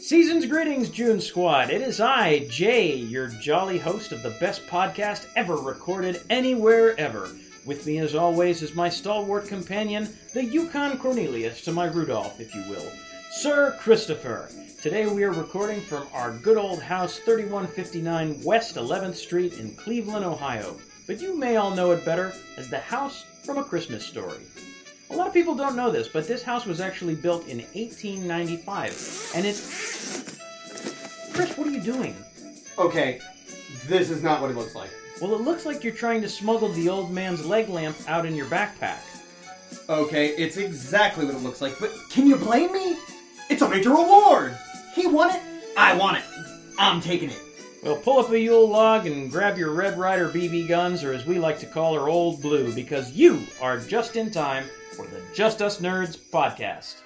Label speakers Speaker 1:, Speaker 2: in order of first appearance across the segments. Speaker 1: Season's greetings, June Squad. It is I, Jay, your jolly host of the best podcast ever recorded anywhere ever. With me, as always, is my stalwart companion, the Yukon Cornelius to my Rudolph, if you will, Sir Christopher. Today we are recording from our good old house, 3159 West 11th Street in Cleveland, Ohio. But you may all know it better as the house from a Christmas story. A lot of people don't know this, but this house was actually built in 1895, and it's. Chris, what are you doing?
Speaker 2: Okay, this is not what it looks like.
Speaker 1: Well, it looks like you're trying to smuggle the old man's leg lamp out in your backpack.
Speaker 2: Okay, it's exactly what it looks like, but can you blame me? It's a major award! He won it, I want it. I'm taking it.
Speaker 1: Well, pull up a Yule log and grab your Red Rider BB guns, or as we like to call her, Old Blue, because you are just in time for the Just Us Nerds podcast.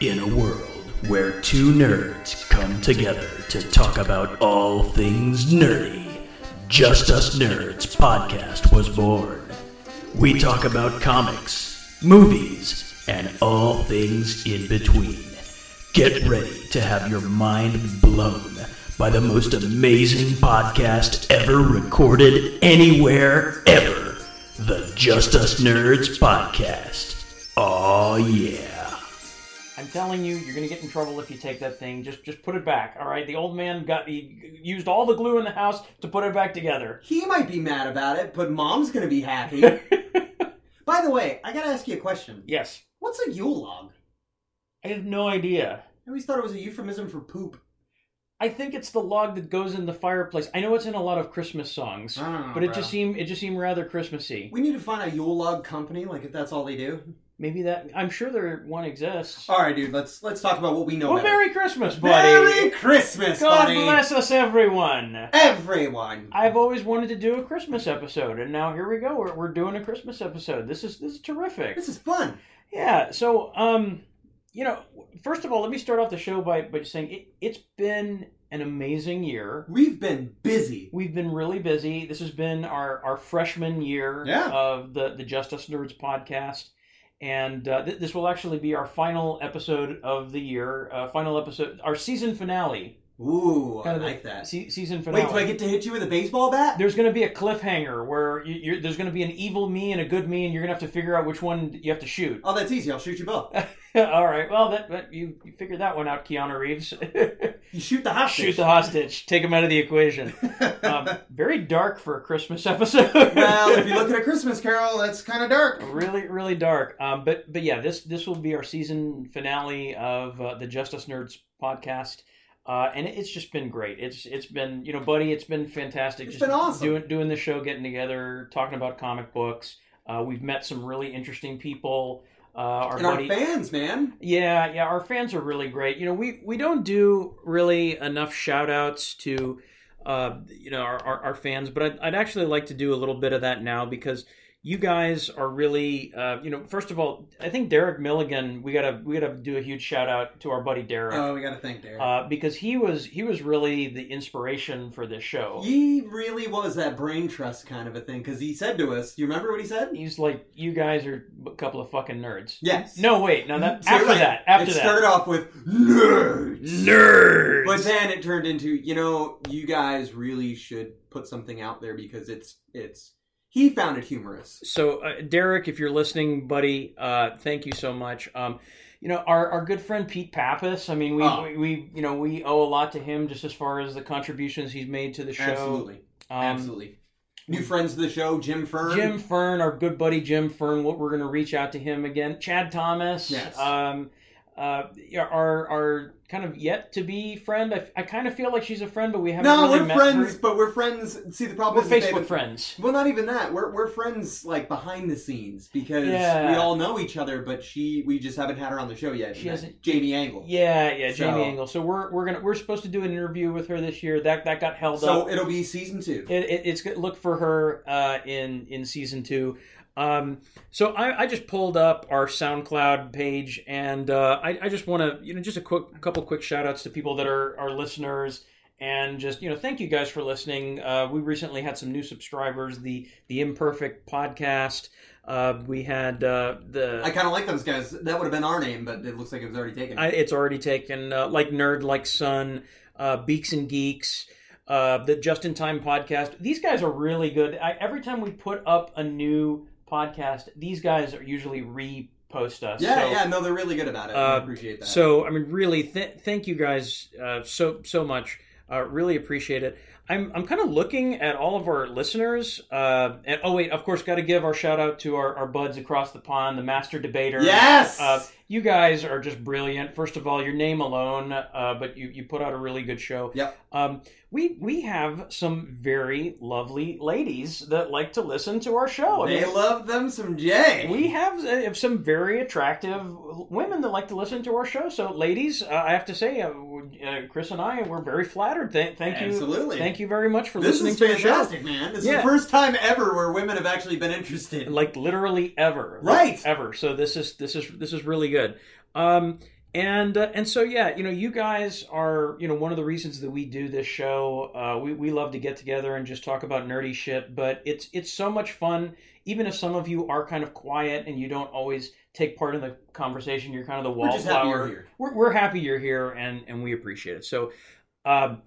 Speaker 3: In a world where two nerds come together to talk about all things nerdy, Just Us Nerds podcast was born. We talk about comics, movies, and all things in between. Get ready to have your mind blown by the most amazing podcast ever recorded anywhere ever. The Just Us Nerds podcast. Oh yeah.
Speaker 1: I'm telling you, you're gonna get in trouble if you take that thing. Just just put it back, all right? The old man got he used all the glue in the house to put it back together.
Speaker 2: He might be mad about it, but mom's gonna be happy. By the way, I gotta ask you a question.
Speaker 1: Yes,
Speaker 2: What's a Yule log?
Speaker 1: I have no idea.
Speaker 2: I always thought it was a euphemism for poop.
Speaker 1: I think it's the log that goes in the fireplace. I know it's in a lot of Christmas songs,
Speaker 2: I don't know,
Speaker 1: but it
Speaker 2: bro.
Speaker 1: just seemed it just seemed rather Christmassy.
Speaker 2: We need to find a Yule log company, like if that's all they do.
Speaker 1: Maybe that I'm sure there one exists.
Speaker 2: Alright, dude, let's let's talk about what we Oh, know
Speaker 1: well,
Speaker 2: better.
Speaker 1: Merry Christmas, buddy!
Speaker 2: Merry Christmas,
Speaker 1: God
Speaker 2: buddy!
Speaker 1: bless us, everyone.
Speaker 2: Everyone!
Speaker 1: I've always wanted to do a Christmas episode, and now here we go. We're, we're doing a Christmas episode. This is this is terrific.
Speaker 2: This is fun.
Speaker 1: Yeah. So, um, you know, first of all, let me start off the show by by just saying it, it's been an amazing year.
Speaker 2: We've been busy.
Speaker 1: We've been really busy. This has been our our freshman year
Speaker 2: Yeah.
Speaker 1: of the the Justice Nerds podcast, and uh, th- this will actually be our final episode of the year. Uh, final episode, our season finale.
Speaker 2: Ooh, I
Speaker 1: Kind of
Speaker 2: like
Speaker 1: the
Speaker 2: that.
Speaker 1: se- season finale.
Speaker 2: Wait till I get to hit you with a baseball bat?
Speaker 1: there's going to be a cliffhanger where you, you're, there's going to be an evil me and a good me, and you're going to have to figure out which one you have to shoot.
Speaker 2: Oh, that's easy. I'll shoot you both.
Speaker 1: All right. Well, that, that you, you figured that one out, Keanu Reeves.
Speaker 2: You shoot the hostage.
Speaker 1: Shoot the hostage. Take him out of the equation. Um, very dark for a Christmas episode.
Speaker 2: well, if you look at a Christmas Carol, that's kind of dark.
Speaker 1: really, really dark. Um, but but yeah, this this will be our season finale of uh, the Justice Nerds podcast. Uh, and it's just been great. It's it's been you know, buddy, it's been fantastic.
Speaker 2: It's
Speaker 1: just
Speaker 2: been awesome.
Speaker 1: doing doing the show, getting together, talking about comic books. Uh, we've met some really interesting people. Uh, our
Speaker 2: and
Speaker 1: buddy,
Speaker 2: our fans, man.
Speaker 1: yeah, yeah, our fans are really great. You know, we we don't do really enough shout outs to uh, you know our, our, our fans, but I'd, I'd actually like to do a little bit of that now because you guys are really uh, you know first of all I think Derek Milligan we gotta we gotta do a huge shout out to our buddy Derek
Speaker 2: Oh, we got to thank Derek.
Speaker 1: uh, because he was he was really the inspiration for this show.
Speaker 2: he really was that brain trust kind of a thing because he said to us, "You remember what he said?"
Speaker 1: He's like you guys are a couple of fucking nerds.
Speaker 2: Yes.
Speaker 1: No wait, no that
Speaker 2: So you're
Speaker 1: after
Speaker 2: right.
Speaker 1: that after
Speaker 2: it
Speaker 1: that.
Speaker 2: started off with nerds,
Speaker 3: Nerds.
Speaker 2: but then it turned into, you know, you guys really should put something out there because it's it's. He found it humorous.
Speaker 1: So, uh, Derek, if you're listening, buddy, uh, thank you so much. Um, you know, our, our good friend Pete Pappas, I mean, we,
Speaker 2: Oh.
Speaker 1: we, we, you know, we owe a lot to him just as far as the contributions he's made to the show.
Speaker 2: Absolutely.
Speaker 1: Um,
Speaker 2: Absolutely. New friends of the show, Jim Fern.
Speaker 1: Jim Fern, our good buddy Jim Fern, what we're going to reach out to him again. Chad Thomas,
Speaker 2: Yes.
Speaker 1: um, uh, our our kind of yet to be friend. I, I kind of feel like she's a friend, but we haven't
Speaker 2: No,
Speaker 1: really
Speaker 2: we're
Speaker 1: met
Speaker 2: friends,
Speaker 1: her.
Speaker 2: but we're friends. See, the problem
Speaker 1: We're
Speaker 2: is that they-
Speaker 1: Facebook friends.
Speaker 2: Well, not even that. We're we're friends like behind the scenes because
Speaker 1: Yeah.
Speaker 2: we all know each other, but she we just haven't had her on the show yet.
Speaker 1: She
Speaker 2: And that's
Speaker 1: hasn't-
Speaker 2: Jamie Angle.
Speaker 1: Yeah, yeah, Jamie
Speaker 2: So-
Speaker 1: Angle. So we're we're gonna we're supposed to do an interview with her this year. That that got held up.
Speaker 2: So it'll be season two.
Speaker 1: It, it, it's good. Look for her uh, in in season two. Um, so I, I just pulled up our SoundCloud page, and uh, I, I just want to you know just a quick couple quick shout outs to people that are our listeners and just you know thank you guys for listening uh, we recently had some new subscribers the the imperfect podcast uh, we had uh, the
Speaker 2: I kind of like those guys. That would have been our name, but it looks like it was already taken.
Speaker 1: I, it's already taken uh, like nerd like sun uh, beaks and geeks uh, the just in time podcast these guys are really good I, every time we put up a new podcast these guys are usually repost us
Speaker 2: yeah,
Speaker 1: so,
Speaker 2: yeah, no, they're really good about it. I
Speaker 1: Uh,
Speaker 2: appreciate that.
Speaker 1: so i mean really th- thank you guys uh, so so much uh, really appreciate it i'm, I'm kind of looking at all of our listeners uh, and oh wait of course got to give our shout out to our, our buds across the pond the master debater
Speaker 2: yes,
Speaker 1: uh, you guys are just brilliant. First of all, your name alone, uh, but you, you put out a really good show.
Speaker 2: Yep.
Speaker 1: Um, we we have some very lovely ladies that like to listen to our show. I
Speaker 2: they
Speaker 1: mean,
Speaker 2: love them some Jay.
Speaker 1: oh, we have uh, some very attractive women that like to listen to our show. So, ladies, uh, I have to say, uh, uh, Chris and I we're very flattered. Th- thank you,
Speaker 2: Absolutely.
Speaker 1: thank you very much for
Speaker 2: This
Speaker 1: listening
Speaker 2: is
Speaker 1: to the show.
Speaker 2: fantastic, man. This
Speaker 1: Yeah.
Speaker 2: is the first time ever where women have actually been interested.
Speaker 1: like literally ever
Speaker 2: Right.
Speaker 1: Like, ever so this is this is this is really good um and uh, and so yeah you know you guys are you know one of the reasons that we do this show uh we, we love to get together and just talk about nerdy shit but it's it's so much fun even if some of you are kind of quiet and you don't always take part in the conversation you're kind of the
Speaker 2: We're just happy
Speaker 1: wallflower
Speaker 2: you're here.
Speaker 1: We're, we're happy you're here and and we appreciate it so um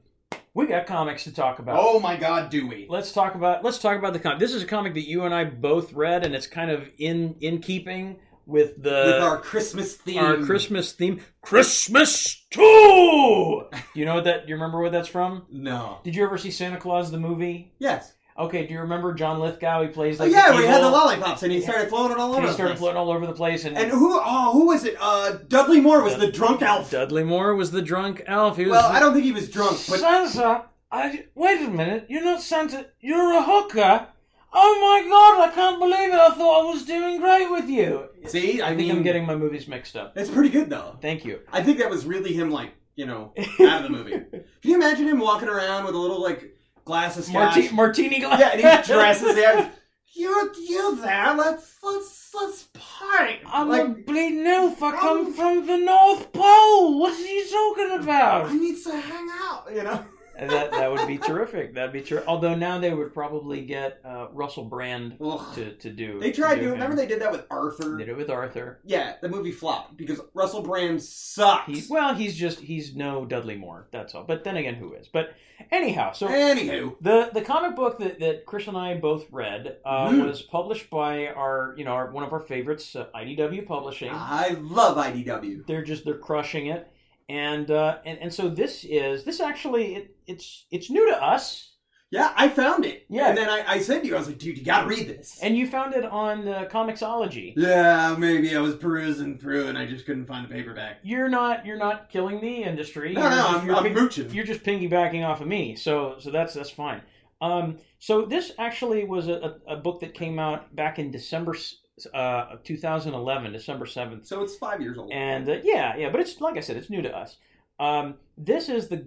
Speaker 1: we got comics to talk about
Speaker 2: Oh my God, do we?
Speaker 1: Let's talk about let's talk about the comic. This is a comic that you and I both read, and it's kind of in in keeping with
Speaker 2: With
Speaker 1: the
Speaker 2: Uh, our Christmas theme.
Speaker 1: our Christmas theme. Christmas too. you know what that? You remember what that's from?
Speaker 2: No.
Speaker 1: Did you ever see Santa Claus the movie?
Speaker 2: Yes.
Speaker 1: Okay, do you remember John Lithgow? He plays
Speaker 2: Oh
Speaker 1: like
Speaker 2: yeah,
Speaker 1: the
Speaker 2: we had the
Speaker 1: evil-
Speaker 2: lollipops, and he started floating all
Speaker 1: and
Speaker 2: over.
Speaker 1: he
Speaker 2: the
Speaker 1: started
Speaker 2: place.
Speaker 1: floating all over the place, and,
Speaker 2: And who? Oh, who was it? Uh, Dudley Moore was the drunk elf.
Speaker 1: Dudley Moore was the drunk elf. He was
Speaker 2: Well, I don't think he was drunk, but
Speaker 1: Sansa, I wait a minute. You're not Santa. You're a hooker. Oh my god! I can't believe it. I thought I was doing great with you.
Speaker 2: see, I,
Speaker 1: I
Speaker 2: mean,
Speaker 1: think I'm getting my movies mixed up.
Speaker 2: It's pretty good though.
Speaker 1: Thank you.
Speaker 2: I think that was really him, like you know, out of the movie. Can you imagine him walking around with a little like glass of scotch?
Speaker 1: Marti- martini glass.
Speaker 2: yeah, and he dresses there. You, you there? Let's let's let's party.
Speaker 1: I'm a
Speaker 2: like,
Speaker 1: bleeding elf. I come from the North Pole. What are you talking about?
Speaker 2: I need to hang out. You know.
Speaker 1: that that would be terrific. That'd be terrific. Although now they would probably get uh, Russell Brand
Speaker 2: Ugh.
Speaker 1: to, to do.
Speaker 2: They tried
Speaker 1: do
Speaker 2: to. Remember
Speaker 1: him.
Speaker 2: they did that with Arthur.
Speaker 1: They did it with Arthur.
Speaker 2: Yeah, the movie flopped because Russell Brand sucks.
Speaker 1: He, well, he's just he's no Dudley Moore. That's all. But then again, who is? But anyhow, so
Speaker 2: Anywho,
Speaker 1: The the comic book that, that Chris and I both read uh,
Speaker 2: Mhm.
Speaker 1: was published by our you know our, one of our favorites, uh, IDW Publishing.
Speaker 2: I love IDW.
Speaker 1: They're just they're crushing it, and uh, and and so this is this actually it, it's it's new to us,
Speaker 2: Yeah, I found it.
Speaker 1: Yeah.
Speaker 2: and then I, I said to you, I was like, dude, you gotta read this.
Speaker 1: and you found it on uh, Comixology.
Speaker 2: yeah, maybe I was perusing through and I just couldn't find the paperback.
Speaker 1: You're not you're not killing the industry.
Speaker 2: No,
Speaker 1: You're
Speaker 2: no,
Speaker 1: just-
Speaker 2: I'm,
Speaker 1: you're
Speaker 2: I'm
Speaker 1: pick-
Speaker 2: mooching.
Speaker 1: you're just piggybacking off of me, so so that's that's fine. Um, so this actually was a, a, a book that came out back in December s- uh, of 2011, December 7th.
Speaker 2: So it's five years old.
Speaker 1: And uh, yeah, yeah, but it's like I said, it's new to us. Um, this is the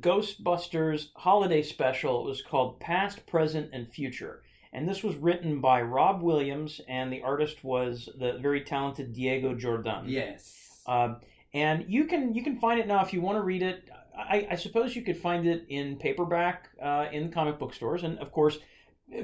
Speaker 1: Ghostbusters holiday special. It was called Past, Present, and Future. And this was written by Rob Williams, and the artist was the very talented Diego Jordan.
Speaker 2: yes.
Speaker 1: Um, and you can you can find it now if you want to read it. I, I suppose you could find it in paperback uh, in comic book stores, and of course,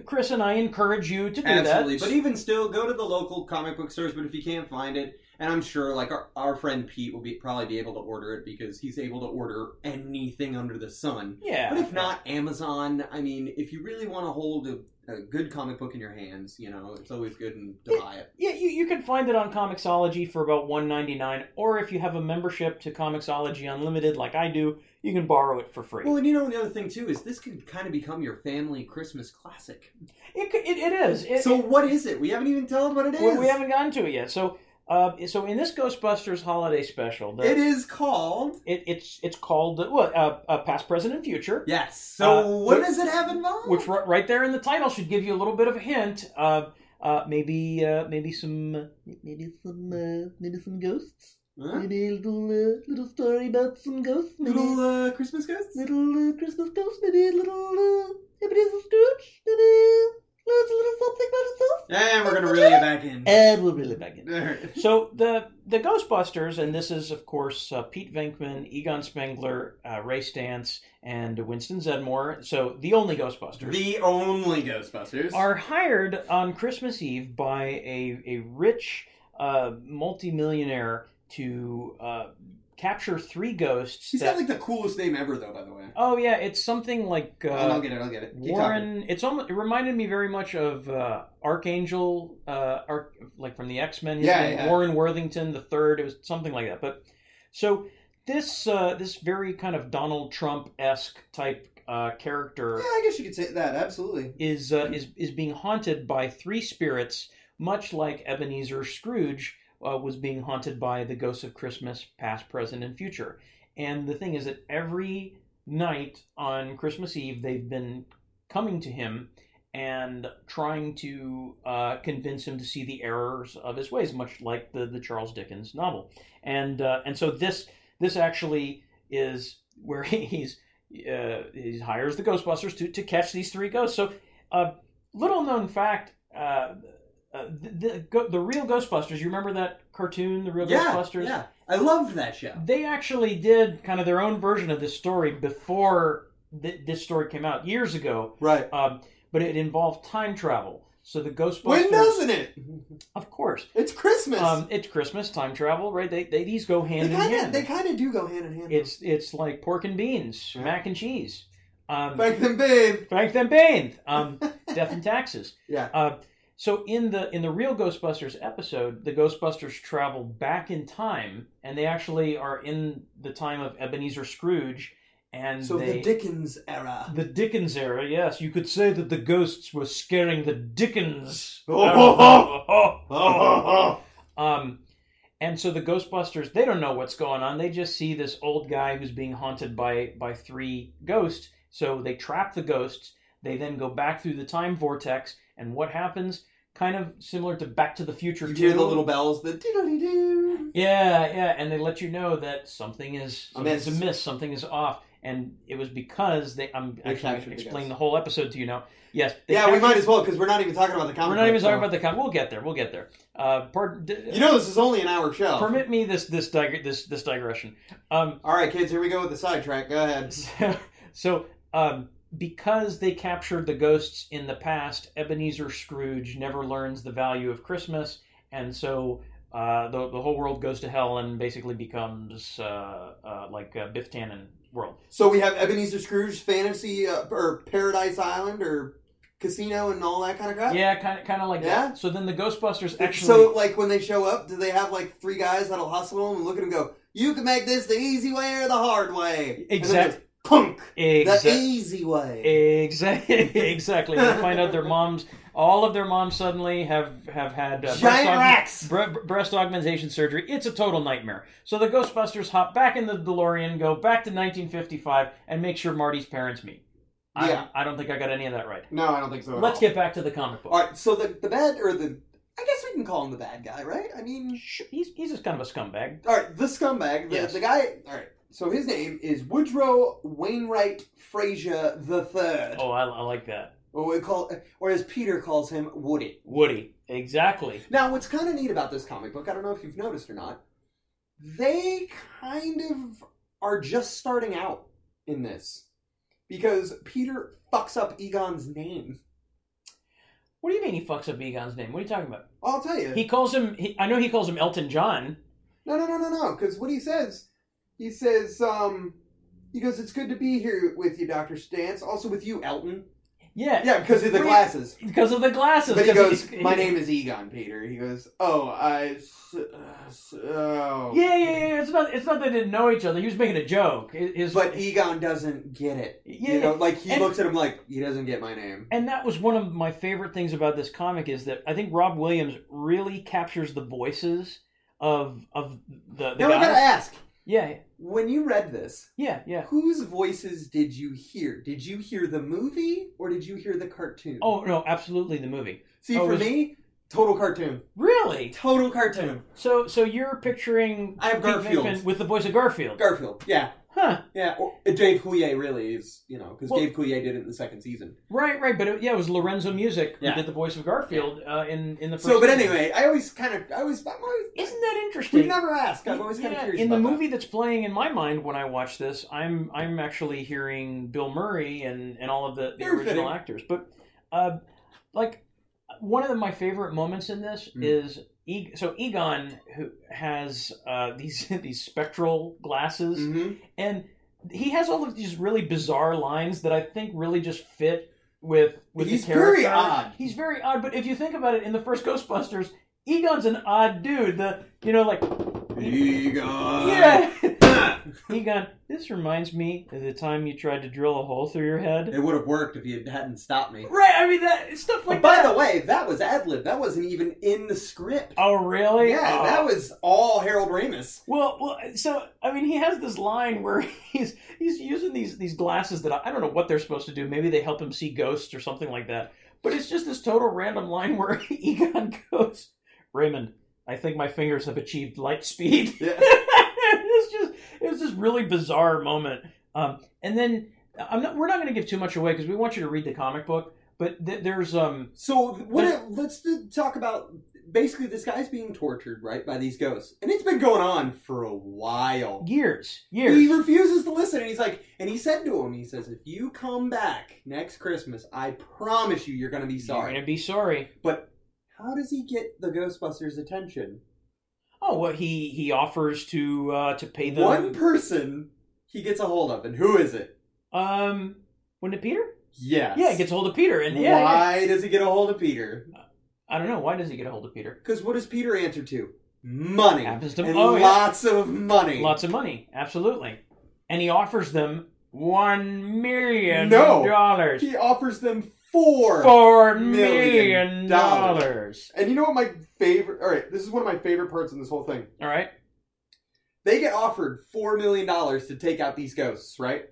Speaker 1: Chris and I encourage you to do
Speaker 2: Absolutely.
Speaker 1: that.
Speaker 2: But even still, go to the local comic book stores. But if you can't find it, and I'm sure like our, our friend Pete will be probably be able to order it because he's able to order anything under the sun.
Speaker 1: e-, yeah,
Speaker 2: But if not, Amazon. I mean, if you really want to hold a, a good comic book in your hands, you know, it's always good and to buy it.
Speaker 1: Yeah, you, you can find it on Comixology for about one ninety nine, or if you have a membership to Comixology Unlimited, like I do, you can borrow it for free.
Speaker 2: Well, and you know, and the other thing too is this could kind of become your family Christmas classic.
Speaker 1: it, c- it, it is. It,
Speaker 2: So what is it? We haven't even told what it
Speaker 1: we,
Speaker 2: is.
Speaker 1: we haven't gotten to it yet. So, uh, so in this Ghostbusters holiday special, the,
Speaker 2: It is called.
Speaker 1: it, it's it's called uh, what uh, uh, past, present, and future.
Speaker 2: Yes. So
Speaker 1: Uh,
Speaker 2: what
Speaker 1: which-
Speaker 2: does it have involved?
Speaker 1: Which ri- right there in the title should give you a little bit of a hint of uh, maybe uh, maybe some uh,
Speaker 4: Maybe some uh, maybe some ghosts.
Speaker 2: Huh?
Speaker 4: Maybe a little uh, little story about some ghosts. Maybe
Speaker 2: Little
Speaker 4: little,
Speaker 2: uh, Christmas ghosts.
Speaker 4: uh, Christmas ghosts. Maybe a little uh, Ebenezer Scrooge. Maybe Learns a little something about itself.
Speaker 2: And we're gonna reel you back in.
Speaker 4: And we're really back in.
Speaker 2: Alright.
Speaker 1: So the the Ghostbusters, and this is of course uh, Pete Venkman, Egon Spengler, uh, Ray Stantz, and Winston Zedmore. So the only Ghostbusters
Speaker 2: the only Ghostbusters.
Speaker 1: are hired on Christmas Eve by a a rich uh, multimillionaire to uh, capture three ghosts.
Speaker 2: He's
Speaker 1: that-
Speaker 2: got like the coolest name ever, though. By the way,
Speaker 1: oh yeah, it's something like.
Speaker 2: I'll, I'll
Speaker 1: Uh,
Speaker 2: get it. I'll get it. Keep talking.
Speaker 1: Warren, it's almost it reminded me very much of uh, Archangel, uh, Arch, like from the X Men.
Speaker 2: Yeah, yeah.
Speaker 1: Warren Worthington the third. It was something like that. But so this uh, this very kind of Donald Trump esque type uh, character
Speaker 2: Yeah, I guess you could say that. Absolutely.
Speaker 1: is uh, is is being haunted by three spirits, much like Ebenezer Scrooge uh, was being haunted by the ghosts of Christmas, past, present, and future. And the thing is that every night on Christmas Eve, they've been coming to him and trying to uh, convince him to see the errors of his ways, much like the the Charles Dickens novel. And uh, and so this this actually is where he, he's. Uh, he hires the Ghostbusters to, to catch these three ghosts. So uh, little known fact uh, uh, the, the, go- the real ghostbusters you remember that cartoon the real
Speaker 2: Yeah,
Speaker 1: ghostbusters
Speaker 2: yeah. I loved that show.
Speaker 1: they actually did kind of their own version of this story before th- this story came out years ago
Speaker 2: Right.
Speaker 1: um, but it involved time travel so the ghostbusters
Speaker 2: When doesn't it?
Speaker 1: of course
Speaker 2: It's Christmas.
Speaker 1: um, it's christmas time travel right they, they these go
Speaker 2: they
Speaker 1: hand in
Speaker 2: kind of
Speaker 1: hand
Speaker 2: they kind of do go hand in hand.
Speaker 1: it's it's like pork and beans
Speaker 2: Yeah.
Speaker 1: mac and cheese um,
Speaker 2: back then, babe.
Speaker 1: Frank them Bain, um, death and taxes.
Speaker 2: Yeah.
Speaker 1: Uh, so in the in the real Ghostbusters episode, the Ghostbusters travel back in time, and they actually are in the time of Ebenezer Scrooge, and
Speaker 2: So
Speaker 1: they
Speaker 2: the Dickens era.
Speaker 1: the Dickens era. Yes, you could say that the ghosts were scaring the Dickens.
Speaker 2: Oh,
Speaker 1: Um, and so the Ghostbusters, they don't know what's going on. They just see this old guy who's being haunted by by three ghosts. So they trap the ghosts. They then go back through the time vortex, and what happens? Kind of similar to Back to the Future.
Speaker 2: You hear
Speaker 1: 2.
Speaker 2: the little bells. The diddly doo.
Speaker 1: Yeah, yeah, and they let you know that something is something's
Speaker 2: Amiss.
Speaker 1: amiss. something is off, and it was because they. I'm
Speaker 2: They
Speaker 1: actually
Speaker 2: captured the
Speaker 1: explaining
Speaker 2: ghosts.
Speaker 1: the whole episode to you now. Yes, they
Speaker 2: Yeah, we
Speaker 1: captured-
Speaker 2: might as well because we're not even talking about the comic.
Speaker 1: We're not even
Speaker 2: book,
Speaker 1: talking
Speaker 2: so-
Speaker 1: about the con. We'll get there. We'll get there. Uh, pardon. d-
Speaker 2: You know, this is only an hour show.
Speaker 1: permit me this this dig- this this digression. Um,
Speaker 2: All right, kids, here we go with the sidetrack. Go ahead.
Speaker 1: so, so, um, because they captured the ghosts in the past, Ebenezer Scrooge never learns the value of Christmas, and so uh, the the whole world goes to hell and basically becomes uh, uh, like uh, Biff Tannen world.
Speaker 2: So we have Ebenezer Scrooge, Fantasy, uh, or Paradise Island, or Casino, and all that kind of crap.
Speaker 1: Yeah, kind of kind of like
Speaker 2: Yeah?
Speaker 1: that. So then the Ghostbusters actually.
Speaker 2: So, like, when they show up, do they have like three guys that'll hustle them and look at them and go, "You can make this the easy way or the hard way."
Speaker 1: Exact-
Speaker 2: Exactly. Punk.
Speaker 1: Exact- Eh,
Speaker 2: The easy way.
Speaker 1: Exactly. Exactly. They find out their moms, all of their moms, suddenly have have had uh,
Speaker 2: Giant
Speaker 1: aug-
Speaker 2: racks.
Speaker 1: bre- breast augmentation surgery. It's a total nightmare. So the Ghostbusters hop back in the DeLorean, go back to 1955, and make sure Marty's parents meet. I,
Speaker 2: Yeah.
Speaker 1: I don't think I got any of that right.
Speaker 2: no, I don't think so. at
Speaker 1: Let's
Speaker 2: all.
Speaker 1: get back to the comic book.
Speaker 2: All right. So the the bad or the I guess we can call him the bad guy, right? I mean,
Speaker 1: Sh- He's he's just kind of a scumbag.
Speaker 2: all right, the scumbag, the,
Speaker 1: Yes.
Speaker 2: the guy. All right. So his name is Woodrow Wainwright Frazier the Third.
Speaker 1: Oh, I, I like that.
Speaker 2: Or we call, or as Peter calls him, Woody.
Speaker 1: Woody. Exactly.
Speaker 2: Now, what's kind of neat about this comic book, I don't know if you've noticed or not, they kind of are just starting out in this because Peter fucks up Egon's name.
Speaker 1: What do you mean he fucks up Egon's name? What are you talking about?
Speaker 2: I'll tell you.
Speaker 1: He calls him. He, I know he calls him Elton John.
Speaker 2: no, no, no, no, no. Because what he says, he says, um, he goes, "It's good to be here with you, Doctor Stance. Also with you, Elton.
Speaker 1: Yeah.
Speaker 2: Yeah, because of the
Speaker 1: Wait.
Speaker 2: glasses.
Speaker 1: Because of the glasses.
Speaker 2: But he
Speaker 1: 'cause
Speaker 2: goes,
Speaker 1: he-
Speaker 2: my name is Egon, Peter. He goes, oh, I, s- uh, s- oh.
Speaker 1: Yeah, yeah, yeah. It's not. It's not that they didn't know each other. He was making a joke. It- it's-
Speaker 2: But Egon doesn't get it.
Speaker 1: yeah,
Speaker 2: You know, like he
Speaker 1: and-
Speaker 2: looks at him like he doesn't get my name.
Speaker 1: and that was one of my favorite things about this comic is that I think Rob Williams really captures the voices of of the. the
Speaker 2: Now I
Speaker 1: guys.
Speaker 2: gotta ask:
Speaker 1: yeah,
Speaker 2: when you read this,
Speaker 1: yeah, yeah.
Speaker 2: whose voices did you hear? Did you hear the movie or did you hear the cartoon?
Speaker 1: Oh no, absolutely the movie.
Speaker 2: see,
Speaker 1: oh,
Speaker 2: for
Speaker 1: was-
Speaker 2: me, total cartoon,
Speaker 1: Really?
Speaker 2: total cartoon.
Speaker 1: So so you're picturing
Speaker 2: I have
Speaker 1: Pete
Speaker 2: Garfield.
Speaker 1: Venkman with the voice of Garfield.
Speaker 2: Garfield, yeah,
Speaker 1: Huh.
Speaker 2: Yeah, or, uh, Dave Coulier really is, you know, because
Speaker 1: Well-
Speaker 2: Dave Coulier did it in the second season.
Speaker 1: Right, right. But it, yeah, it was Lorenzo Music who
Speaker 2: Yeah.
Speaker 1: did the voice of Garfield uh, in in the first.
Speaker 2: So, but
Speaker 1: season.
Speaker 2: anyway, I always kind of, I always, I'm always
Speaker 1: isn't that interesting?
Speaker 2: we've never asked. I'm always kind of
Speaker 1: Yeah,
Speaker 2: curious
Speaker 1: in the
Speaker 2: about that.
Speaker 1: movie that's playing in my mind when I watch this, I'm I'm actually hearing Bill Murray and, and all of the, the
Speaker 2: You're
Speaker 1: original
Speaker 2: fitting.
Speaker 1: actors. But uh, like one of the- my favorite moments in this
Speaker 2: Hmm.
Speaker 1: is e- so Egon who has uh, these these spectral glasses
Speaker 2: Mhm.
Speaker 1: and he has all of these really bizarre lines that I think really just fit with with
Speaker 2: He's
Speaker 1: the character.
Speaker 2: very odd.
Speaker 1: He's very odd, but if you think about it, in the first Ghostbusters, Egon's an odd dude. The you know
Speaker 2: Uh,
Speaker 1: like
Speaker 2: Mm-hmm. Egon.
Speaker 1: yeah. Egon, this reminds me of the time you tried to drill a hole through your head.
Speaker 2: It would have worked if you hadn't stopped me.
Speaker 1: Right, I mean that stuff like
Speaker 2: By
Speaker 1: that.
Speaker 2: the way, that was ad lib. That wasn't even in the script.
Speaker 1: oh, really?
Speaker 2: yeah,
Speaker 1: Oh.
Speaker 2: that was all Harold Ramis.
Speaker 1: Well, well, so I mean, he has this line where he's he's using these these glasses that I, I don't know what they're supposed to do. Maybe they help him see ghosts or something like that. But it's just this total random line where Egon goes, "Raymond, I think my fingers have achieved light speed."
Speaker 2: Yeah.
Speaker 1: it's just it was this really bizarre moment. Um, and then I'm not we're not going to give too much away because we want you to read the comic book. But th- there's um
Speaker 2: So what? It, let's do- talk about basically this guy's being tortured right by these ghosts, and it's been going on for a while.
Speaker 1: years,
Speaker 2: He
Speaker 1: years.
Speaker 2: refuses to listen, and he's like, and he said to him, he says, "If you come back next Christmas, I promise you, you're going to be
Speaker 1: You're
Speaker 2: sorry."
Speaker 1: gonna be sorry.
Speaker 2: But how does he get the Ghostbusters' attention?
Speaker 1: Oh, well, he he offers to uh, to pay the
Speaker 2: One person he gets a hold of, and who is it?
Speaker 1: Um, wasn't it Peter?
Speaker 2: Yes.
Speaker 1: Yeah, he gets a hold of Peter, and yeah, yeah.
Speaker 2: Why does he get a hold of Peter?
Speaker 1: I don't know why does he get a hold of Peter?
Speaker 2: Because what does Peter answer to? Money.
Speaker 1: Happens to-
Speaker 2: and
Speaker 1: oh, yeah.
Speaker 2: lots of money.
Speaker 1: Lots of money, absolutely, and he offers them one million
Speaker 2: No.
Speaker 1: dollars,
Speaker 2: He offers them four.
Speaker 1: four
Speaker 2: million
Speaker 1: million
Speaker 2: dollars.
Speaker 1: dollars.
Speaker 2: And you know what my favorite? All right, this is one of my favorite parts in this whole thing.
Speaker 1: All right,
Speaker 2: They get offered four million dollars to take out these ghosts, right?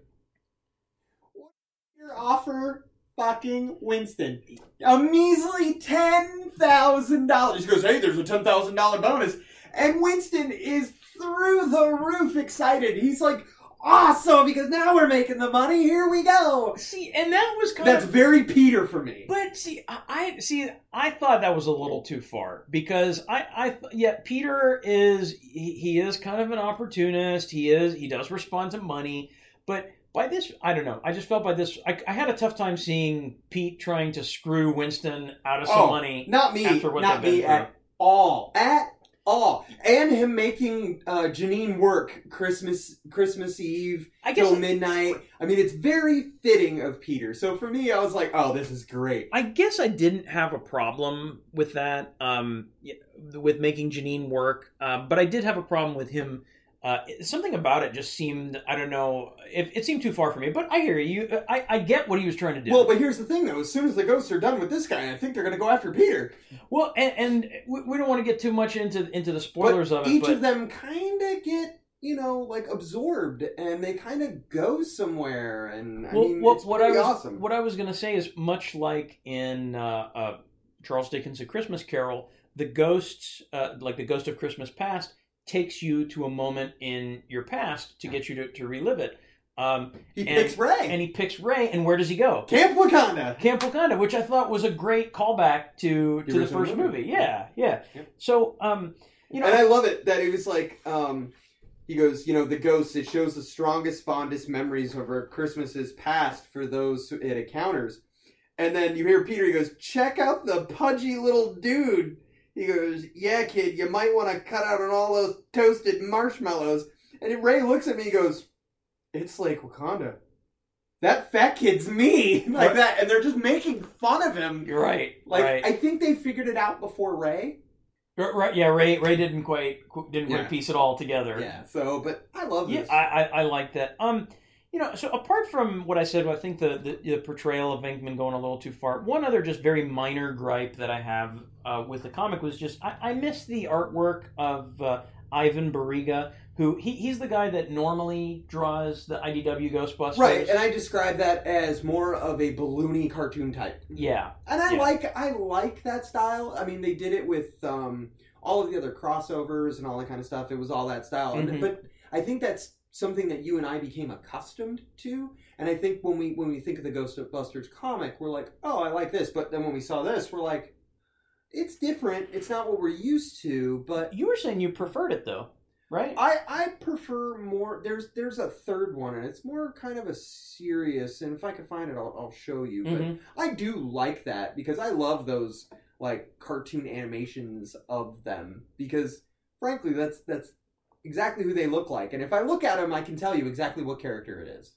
Speaker 2: Your offer, fucking Winston, a measly ten thousand dollars. He goes, "Hey, there's a ten thousand dollar bonus," and Winston is through the roof excited. He's like, "Awesome!" Because now we're making the money. Here we go.
Speaker 1: see, and that was kind
Speaker 2: That's
Speaker 1: of.
Speaker 2: very Peter for me.
Speaker 1: But see, I I- see. I thought that was a little too far because I, I, th- yeah, Peter is he, he is kind of an opportunist. He is he does respond to money, but by this, I don't know. I just felt by this, I, I had a tough time seeing Pete trying to screw Winston out of some
Speaker 2: Oh,
Speaker 1: money.
Speaker 2: Not me.
Speaker 1: After what
Speaker 2: not
Speaker 1: they've
Speaker 2: me
Speaker 1: been
Speaker 2: at all. At all. And him making uh, Janine work Christmas Christmas Eve
Speaker 1: I guess
Speaker 2: till midnight. I mean, it's very fitting of Peter. So for me, I was like, oh, this is great.
Speaker 1: I guess I didn't have a problem with that, um, y- with making Janine work, um, but I did have a problem with him. Uh, something about it just seemed, I don't know, it, it seemed too far for me. But I hear you. uh, I, I get what he was trying to do.
Speaker 2: Well, but here's the thing, though. As soon as the ghosts are done with this guy, I think they're going to go after Peter.
Speaker 1: Well, and, and we, we don't want to get too much into into the
Speaker 2: But
Speaker 1: spoilers of it.
Speaker 2: each
Speaker 1: but
Speaker 2: of them kind of get, you know, like absorbed, and they kind of go somewhere. And I
Speaker 1: well,
Speaker 2: mean,
Speaker 1: what,
Speaker 2: it's
Speaker 1: what I
Speaker 2: pretty
Speaker 1: was
Speaker 2: awesome.
Speaker 1: what I was going to say is much like in uh, uh, Charles Dickens' A Christmas Carol, the ghosts, uh, like the ghost of Christmas past, takes you to a moment in your past to get you to, to relive it. Um,
Speaker 2: he
Speaker 1: and-
Speaker 2: picks Ray.
Speaker 1: and he picks Ray, and where does he go?
Speaker 2: Camp Wakanda.
Speaker 1: Camp Wakanda, which I thought was a great callback to to
Speaker 2: The
Speaker 1: the
Speaker 2: original
Speaker 1: first
Speaker 2: movie.
Speaker 1: movie. Yeah, yeah.
Speaker 2: Yep.
Speaker 1: So, um, you know,
Speaker 2: and I love it that it was like um, he goes, you know, the ghost. It shows the strongest, fondest memories of our Christmases past for those who it encounters. And then you hear Peter. He goes, check out the pudgy little dude. He goes, yeah, kid, you might want to cut out on all those toasted marshmallows. And Ray looks at me. He goes, it's like Wakanda. That fat kid's me, like that, and they're just making fun of him.
Speaker 1: you're right.
Speaker 2: Like
Speaker 1: right.
Speaker 2: I think they figured it out before Ray.
Speaker 1: R- Right, yeah, Ray. Ray didn't quite qu- didn't
Speaker 2: Yeah.
Speaker 1: quite piece it all together.
Speaker 2: Yeah. So, but I love
Speaker 1: yeah,
Speaker 2: this.
Speaker 1: I, I, I like that. Um, you know, so apart from what I said, I think the, the the portrayal of Venkman going a little too far. One other just very minor gripe that I have uh, with the comic was just I, I miss the artwork of uh, Ivan Barriga, who he, he's the guy that normally draws the IDW Ghostbusters.
Speaker 2: Right, and I describe that as more of a balloony cartoon type.
Speaker 1: yeah,
Speaker 2: And I
Speaker 1: Yeah.
Speaker 2: like I like that style. I mean, they did it with um, all of the other crossovers and all that kind of stuff. It was all that style. And-
Speaker 1: Mhm.
Speaker 2: but I think that's something that you and I became accustomed to. And I think when we when we think of the Ghostbusters comic, we're like, oh, I like this. But then when we saw this, we're like, it's different. It's not what we're used to. But
Speaker 1: You were saying you preferred it though, right?
Speaker 2: I I prefer more. There's there's a third one, and it's more kind of a serious. And if I can find it, I'll, I'll show you. But
Speaker 1: Mhm.
Speaker 2: I do like that because I love those like cartoon animations of them because frankly that's that's exactly who they look like and if I look at them I can tell you exactly what character it is.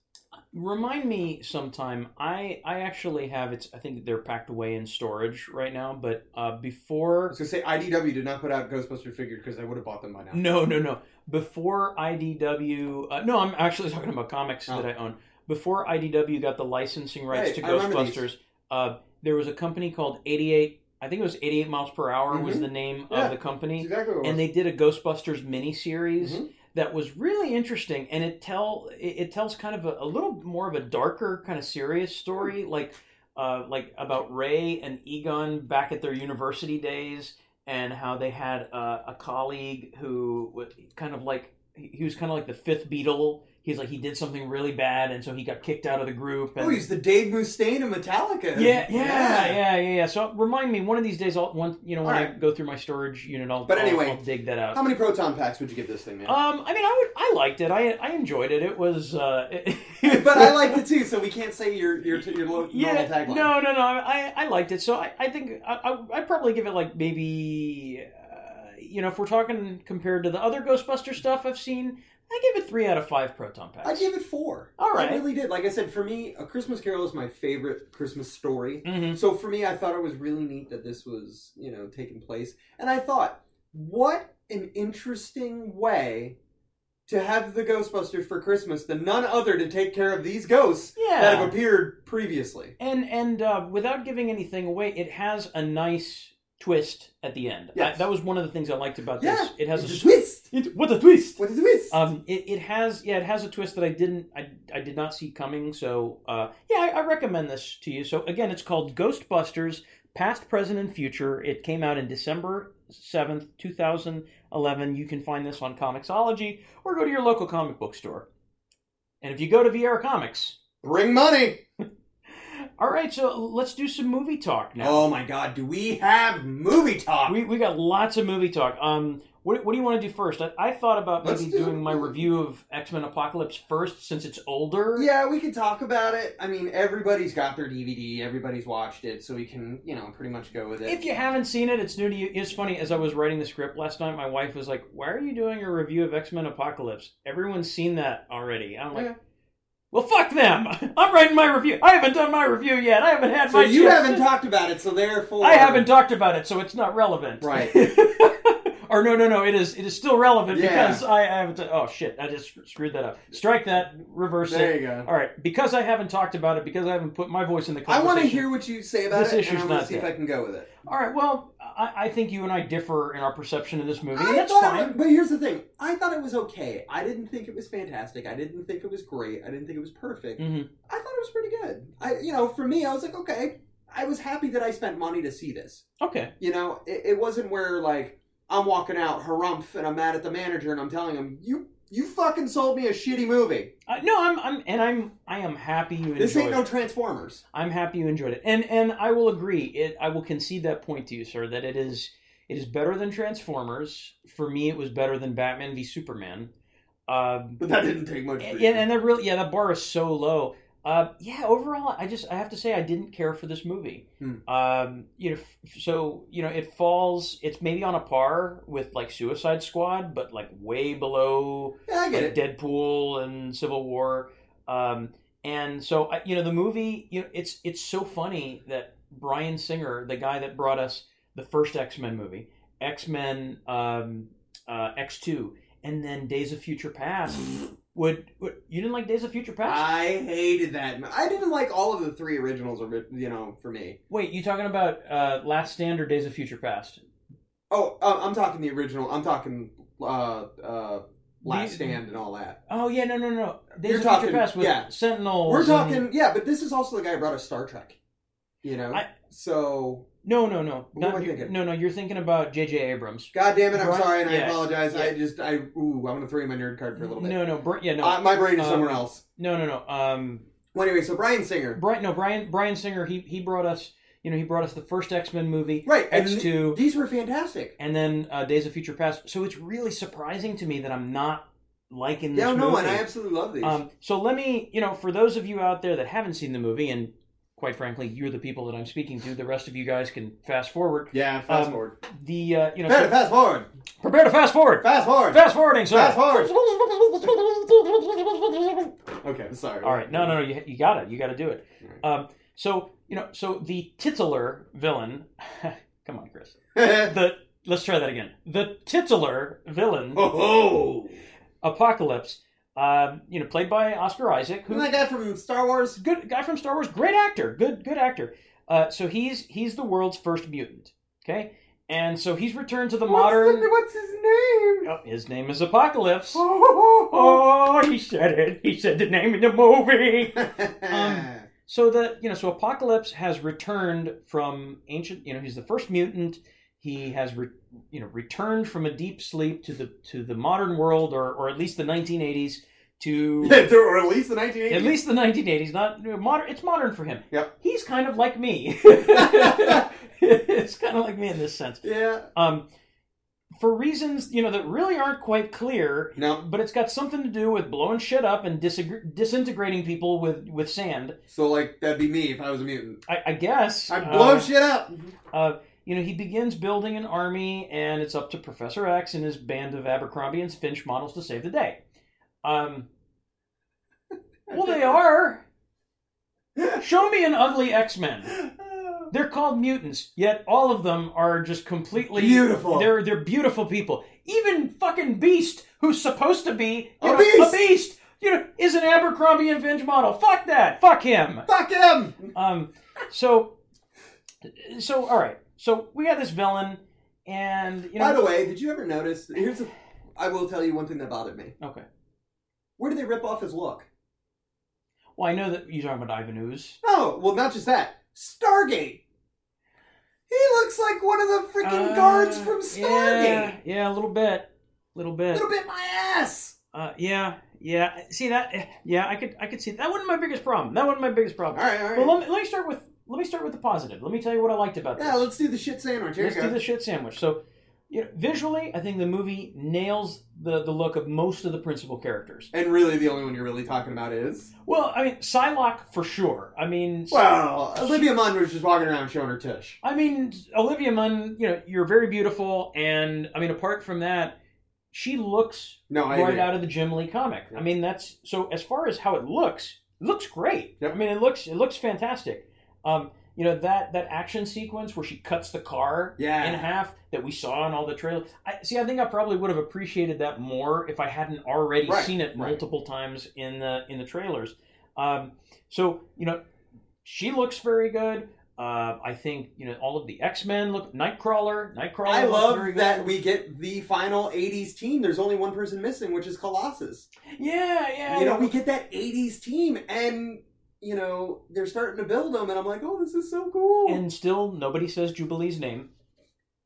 Speaker 1: Remind me sometime. I I actually have it's. I think they're packed away in storage right now. But uh,
Speaker 2: I
Speaker 1: before
Speaker 2: was gonna say IDW did not put out Ghostbuster figures because I would have bought them by now.
Speaker 1: no no no before IDW. Uh, no, I'm actually talking about comics
Speaker 2: Oh.
Speaker 1: that I own. Before IDW got the licensing rights
Speaker 2: Hey,
Speaker 1: to
Speaker 2: I remember these.
Speaker 1: Ghostbusters, uh, there was a company called 88. I think it was 88 miles per hour was
Speaker 2: Mhm.
Speaker 1: the name
Speaker 2: Yeah.
Speaker 1: of the company.
Speaker 2: That's exactly what it
Speaker 1: and
Speaker 2: was.
Speaker 1: they did a Ghostbusters miniseries
Speaker 2: Mhm.
Speaker 1: that was really interesting, and it tell it, it tells kind of a, a little more of a darker, kind of serious
Speaker 2: Hmm.
Speaker 1: story, like uh, like about Ray and Egon back at their university days, and how they had uh, a colleague who was kind of like he he was kind of like the fifth Beatle. He's like he did something really bad, and so he got kicked out of the group. And,
Speaker 2: Oh, he's the Dave Mustaine of Metallica.
Speaker 1: yeah, yeah, yeah, yeah, yeah, So remind me one of these days. I'll one you know when I
Speaker 2: Alright.
Speaker 1: go through my storage unit, I'll
Speaker 2: But
Speaker 1: I'll-
Speaker 2: anyway,
Speaker 1: I'll dig that out.
Speaker 2: How many proton packs would you give this thing, man?
Speaker 1: Um, I mean, I would, I liked it. I, I enjoyed it. It was, uh,
Speaker 2: but I liked it too, so we can't say your your your lo- normal
Speaker 1: yeah,
Speaker 2: tagline.
Speaker 1: no, no, no. I, I liked it. So I, I think I, I, I'd probably give it like maybe, uh, you know, if we're talking compared to the other Ghostbuster stuff I've seen, I give it three out of five proton packs.
Speaker 2: I give it four.
Speaker 1: All right.
Speaker 2: I really did. Like I said, for me, A Christmas Carol is my favorite Christmas story.
Speaker 1: Mhm.
Speaker 2: So for me, I thought it was really neat that this was, you know, taking place. And I thought, what an interesting way to have the Ghostbusters for Christmas than none other to take care of these ghosts
Speaker 1: Yeah.
Speaker 2: that have appeared previously.
Speaker 1: And and uh, without giving anything away, it has a nice twist at the end.
Speaker 2: Yes.
Speaker 1: I- that was one of the things I liked about
Speaker 2: Yeah.
Speaker 1: this. It has
Speaker 2: It's
Speaker 1: a
Speaker 2: a twist.
Speaker 1: It, what a twist!
Speaker 2: What is this?
Speaker 1: Um, it, it has yeah, it has a twist that I didn't I, I did not see coming. So uh, yeah, I, I recommend this to you. So again, it's called Ghostbusters: Past, Present, and Future. It came out in December seventh, two thousand eleven. You can find this on Comixology or go to your local comic book store. And if you go to Vieira Comics,
Speaker 2: Bring money.
Speaker 1: all right. So let's do some movie talk now.
Speaker 2: Oh my God! Do we have movie talk?
Speaker 1: We, we got lots of movie talk. Um, what, what do you want to do first? I, I thought about
Speaker 2: Let's
Speaker 1: maybe
Speaker 2: do-
Speaker 1: doing my review of X Men Apocalypse first, since it's older.
Speaker 2: Yeah, we can talk about it. I mean, everybody's got their DVD, everybody's watched it, so we can, you know, pretty much go with it.
Speaker 1: If you haven't seen it, it's new to you. It's funny. As I was writing the script last night, my wife was like, "Why are you doing a review of X Men Apocalypse? Everyone's seen that already." I'm like,
Speaker 2: Yeah.
Speaker 1: "Well, fuck them. I'm writing my review. I haven't done my review yet. I haven't had
Speaker 2: so
Speaker 1: my.
Speaker 2: you
Speaker 1: chance.
Speaker 2: haven't talked about it, so therefore
Speaker 1: I haven't talked about it, so it's not relevant.
Speaker 2: Right.
Speaker 1: or no, no, no. It is. It is still relevant
Speaker 2: Yeah.
Speaker 1: because I, I haven't. Oh shit! I just screwed that up. Strike that. Reverse
Speaker 2: There
Speaker 1: it.
Speaker 2: you go.
Speaker 1: All right. Because I haven't talked about it. Because I haven't put my voice in the
Speaker 2: I
Speaker 1: conversation.
Speaker 2: want to hear what you say about
Speaker 1: This
Speaker 2: it,
Speaker 1: issue's
Speaker 2: and I want
Speaker 1: not
Speaker 2: to see if
Speaker 1: that.
Speaker 2: I can go with it.
Speaker 1: All right. Well, I, I think you and I differ in our perception of this movie, and
Speaker 2: I
Speaker 1: Ah, that's
Speaker 2: thought it
Speaker 1: fine.
Speaker 2: was- but here's the thing: I thought it was okay. I didn't think it was fantastic. I didn't think it was great. I didn't think it was perfect.
Speaker 1: Mhm.
Speaker 2: I thought it was pretty good. I, you know, for me, I was like, okay. I was happy that I spent money to see this.
Speaker 1: Okay.
Speaker 2: You know, it, it wasn't where like I'm walking out harumph and I'm mad at the manager and I'm telling him you you fucking sold me a shitty movie.
Speaker 1: Uh, no, I'm, I'm, and I'm, I am happy you enjoyed.
Speaker 2: This ain't no
Speaker 1: it.
Speaker 2: Transformers.
Speaker 1: I'm happy you enjoyed it, and and I will agree. It, I will concede that point to you, sir. That it is, it is better than Transformers. For me, it was better than Batman v Superman. Um,
Speaker 2: But that didn't take much.
Speaker 1: and, and that really, yeah, that bar is so low. Uh, yeah, overall, I just I have to say I didn't care for this movie.
Speaker 2: Hmm.
Speaker 1: Um, you know, f- so you know it falls. It's maybe on a par with like Suicide Squad, but like way below
Speaker 2: yeah, I get
Speaker 1: like
Speaker 2: it.
Speaker 1: Deadpool and Civil War. Um, and so I- you know the movie, you know, it's it's so funny that Brian Singer, the guy that brought us the first X Men movie, X Men um, uh, X Two, and then Days of Future Past. would, would you didn't like Days of Future Past?
Speaker 2: I hated that. mo- I didn't like all of the three originals. ori- You know, for me.
Speaker 1: Wait, you talking about uh, Last Stand or Days of Future Past?
Speaker 2: Oh, uh, I'm talking the original. I'm talking uh, uh, Last
Speaker 1: The-
Speaker 2: Stand and all that.
Speaker 1: Oh yeah, no, no, no. Days
Speaker 2: You're
Speaker 1: of
Speaker 2: talking-
Speaker 1: Future Past with
Speaker 2: yeah.
Speaker 1: Sentinels.
Speaker 2: We're
Speaker 1: and-
Speaker 2: talking, yeah, but this is also the guy who brought us Star Trek. You know,
Speaker 1: I-
Speaker 2: so
Speaker 1: No, no, no.
Speaker 2: What am
Speaker 1: Not
Speaker 2: I
Speaker 1: you-
Speaker 2: thinking?
Speaker 1: no, no. You're thinking about J.J. Abrams.
Speaker 2: God damn it! I'm
Speaker 1: Brian-
Speaker 2: sorry, and I
Speaker 1: yeah,
Speaker 2: apologize. I
Speaker 1: yeah.
Speaker 2: just I ooh, I'm gonna throw you my nerd card for a little bit.
Speaker 1: No, no, Br- yeah, no,
Speaker 2: Uh, my brain is
Speaker 1: Um,
Speaker 2: somewhere else.
Speaker 1: no, no, no. Um,
Speaker 2: Well, anyway, so Brian Singer,
Speaker 1: Brian, no, Brian, Brian Singer. He he brought us, you know, he brought us the first X Men movie,
Speaker 2: right? And
Speaker 1: X two,
Speaker 2: these were fantastic.
Speaker 1: and then uh, Days of Future Past. So it's really surprising to me that I'm not liking this
Speaker 2: Yeah, no,
Speaker 1: movie.
Speaker 2: and I absolutely love these.
Speaker 1: Um, so let me, you know, for those of you out there that haven't seen the movie, and quite frankly, you're the people that I'm speaking to. The rest of you guys can fast forward.
Speaker 2: yeah, fast
Speaker 1: um,
Speaker 2: forward.
Speaker 1: The uh, you know,
Speaker 2: Fast,
Speaker 1: so-
Speaker 2: fast forward.
Speaker 1: prepare to fast forward.
Speaker 2: Fast forward.
Speaker 1: Fast forwarding, sir.
Speaker 2: Fast forward. Okay, I'm sorry.
Speaker 1: All right, no, no, no, you, you got it. You got to do it.
Speaker 2: Alright.
Speaker 1: Um, so you know, so the titular villain. come on, Chris.
Speaker 2: no.
Speaker 1: The let's try that again. The titular villain,
Speaker 2: oh,
Speaker 1: Apocalypse. Um, you know, played by Oscar Isaac, who
Speaker 2: isn't that guy from Star Wars?
Speaker 1: good guy from Star Wars, great actor, good good actor. Uh, so he's he's the world's first mutant. Okay, and so he's returned to the modern.
Speaker 2: What's, the- what's his name?
Speaker 1: Oh, his name is Apocalypse.
Speaker 2: Oh, oh, oh,
Speaker 1: Oh, he said it. He said the name in the movie.
Speaker 2: oh.
Speaker 1: Um, So the you know so Apocalypse has returned from ancient. You know he's the first mutant. He has re, you know returned from a deep sleep to the to the modern world or or at least the 1980s to
Speaker 2: or at least the 1980s.
Speaker 1: at least the 1980s. Not modern. It's modern for him.
Speaker 2: Yep.
Speaker 1: He's kind of like me. it's kind of like me in this sense.
Speaker 2: yeah.
Speaker 1: Um, for reasons you know that really aren't quite clear,
Speaker 2: No.
Speaker 1: but it's got something to do with blowing shit up and disagre- disintegrating people with with sand.
Speaker 2: So like that'd be me if I was a mutant.
Speaker 1: I, I guess.
Speaker 2: I blow
Speaker 1: Uh,
Speaker 2: shit up.
Speaker 1: You know, he begins building an army, and it's up to Professor X and his band of Abercrombie and Finch models to save the day. Um, well, they are. Show me an ugly X Men. They're called mutants, yet all of them are just completely
Speaker 2: Beautiful.
Speaker 1: They're they're beautiful people. Even fucking Beast, who's supposed to be you
Speaker 2: A
Speaker 1: know,
Speaker 2: beast!
Speaker 1: a beast, you know, is an Abercrombie and Finch model. Fuck that. Fuck him.
Speaker 2: Fuck him.
Speaker 1: Um. So, so all right. So we got this villain, and you know.
Speaker 2: By the way, did you ever notice? Here's a, I will tell you one thing that bothered me.
Speaker 1: okay.
Speaker 2: Where did they rip off his look?
Speaker 1: Well, I know that you're talking about Ivanus.
Speaker 2: No, Oh, well, not just that. Stargate. He looks like one of the freaking
Speaker 1: Uh,
Speaker 2: guards from
Speaker 1: Yeah,
Speaker 2: Stargate.
Speaker 1: yeah, a little bit, little bit.
Speaker 2: Little bit my ass.
Speaker 1: Uh, yeah, yeah. See that? Yeah, I could, I could see that. wasn't my biggest problem. That wasn't my biggest
Speaker 2: All
Speaker 1: problem.
Speaker 2: right, all right.
Speaker 1: Well, let me, let me start with let me start with the positive. Let me tell you what I liked about this.
Speaker 2: yeah, let's do the shit sandwich. Here
Speaker 1: Let's
Speaker 2: you
Speaker 1: do
Speaker 2: go.
Speaker 1: the shit sandwich. So, you know, visually, I think the movie nails the the look of most of the principal characters.
Speaker 2: and really, the only one you're really talking about is
Speaker 1: Well, I mean, Psylocke for sure. I mean,
Speaker 2: well, Olivia Munn was just walking around showing her tush.
Speaker 1: I mean, Olivia Munn. You know, you're very beautiful, and I mean, apart from that, she looks
Speaker 2: No, I
Speaker 1: right
Speaker 2: agree.
Speaker 1: out of the Jim Lee comic.
Speaker 2: Yeah.
Speaker 1: I mean, that's so. As far as how it looks, it looks great.
Speaker 2: Yep.
Speaker 1: I mean, it looks it looks fantastic. Um, you know that that action sequence where she cuts the car
Speaker 2: Yeah.
Speaker 1: in half that we saw in all the trailers. I see. I think I probably would have appreciated that more if I hadn't already
Speaker 2: Right,
Speaker 1: seen it
Speaker 2: right.
Speaker 1: multiple times in the in the trailers. Um, so you know, she looks very good. Uh, I think you know all of the X Men look. Nightcrawler, Nightcrawler.
Speaker 2: I
Speaker 1: looks very
Speaker 2: love
Speaker 1: good.
Speaker 2: that we get the final 80s team. There's only one person missing, which is Colossus.
Speaker 1: Yeah, yeah.
Speaker 2: You know, we get that 80s team, and, you know, they're starting to build them, and I'm like, oh, this is so cool.
Speaker 1: and still nobody says Jubilee's name.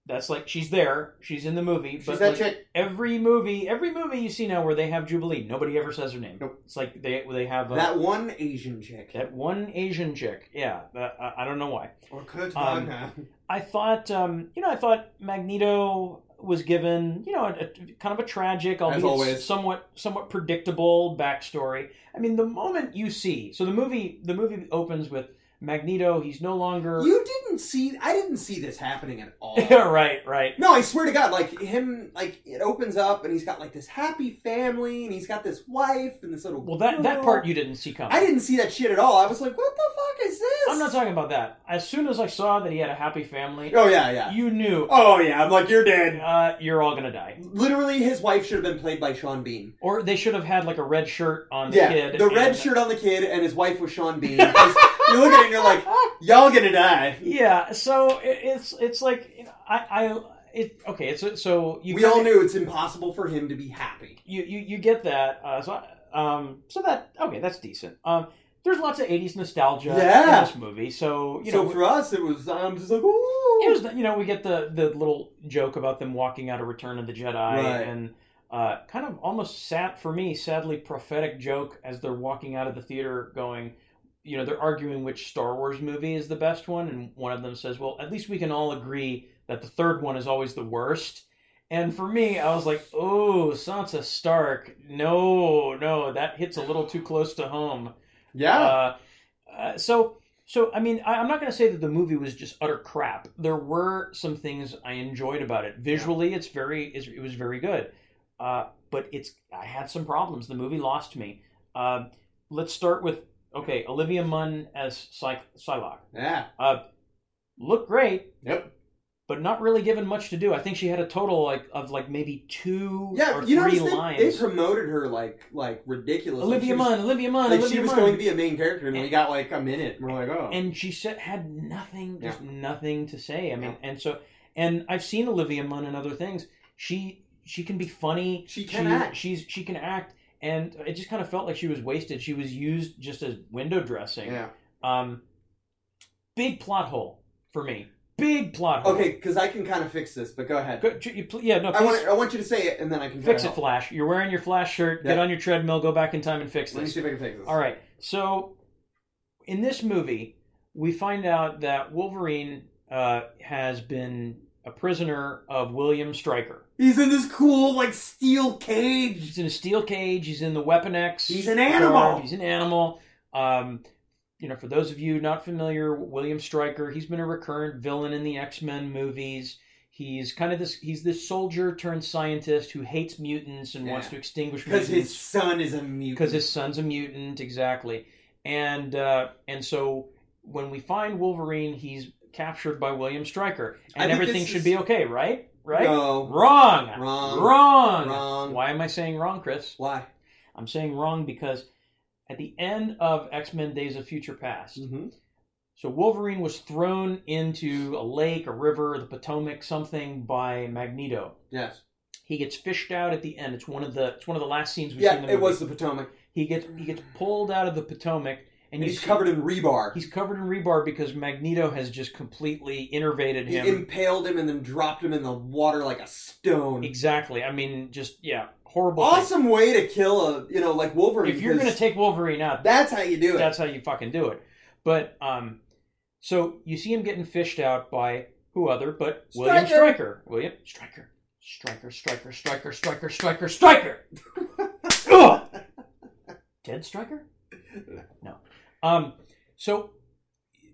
Speaker 1: That's like she's there, she's in the movie,
Speaker 2: She's
Speaker 1: but
Speaker 2: that
Speaker 1: like,
Speaker 2: chick.
Speaker 1: every movie, every movie you see now where they have Jubilee, nobody ever says her name.
Speaker 2: Nope.
Speaker 1: It's like they they have uh, that,
Speaker 2: That one Asian chick.
Speaker 1: one Asian chick. Yeah, that, I, I don't know why.
Speaker 2: Or could
Speaker 1: Um, I thought um, you know I thought Magneto was given you know a, a- kind of a tragic, albeit
Speaker 2: always.
Speaker 1: somewhat somewhat predictable backstory. I mean, the moment you see, so the movie the movie opens with Magneto. He's no longer.
Speaker 2: You didn't see. I didn't see this happening at all.
Speaker 1: right, right.
Speaker 2: No, I swear to God, like him, like it opens up and he's got like this happy family and he's got this wife and this little.
Speaker 1: Well, that that
Speaker 2: girl.
Speaker 1: part you didn't see coming.
Speaker 2: I didn't see that shit at all. I was like, what the fuck is this?
Speaker 1: I'm not talking about that. As soon as I saw that he had a happy family,
Speaker 2: Oh yeah, yeah.
Speaker 1: you knew
Speaker 2: Oh yeah, I'm like you're dead.
Speaker 1: uh, you're all gonna die.
Speaker 2: Literally, his wife should have been played by Sean Bean.
Speaker 1: Or they should have had like a red shirt on the
Speaker 2: yeah,
Speaker 1: kid.
Speaker 2: the red
Speaker 1: and-
Speaker 2: shirt on the kid, and his wife was Sean Bean. 'Cause you look at it and you're like, y'all gonna die.
Speaker 1: Yeah. So it, it's it's like you know, I I it okay. It's so you
Speaker 2: we
Speaker 1: kinda-
Speaker 2: all knew it's impossible for him to be happy.
Speaker 1: you you, you get that. Uh, so I- um so that okay that's decent. Um. there's lots of 80s nostalgia
Speaker 2: Yeah.
Speaker 1: in this movie. So, you
Speaker 2: so
Speaker 1: know,
Speaker 2: for us, it was I'm just like, ooh,
Speaker 1: here's the, you know, we get the, the little joke about them walking out of Return of the Jedi
Speaker 2: Right.
Speaker 1: and uh, kind of almost sad, for me, sadly prophetic joke as they're walking out of the theater going, you know, they're arguing which Star Wars movie is the best one. And one of them says, well, at least we can all agree that the third one is always the worst. And for me, I was like, oh, Sansa Stark. No, no, that hits a little too close to home.
Speaker 2: yeah,
Speaker 1: Uh, uh, so, so I mean, I, I'm not going to say that the movie was just utter crap. There were some things I enjoyed about it. Visually, it's very, it's, it was very good. Uh, but it's, I had some problems. The movie lost me. Uh, let's start with okay, Olivia Munn as Psy- Psylocke.
Speaker 2: yeah,
Speaker 1: Looked great.
Speaker 2: Yep.
Speaker 1: But not really given much to do. I think she had a total like of like maybe two
Speaker 2: yeah.
Speaker 1: or three
Speaker 2: You notice they, they
Speaker 1: lines.
Speaker 2: promoted her like like ridiculous. Like, she
Speaker 1: Olivia
Speaker 2: was-
Speaker 1: Munn, Olivia Munn,
Speaker 2: like
Speaker 1: Olivia
Speaker 2: she was
Speaker 1: Munn.
Speaker 2: going to be a main character, and,
Speaker 1: And-
Speaker 2: we got like a minute, and we're like, oh,
Speaker 1: and she said had nothing, just nothing to say. I mean, and so, and I've seen Olivia Munn in other things. She she can be funny.
Speaker 2: She can act.
Speaker 1: She's she can act, and it just kind of felt like she was wasted. She was used just as window dressing.
Speaker 2: yeah.
Speaker 1: Um, big plot hole for me. Big plot hole.
Speaker 2: Okay, because I can kind of fix this, but go ahead.
Speaker 1: Go, you, pl- yeah, no.
Speaker 2: I want
Speaker 1: Please
Speaker 2: I want you to say it, and then I can try
Speaker 1: fix it,
Speaker 2: to help.
Speaker 1: Flash. You're wearing your Flash shirt. Get
Speaker 2: Yeah.
Speaker 1: on your treadmill. Go back in time and fix
Speaker 2: Let me
Speaker 1: this.
Speaker 2: see if I can fix this.
Speaker 1: All right. So in this movie, we find out that Wolverine uh, has been a prisoner of William Stryker.
Speaker 2: He's in this cool like steel cage.
Speaker 1: He's in a steel cage. He's in the Weapon X.
Speaker 2: He's an animal!
Speaker 1: He's an animal. Um, you know, for those of you not familiar, William Stryker, he's been a recurrent villain in the X Men movies. He's kind of this. He's this soldier turned scientist who hates mutants and wants
Speaker 2: Yeah.
Speaker 1: to extinguish
Speaker 2: Because
Speaker 1: mutants
Speaker 2: his son is a mutant.
Speaker 1: because his son's a mutant exactly and uh, and so when we find wolverine he's captured by william stryker
Speaker 2: I
Speaker 1: and
Speaker 2: think
Speaker 1: everything
Speaker 2: this
Speaker 1: should
Speaker 2: is-
Speaker 1: be okay right right
Speaker 2: No.
Speaker 1: wrong.
Speaker 2: Wrong.
Speaker 1: wrong
Speaker 2: Wrong.
Speaker 1: why am i saying wrong chris
Speaker 2: Why?
Speaker 1: i'm saying wrong because at the end of x-men days of future past
Speaker 2: Mm-hmm.
Speaker 1: so wolverine was thrown into a lake a river the potomac something by magneto
Speaker 2: Yes.
Speaker 1: he gets fished out at the end it's one of the it's one of the last scenes we've seen
Speaker 2: Yeah,
Speaker 1: in the
Speaker 2: it
Speaker 1: movie.
Speaker 2: was the Potomac.
Speaker 1: He gets he gets pulled out of the Potomac, and
Speaker 2: And
Speaker 1: you
Speaker 2: he's
Speaker 1: see-
Speaker 2: covered in rebar.
Speaker 1: He's covered in rebar because Magneto has just completely innervated
Speaker 2: He
Speaker 1: him.
Speaker 2: impaled him and then dropped him in the water like a stone.
Speaker 1: exactly. I mean, just yeah, horrible. thing.
Speaker 2: Awesome way to kill a you know like Wolverine.
Speaker 1: If you're
Speaker 2: because
Speaker 1: gonna take Wolverine out,
Speaker 2: that's how you do it.
Speaker 1: that's how you fucking do it. But um, so you see him getting fished out by who other but William
Speaker 2: Stryker.
Speaker 1: Stryker. William Stryker. Stryker. Stryker. Stryker. Stryker. Stryker. Stryker. Ugh! Dead Stryker. No. Um. So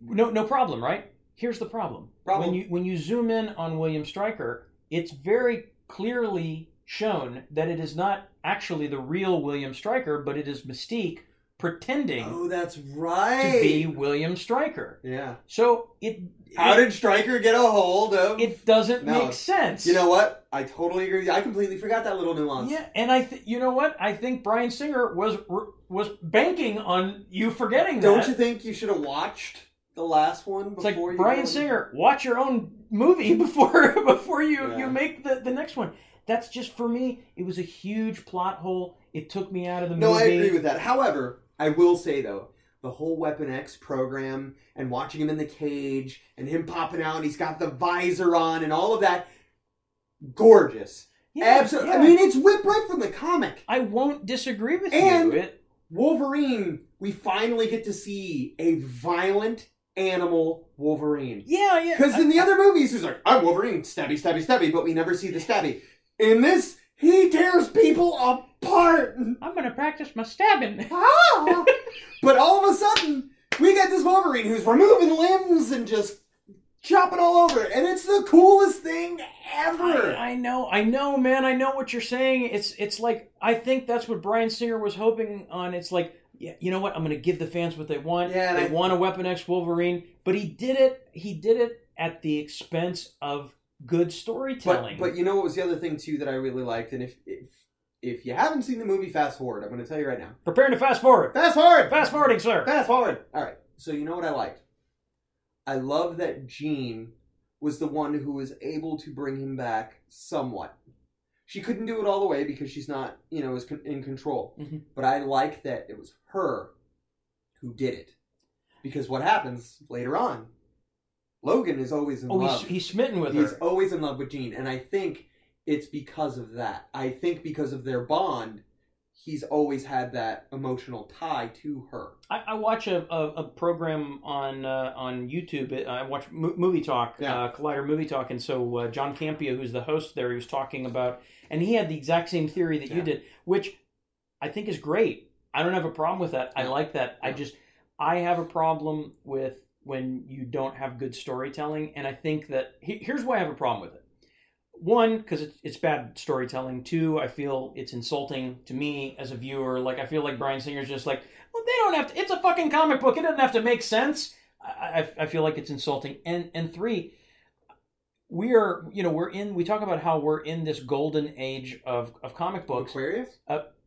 Speaker 1: no no problem right. Here's the problem.
Speaker 2: Problem.
Speaker 1: When you when you zoom in on William Stryker, it's very clearly shown that it is not actually the real William Stryker, but it is Mystique pretending
Speaker 2: oh, that's right.
Speaker 1: to be William Stryker.
Speaker 2: yeah.
Speaker 1: So it
Speaker 2: How
Speaker 1: it,
Speaker 2: did Stryker get a hold of?
Speaker 1: it doesn't
Speaker 2: No.
Speaker 1: make sense.
Speaker 2: you know what? I totally agree. with you. I completely forgot that little nuance.
Speaker 1: Yeah, and I th- you know what? I think Brian Singer was was banking on you forgetting
Speaker 2: Don't
Speaker 1: that.
Speaker 2: you think you should have watched the last one
Speaker 1: it's
Speaker 2: before
Speaker 1: like
Speaker 2: you
Speaker 1: Brian
Speaker 2: go-
Speaker 1: Singer, watch your own movie before before you
Speaker 2: Yeah.
Speaker 1: you make the, the next one. That's just for me. It was a huge plot hole. It took me out of the
Speaker 2: No,
Speaker 1: movie.
Speaker 2: I agree with that. However, I will say though, the whole Weapon X program and watching him in the cage and him popping out and he's got the visor on and all of that, gorgeous.
Speaker 1: Yeah,
Speaker 2: Absolutely.
Speaker 1: yeah.
Speaker 2: I mean, it's whipped right from the comic.
Speaker 1: I won't disagree with
Speaker 2: And-
Speaker 1: you. It,
Speaker 2: Wolverine. We finally get to see a violent animal Wolverine.
Speaker 1: yeah, yeah.
Speaker 2: Because
Speaker 1: I-
Speaker 2: in the other movies, he's like, I'm Wolverine, stabby, stabby, stabby, but we never see the stabby. In this, he tears people apart.
Speaker 1: I'm gonna practice my stabbing.
Speaker 2: Ah! but all of a sudden, we get this Wolverine who's removing limbs and just chopping all over, and it's the coolest thing ever.
Speaker 1: I, I know, I know, man. I know what you're saying. It's it's like I think that's what Brian Singer was hoping on. It's like, yeah, you know what? I'm going to give the fans what they want.
Speaker 2: Yeah, and
Speaker 1: they
Speaker 2: I-
Speaker 1: want a Weapon X Wolverine, but he did it. He did it at the expense of good storytelling.
Speaker 2: but but you know what was the other thing too that I really liked, and if if if you haven't seen the movie, fast forward. I'm going to tell you right now.
Speaker 1: preparing to fast forward,
Speaker 2: Fast forward.
Speaker 1: fast forwarding, sir.
Speaker 2: Fast forward. All right. So you know what I liked? I love that Jean was the one who was able to bring him back somewhat. She couldn't do it all the way
Speaker 1: Mm-hmm.
Speaker 2: because she's not, you know, is con- in control.
Speaker 1: Mhm.
Speaker 2: But I like that it was her who did it. Because what happens later on, Logan is always in
Speaker 1: Oh,
Speaker 2: love.
Speaker 1: he's, he's smitten with
Speaker 2: He's
Speaker 1: her.
Speaker 2: always in love with Jean, and I think it's because of that. I think because of their bond, he's always had that emotional tie to her.
Speaker 1: I, I watch a, a, a program on uh, on YouTube. I watch mo- Movie Talk,
Speaker 2: Yeah.
Speaker 1: uh, Collider Movie Talk, and so uh, John Campia, who's the host there, he was talking about, and he had the exact same theory that you
Speaker 2: Yeah.
Speaker 1: did, which I think is great. I don't have a problem with that. I
Speaker 2: Yeah.
Speaker 1: like that. I
Speaker 2: Yeah.
Speaker 1: just I have a problem with when you don't have good storytelling, and I think that he, here's why I have a problem with it. One, because it's, it's bad storytelling. Two, I feel it's insulting to me as a viewer. Like I feel like Brian Singer's just like, well, they don't have to. It's a fucking comic book. It doesn't have to make sense. I, I, I feel like it's insulting. And and three, we are you know we're in. We talk about how we're in this golden age of of comic books.
Speaker 2: Aquarius?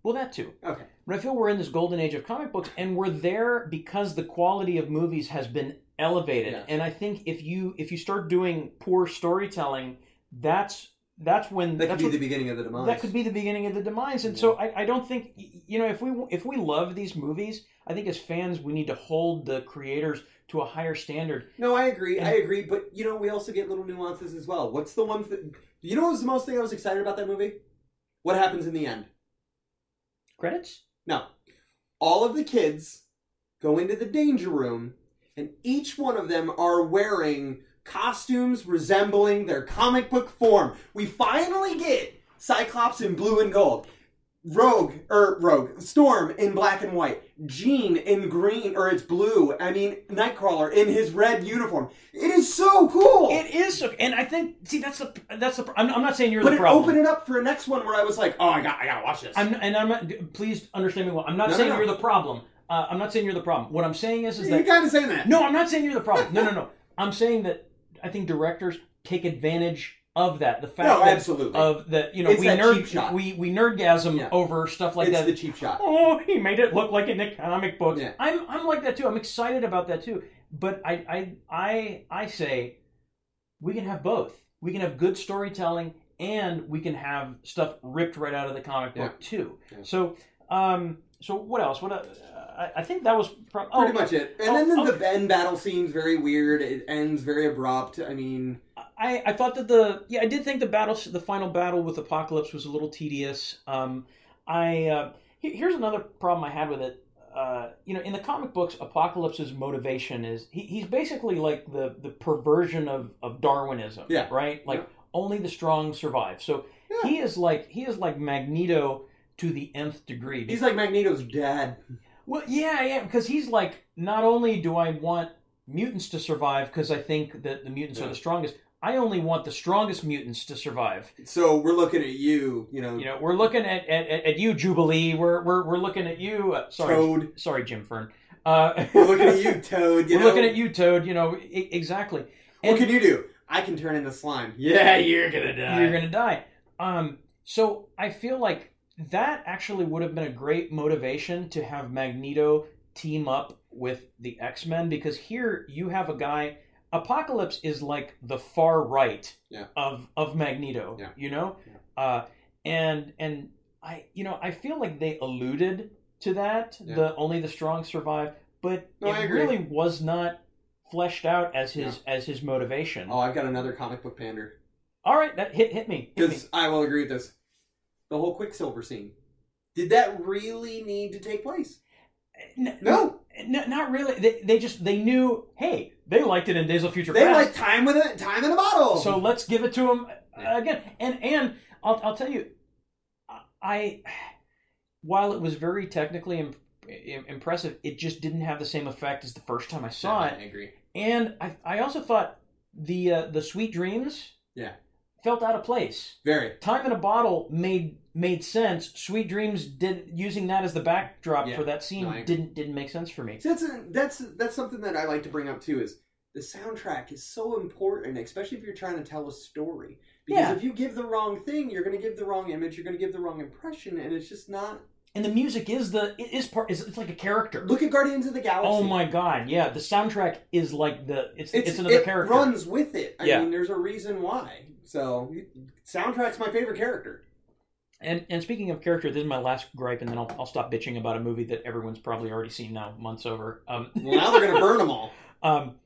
Speaker 1: Well, that too.
Speaker 2: Okay.
Speaker 1: But I feel we're in this golden age of comic books, and we're there because the quality of movies has been elevated.
Speaker 2: Yeah.
Speaker 1: And I think if you if you start doing poor storytelling, that's that's when
Speaker 2: That could
Speaker 1: that's
Speaker 2: be
Speaker 1: what-
Speaker 2: the beginning of the demise.
Speaker 1: that could be the beginning of the demise. And so I, I don't think y- you know if we if we love these movies, I think as fans we need to hold the creators to a higher standard.
Speaker 2: No, I agree.
Speaker 1: And-
Speaker 2: I agree. But you know, we also get little nuances as well. What's the ones that you know was the most thing I was excited about that movie? What happens in the end?
Speaker 1: Credits.
Speaker 2: No, all of the kids go into the danger room, and each one of them are wearing costumes resembling their comic book form. We finally get Cyclops in blue and gold. Rogue or Rogue Storm in black and white, Jean in green or it's blue. I mean, Nightcrawler in his red uniform. It is so cool.
Speaker 1: It is, so- and I think see that's the that's the I'm, I'm not saying you're
Speaker 2: but
Speaker 1: the
Speaker 2: it
Speaker 1: problem.
Speaker 2: opened it up for a next one where I was like, oh, I got, I gotta watch this.
Speaker 1: I'm and I'm not. Please understand me well. I'm not
Speaker 2: No, no,
Speaker 1: saying
Speaker 2: no.
Speaker 1: you're the problem. Uh, I'm not saying you're the problem. What I'm saying is, is
Speaker 2: You're
Speaker 1: that
Speaker 2: kind of saying that.
Speaker 1: no, I'm not saying you're the problem. No, no, no. I'm saying that I think directors take advantage of that. The fact
Speaker 2: No,
Speaker 1: that,
Speaker 2: absolutely.
Speaker 1: of that, you know,
Speaker 2: It's
Speaker 1: we
Speaker 2: that
Speaker 1: nerd
Speaker 2: cheap shot.
Speaker 1: we we nerdgasm
Speaker 2: Yeah.
Speaker 1: over stuff like
Speaker 2: it's
Speaker 1: that.
Speaker 2: the cheap shot.
Speaker 1: oh, he made it look like in the comic book.
Speaker 2: Yeah.
Speaker 1: I'm I'm like that too. I'm excited about that too. But I I I I say we can have both. We can have good storytelling and we can have stuff ripped right out of the comic book too.
Speaker 2: Yeah.
Speaker 1: So um so what else? What uh, I, I think that was pro- oh,
Speaker 2: pretty much it. And
Speaker 1: oh,
Speaker 2: then the,
Speaker 1: okay.
Speaker 2: the end battle scene's very weird. It ends very abrupt. I mean,
Speaker 1: I, I thought that the yeah I did think the battle the final battle with Apocalypse was a little tedious. Um, I uh, he- here's another problem I had with it. Uh, you know, in the comic books, Apocalypse's motivation is he, he's basically like the the perversion of of Darwinism.
Speaker 2: Yeah.
Speaker 1: Right. Like
Speaker 2: Yeah.
Speaker 1: only the strong survive. So
Speaker 2: Yeah.
Speaker 1: he is like he is like Magneto to the nth degree.
Speaker 2: he's like Magneto's dad.
Speaker 1: Well, yeah, yeah, because he's like, not only do I want mutants to survive because I think that the mutants are
Speaker 2: Yeah.
Speaker 1: the strongest, I only want the strongest mutants to survive.
Speaker 2: So we're looking at you, you know,
Speaker 1: You know, we're looking at at, at, at you, Jubilee. We're, we're we're looking at you. Uh, sorry,
Speaker 2: Toad.
Speaker 1: sorry, Jim Fern. Uh,
Speaker 2: We're looking at you, Toad. You
Speaker 1: we're
Speaker 2: know?
Speaker 1: looking at you, Toad. You know, e- exactly.
Speaker 2: What can you do? I can turn into slime. Yeah, you're gonna die.
Speaker 1: You're gonna die. Um, so I feel like that actually would have been a great motivation to have Magneto team up with the X Men because here you have a guy. Apocalypse is like the far right
Speaker 2: Yeah.
Speaker 1: of of Magneto.
Speaker 2: Yeah.
Speaker 1: You know, uh, and and I you know I feel like they alluded to that.
Speaker 2: Yeah.
Speaker 1: The only the strong survive, but
Speaker 2: No, I
Speaker 1: it
Speaker 2: agree.
Speaker 1: really was not fleshed out as his as his motivation.
Speaker 2: Oh, I've got another comic book pander
Speaker 1: All right, that hit hit me. Hit me.
Speaker 2: because I will agree with this. The whole Quicksilver scene. Did that really need to take place?
Speaker 1: N-
Speaker 2: No,
Speaker 1: N- not really. They, they just they knew. Hey, they liked it in Days of Future
Speaker 2: they like
Speaker 1: Past.
Speaker 2: time with a time in a bottle.
Speaker 1: so let's give it to them
Speaker 2: Yeah.
Speaker 1: again. And and I'll I'll tell you, I while it was very technically imp- im- impressive, it just didn't have the same effect as the first time I saw
Speaker 2: I
Speaker 1: it.
Speaker 2: agree.
Speaker 1: And I I also thought the uh, the Sweet Dreams
Speaker 2: Yeah.
Speaker 1: felt out of place.
Speaker 2: Very.
Speaker 1: Time in a Bottle made made sense. Sweet Dreams did using that as the backdrop
Speaker 2: Yeah.
Speaker 1: for that scene
Speaker 2: No, I agree.
Speaker 1: didn't didn't make sense for me.
Speaker 2: See, that's a, that's that's something that I like to bring up too is the soundtrack is so important, especially if you're trying to tell a story. Because
Speaker 1: Yeah.
Speaker 2: if you give the wrong thing, you're going to give the wrong image, you're going to give the wrong impression, and it's just not.
Speaker 1: and the music is the it is part is it's like a character.
Speaker 2: Look at Guardians of the Galaxy.
Speaker 1: Oh my god, yeah, the soundtrack is like the it's it's,
Speaker 2: It's,
Speaker 1: another
Speaker 2: it
Speaker 1: character.
Speaker 2: runs with it. I
Speaker 1: Yeah.
Speaker 2: mean, there's a reason why. So, soundtrack's my favorite character.
Speaker 1: And and speaking of character, this is my last gripe, and then I'll, I'll stop bitching about a movie that everyone's probably already seen now, months over. Um,
Speaker 2: Well, now they're gonna burn them all.
Speaker 1: um,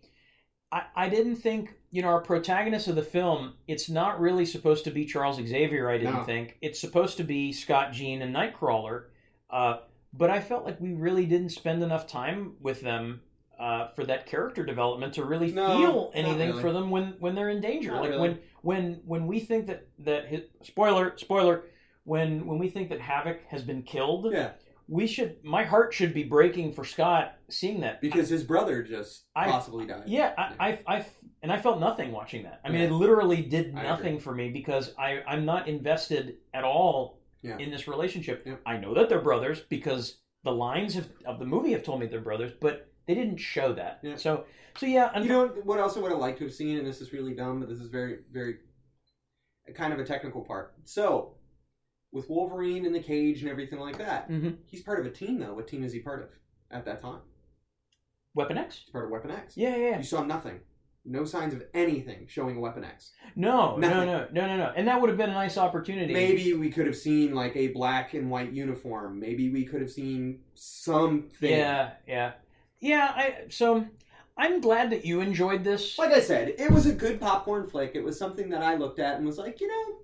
Speaker 1: I, I didn't think, you know, our protagonist of the film, it's not really supposed to be Charles Xavier, I didn't
Speaker 2: No.
Speaker 1: think. It's supposed to be Scott Jean and Nightcrawler. Uh, but I felt like we really didn't spend enough time with them uh, for that character development to really
Speaker 2: No,
Speaker 1: feel
Speaker 2: not
Speaker 1: anything
Speaker 2: really.
Speaker 1: for them when, when they're in danger.
Speaker 2: Not
Speaker 1: like
Speaker 2: really.
Speaker 1: when when when we think that that his, spoiler spoiler when when we think that Havoc has been killed,
Speaker 2: Yeah,
Speaker 1: we should my heart should be breaking for Scott seeing that
Speaker 2: because his brother just
Speaker 1: I-
Speaker 2: possibly died.
Speaker 1: yeah, I, I, I, and I felt nothing watching that. I mean,
Speaker 2: Yeah.
Speaker 1: it literally did
Speaker 2: I
Speaker 1: nothing for me because I, I'm not invested at all
Speaker 2: Yeah.
Speaker 1: in this relationship.
Speaker 2: Yeah.
Speaker 1: I know that they're brothers because the lines of, of the movie have told me they're brothers, but they didn't show that.
Speaker 2: Yeah.
Speaker 1: So, so yeah, and
Speaker 2: You know what else I would have liked to have seen, and this is really dumb, but this is very, very kind of a technical part. So, with Wolverine in the cage and everything like that,
Speaker 1: Mhm.
Speaker 2: he's part of a team, though. What team is he part of at that time?
Speaker 1: Weapon X.
Speaker 2: He's part of Weapon X.
Speaker 1: Yeah, yeah, yeah.
Speaker 2: You saw nothing. No signs of anything showing a Weapon X.
Speaker 1: No, no,
Speaker 2: Nothing.
Speaker 1: no, no, no, no. And that would have been a nice opportunity.
Speaker 2: Maybe we could have seen like a black and white uniform. Maybe we could have seen something.
Speaker 1: Yeah, yeah, yeah. I so I'm glad that you enjoyed this.
Speaker 2: Like I said, it was a good popcorn flick. It was something that I looked at and was like, you know,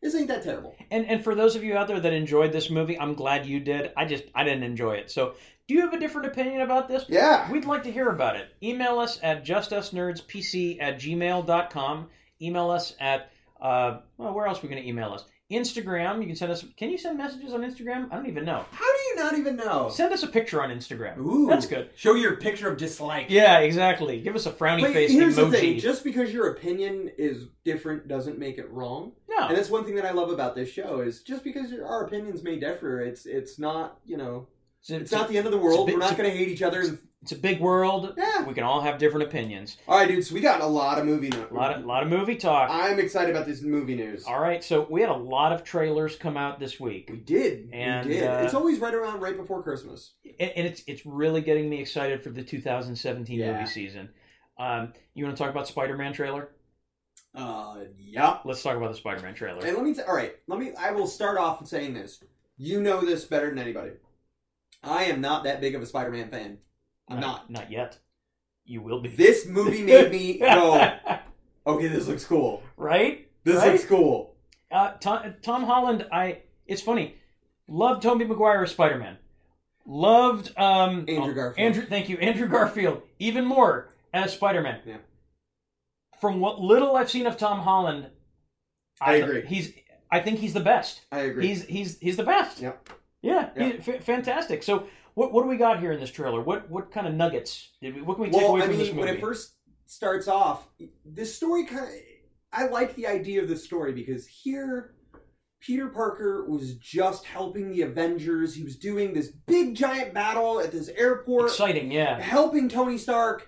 Speaker 2: this ain't that terrible.
Speaker 1: And and for those of you out there that enjoyed this movie, I'm glad you did. I just I didn't enjoy it. So, do you have a different opinion about this?
Speaker 2: Yeah.
Speaker 1: We'd like to hear about it. Email us at justusnerdspc at gmail.com. Email us at, uh, well, where else are we going to email us? Instagram. You can send us, can you send messages on Instagram? I don't even know.
Speaker 2: How do you not even know?
Speaker 1: Send us a picture on Instagram.
Speaker 2: Ooh.
Speaker 1: That's good.
Speaker 2: Show your picture of dislike.
Speaker 1: Yeah, exactly. Give us a frowny
Speaker 2: But
Speaker 1: face
Speaker 2: here's
Speaker 1: emoji.
Speaker 2: the thing: just because your opinion is different doesn't make it wrong. And
Speaker 1: no.
Speaker 2: that's one thing that I love about this show is just because your- our opinions may differ, it's it's not you know
Speaker 1: It's, a-
Speaker 2: it's not the end of the world.
Speaker 1: bit-
Speaker 2: We're
Speaker 1: it's
Speaker 2: not
Speaker 1: a-
Speaker 2: going to hate each other. And,
Speaker 1: it's a big world.
Speaker 2: yeah.
Speaker 1: We can all have different opinions.
Speaker 2: All right, dude. So we got a lot of movie news.
Speaker 1: A lot of, lot of movie talk.
Speaker 2: I'm excited about this movie news.
Speaker 1: All right, so we had a lot of trailers come out this week,
Speaker 2: We did.
Speaker 1: And,
Speaker 2: we did.
Speaker 1: uh,
Speaker 2: it's always right around right before Christmas.
Speaker 1: and, and it's it's really getting me excited for the 2017
Speaker 2: Yeah.
Speaker 1: movie season. Um, you want to talk about Spider-Man trailer?
Speaker 2: Uh, yup.
Speaker 1: Let's talk about the Spider-Man
Speaker 2: And
Speaker 1: trailer.
Speaker 2: let me. T- all right. Let me. I will start off with saying this. You know this better than anybody. I am not that big of a Spider-Man fan. I'm not.
Speaker 1: Uh, not yet. You will be.
Speaker 2: This movie made me go, okay, this looks cool.
Speaker 1: right?
Speaker 2: This
Speaker 1: Right?
Speaker 2: looks cool.
Speaker 1: Uh, Tom, Tom Holland. I. It's funny. Loved Tobey Maguire as Spider-Man. Loved um,
Speaker 2: Andrew
Speaker 1: oh,
Speaker 2: Garfield.
Speaker 1: Andrew, thank you, Andrew Garfield. Even more as Spider-Man.
Speaker 2: Yeah.
Speaker 1: From what little I've seen of Tom Holland,
Speaker 2: I agree.
Speaker 1: He's. I think he's the best.
Speaker 2: I agree.
Speaker 1: He's he's he's the best.
Speaker 2: Yep.
Speaker 1: Yeah.
Speaker 2: Yep.
Speaker 1: He's f- fantastic. So what what do we got here in this trailer? What what kind of nuggets? Did we, what can we take
Speaker 2: well,
Speaker 1: away
Speaker 2: I
Speaker 1: from
Speaker 2: mean,
Speaker 1: this movie?
Speaker 2: when it first starts off, this story kind of. I like the idea of this story because here, Peter Parker was just helping the Avengers. He was doing this big giant battle at this airport,
Speaker 1: Exciting. Yeah.
Speaker 2: helping Tony Stark.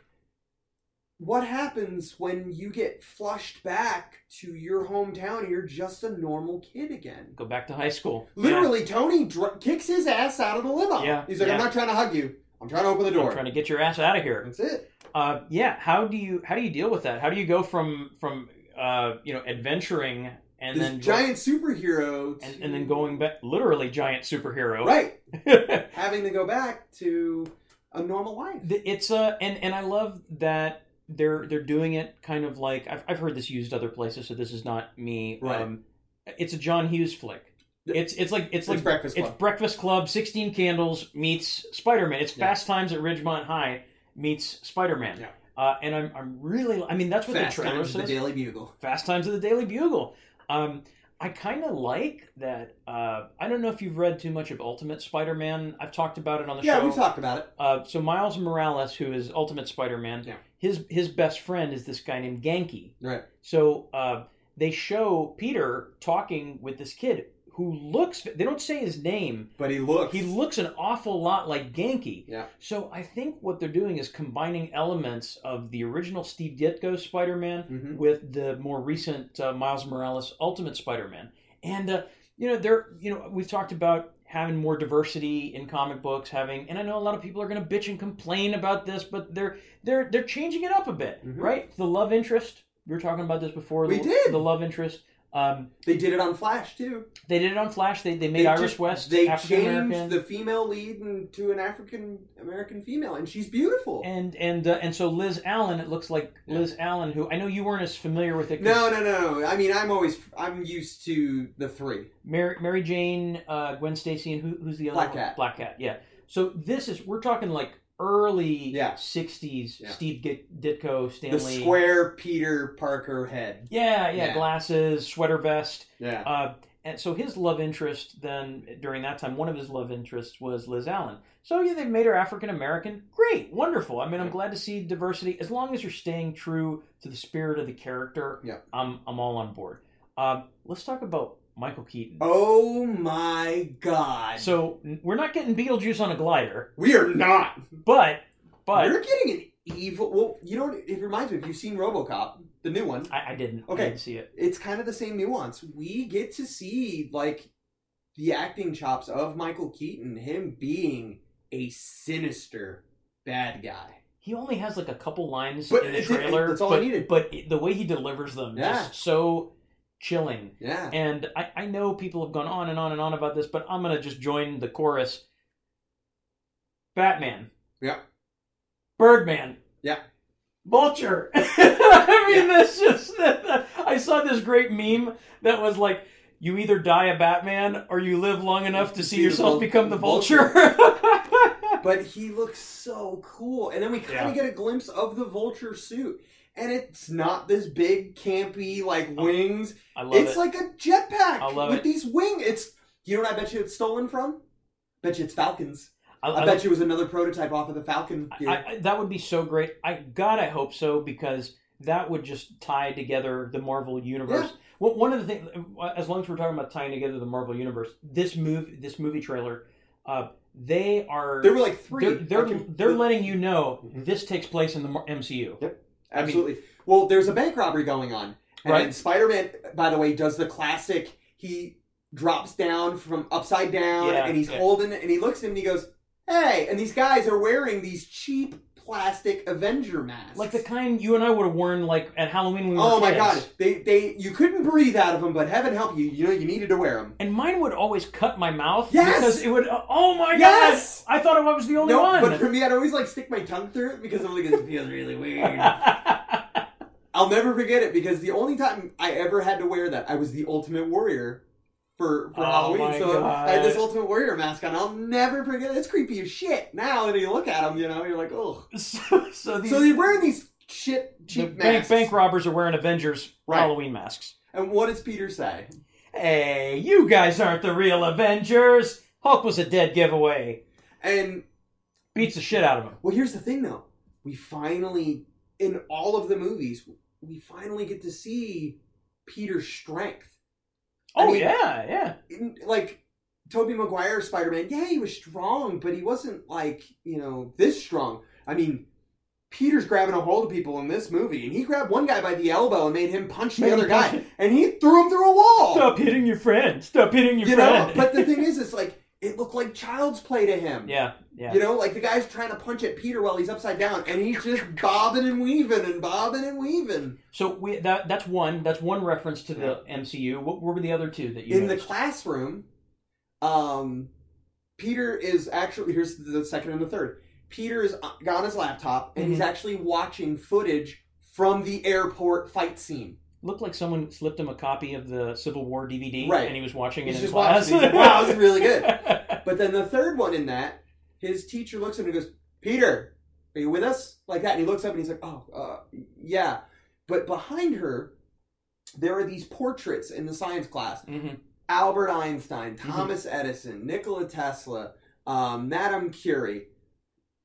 Speaker 2: What happens when you get flushed back to your hometown and you're just a normal kid again?
Speaker 1: Go back to high school.
Speaker 2: Literally, Tony dr- kicks his ass out of the limo.
Speaker 1: Yeah,
Speaker 2: He's like,
Speaker 1: yeah.
Speaker 2: I'm not trying to hug you. I'm trying to open the
Speaker 1: Yeah.
Speaker 2: door.
Speaker 1: I'm trying to get your ass out of here.
Speaker 2: That's it.
Speaker 1: Uh, yeah. How do you how do you deal with that? How do you go from from uh, you know adventuring and
Speaker 2: this
Speaker 1: then go-
Speaker 2: giant superhero. To,
Speaker 1: and, and then going back literally giant superhero.
Speaker 2: Right.
Speaker 1: Right.
Speaker 2: Having to go back to a normal life.
Speaker 1: Th- it's uh and and i love that they're they're doing it kind of like i've, I've heard this used other places so this is not me
Speaker 2: Right.
Speaker 1: um it's a john hughes flick
Speaker 2: Yeah.
Speaker 1: it's it's like it's
Speaker 2: It's
Speaker 1: like
Speaker 2: Breakfast
Speaker 1: it's
Speaker 2: Club.
Speaker 1: breakfast club 16 candles meets spider-man it's
Speaker 2: Yeah.
Speaker 1: fast times at ridgemont high meets spider-man
Speaker 2: Yeah.
Speaker 1: uh, and i'm i'm really i mean that's what
Speaker 2: Fast
Speaker 1: the trailer
Speaker 2: Times at
Speaker 1: says
Speaker 2: the Daily Bugle.
Speaker 1: Fast Times of the Daily Bugle. Um, I kind of like that. Uh, I don't know if you've read too much of Ultimate Spider-Man. I've talked about it on the
Speaker 2: Yeah,
Speaker 1: show.
Speaker 2: we've talked about it.
Speaker 1: Uh, so Miles Morales, who is Ultimate Spider-Man,
Speaker 2: Yeah.
Speaker 1: his his best friend is this guy named Genki.
Speaker 2: Right.
Speaker 1: So uh, they show Peter talking with this kid who looks. They don't say his name.
Speaker 2: But he looks.
Speaker 1: He looks an awful lot like Genki.
Speaker 2: Yeah.
Speaker 1: So I think what they're doing is combining elements of the original Steve Ditko Spider-Man
Speaker 2: Mhm.
Speaker 1: with the more recent uh, Miles Morales Ultimate Spider-Man. And uh, you know, there, you know, we've talked about having more diversity in comic books, having, and I know a lot of people are going to bitch and complain about this, but they're they're they're changing it up a bit,
Speaker 2: Mhm.
Speaker 1: right? The love interest. We were talking about this before.
Speaker 2: We
Speaker 1: the,
Speaker 2: did.
Speaker 1: the love interest. Um,
Speaker 2: They did it on Flash too.
Speaker 1: they did it on Flash. They, they made
Speaker 2: They
Speaker 1: Irish
Speaker 2: just-
Speaker 1: West
Speaker 2: They
Speaker 1: African
Speaker 2: changed
Speaker 1: American.
Speaker 2: the female lead into an African American female, and she's beautiful.
Speaker 1: and and uh, and so Liz Allen, it looks like Liz Allen, who I know you weren't as familiar with it. 'cause
Speaker 2: no, no, no, no. I mean, I'm always I'm used to the three.
Speaker 1: Mary, Mary Jane, uh, Gwen Stacy, and who, who's the other
Speaker 2: Black
Speaker 1: one?
Speaker 2: Cat.
Speaker 1: Black Cat, yeah. So this is we're talking like early
Speaker 2: Yeah.
Speaker 1: '60s
Speaker 2: Yeah.
Speaker 1: Steve Git- Ditko,
Speaker 2: the
Speaker 1: Stanley.
Speaker 2: square Peter Parker head.
Speaker 1: Yeah, yeah,
Speaker 2: Yeah.
Speaker 1: glasses, sweater vest.
Speaker 2: Yeah.
Speaker 1: Uh, and so his love interest then during that time, one of his love interests was Liz Allen. So yeah, they've made her African American. Great, wonderful. I mean, I'm
Speaker 2: Yeah.
Speaker 1: glad to see diversity as long as you're staying true to the spirit of the character.
Speaker 2: Yeah.
Speaker 1: I'm I'm all on board. Um, let's talk about Michael Keaton.
Speaker 2: Oh my God.
Speaker 1: So n- we're not getting Beetlejuice on a glider,
Speaker 2: we are not.
Speaker 1: but but
Speaker 2: We're getting an evil. Well, you know, what it reminds me. of? You've seen RoboCop, the new one.
Speaker 1: I, I didn't. I
Speaker 2: Okay.
Speaker 1: didn't see it.
Speaker 2: It's kind of the same nuance. We get to see like the acting chops of Michael Keaton, him being a sinister bad guy.
Speaker 1: He only has like a couple lines
Speaker 2: But
Speaker 1: in the
Speaker 2: it did-
Speaker 1: trailer.
Speaker 2: that's all I
Speaker 1: but,
Speaker 2: needed.
Speaker 1: But it- the way he delivers them,
Speaker 2: Yeah.
Speaker 1: just so chilling.
Speaker 2: Yeah.
Speaker 1: And I, I know people have gone on and on and on about this, but I'm gonna just join the chorus. Batman.
Speaker 2: Yeah.
Speaker 1: Birdman.
Speaker 2: Yeah.
Speaker 1: Vulture. I mean, that's just. I saw this great meme that was like, "You either die a Batman or you live long enough to see,
Speaker 2: See the
Speaker 1: yourself
Speaker 2: vul-
Speaker 1: become the
Speaker 2: vulture."
Speaker 1: Vulture."
Speaker 2: But he looks so cool. And then we kind of get a glimpse of the vulture suit. And it's not this big, campy, like wings.
Speaker 1: I love
Speaker 2: it's
Speaker 1: it.
Speaker 2: like a jetpack
Speaker 1: I love
Speaker 2: with
Speaker 1: it.
Speaker 2: these wing. It's you know what I bet you it's stolen from? Bet you it's Falcons.
Speaker 1: Uh, I,
Speaker 2: I,
Speaker 1: I-
Speaker 2: bet you it was another prototype off of the Falcon gear.
Speaker 1: I, I, that would be so great. I God, I hope so because that would just tie together the Marvel universe. Well, one of the things, as long as we're talking about tying together the Marvel universe, this move, this movie trailer, uh, they are
Speaker 2: there were like 3
Speaker 1: they're they're,
Speaker 2: I can-
Speaker 1: they're
Speaker 2: the-
Speaker 1: letting you know
Speaker 2: Mhm.
Speaker 1: this takes place in the Mar- MCU. I mean-
Speaker 2: absolutely. well, there's a bank robbery going on, and
Speaker 1: Right.
Speaker 2: Spider-Man, by the way, does the classic. He drops down from upside down,
Speaker 1: Yeah,
Speaker 2: and he's
Speaker 1: yeah.
Speaker 2: holding it, and he looks at him, and he goes, "Hey!" And these guys are wearing these cheap plastic Avenger masks.
Speaker 1: Like the kind you and I would have worn like at Halloween when we were
Speaker 2: oh my
Speaker 1: kids.
Speaker 2: god, they they you couldn't breathe out of them, but heaven help you, you know you needed to wear them.
Speaker 1: And mine would always cut my mouth
Speaker 2: Yes!
Speaker 1: because it would. Oh my
Speaker 2: Yes!
Speaker 1: god! I thought I was the only
Speaker 2: No,
Speaker 1: one.
Speaker 2: but for me, I'd always like stick my tongue through it because I'm like, this feels really weird. I'll never forget it because the only time I ever had to wear that, I was the Ultimate Warrior for, for
Speaker 1: Oh my
Speaker 2: Halloween. So I had this
Speaker 1: God.
Speaker 2: Ultimate Warrior mask on. I'll never forget it. It's creepy as shit now. And you look at them, you know, you're like, oh.
Speaker 1: so, so these
Speaker 2: So they're wearing these shit
Speaker 1: The
Speaker 2: cheap
Speaker 1: bank,
Speaker 2: masks.
Speaker 1: bank robbers are wearing Avengers
Speaker 2: Right.
Speaker 1: Halloween masks.
Speaker 2: and what does Peter say?
Speaker 1: Hey, you guys aren't the real Avengers. Hulk was a dead giveaway.
Speaker 2: And,
Speaker 1: Beats the shit out of him.
Speaker 2: well, here's the thing though. We finally, in all of the movies, we finally get to see Peter's strength. I
Speaker 1: Oh
Speaker 2: mean-
Speaker 1: yeah, yeah.
Speaker 2: in- like Toby Maguire Spider Man, yeah, he was strong, but he wasn't like, you know, this strong. I mean, Peter's grabbing a hold of people in this movie, and he grabbed one guy by the elbow and made him punch the
Speaker 1: Made him
Speaker 2: other
Speaker 1: punch
Speaker 2: guy,
Speaker 1: him.
Speaker 2: and he threw him through a wall.
Speaker 1: Stop hitting your friend. Stop hitting your
Speaker 2: oh. you know,
Speaker 1: friend.
Speaker 2: but the thing is, it's like it looked like child's play to him.
Speaker 1: yeah, yeah.
Speaker 2: You know, like the guy's trying to punch at Peter while he's upside down, and he's just bobbing and weaving and bobbing and weaving.
Speaker 1: So we that that's one that's one reference to the MCU. What were the other two that you
Speaker 2: in the
Speaker 1: noticed?
Speaker 2: classroom, um, Peter is actually here's the second and the third. Peter is uh, got his laptop and he's
Speaker 1: Mhm.
Speaker 2: actually watching footage from the airport fight scene.
Speaker 1: looked like someone slipped him a copy of the Civil War DVD,
Speaker 2: Right.
Speaker 1: And he was watching
Speaker 2: He's
Speaker 1: it in
Speaker 2: just
Speaker 1: class.
Speaker 2: watching. He's like, wow, this is really good. But then the third one in that, his teacher looks at him and goes, "Peter, are you with us?" Like that, and he looks up and he's like, "Oh, uh, yeah." But behind her, there are these portraits in the science class.
Speaker 1: Mhm.
Speaker 2: Albert Einstein,
Speaker 1: Mm-hmm.
Speaker 2: Thomas Edison, Nikola Tesla, um, Madame Curie.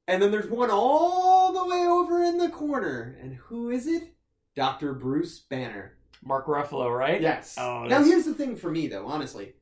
Speaker 2: And then there's one all the way over in the corner. And who is it? Dr. Bruce Banner.
Speaker 1: Mark Ruffalo, right?
Speaker 2: Yes.
Speaker 1: Oh,
Speaker 2: now,
Speaker 1: that's-
Speaker 2: here's the thing for me, though, honestly.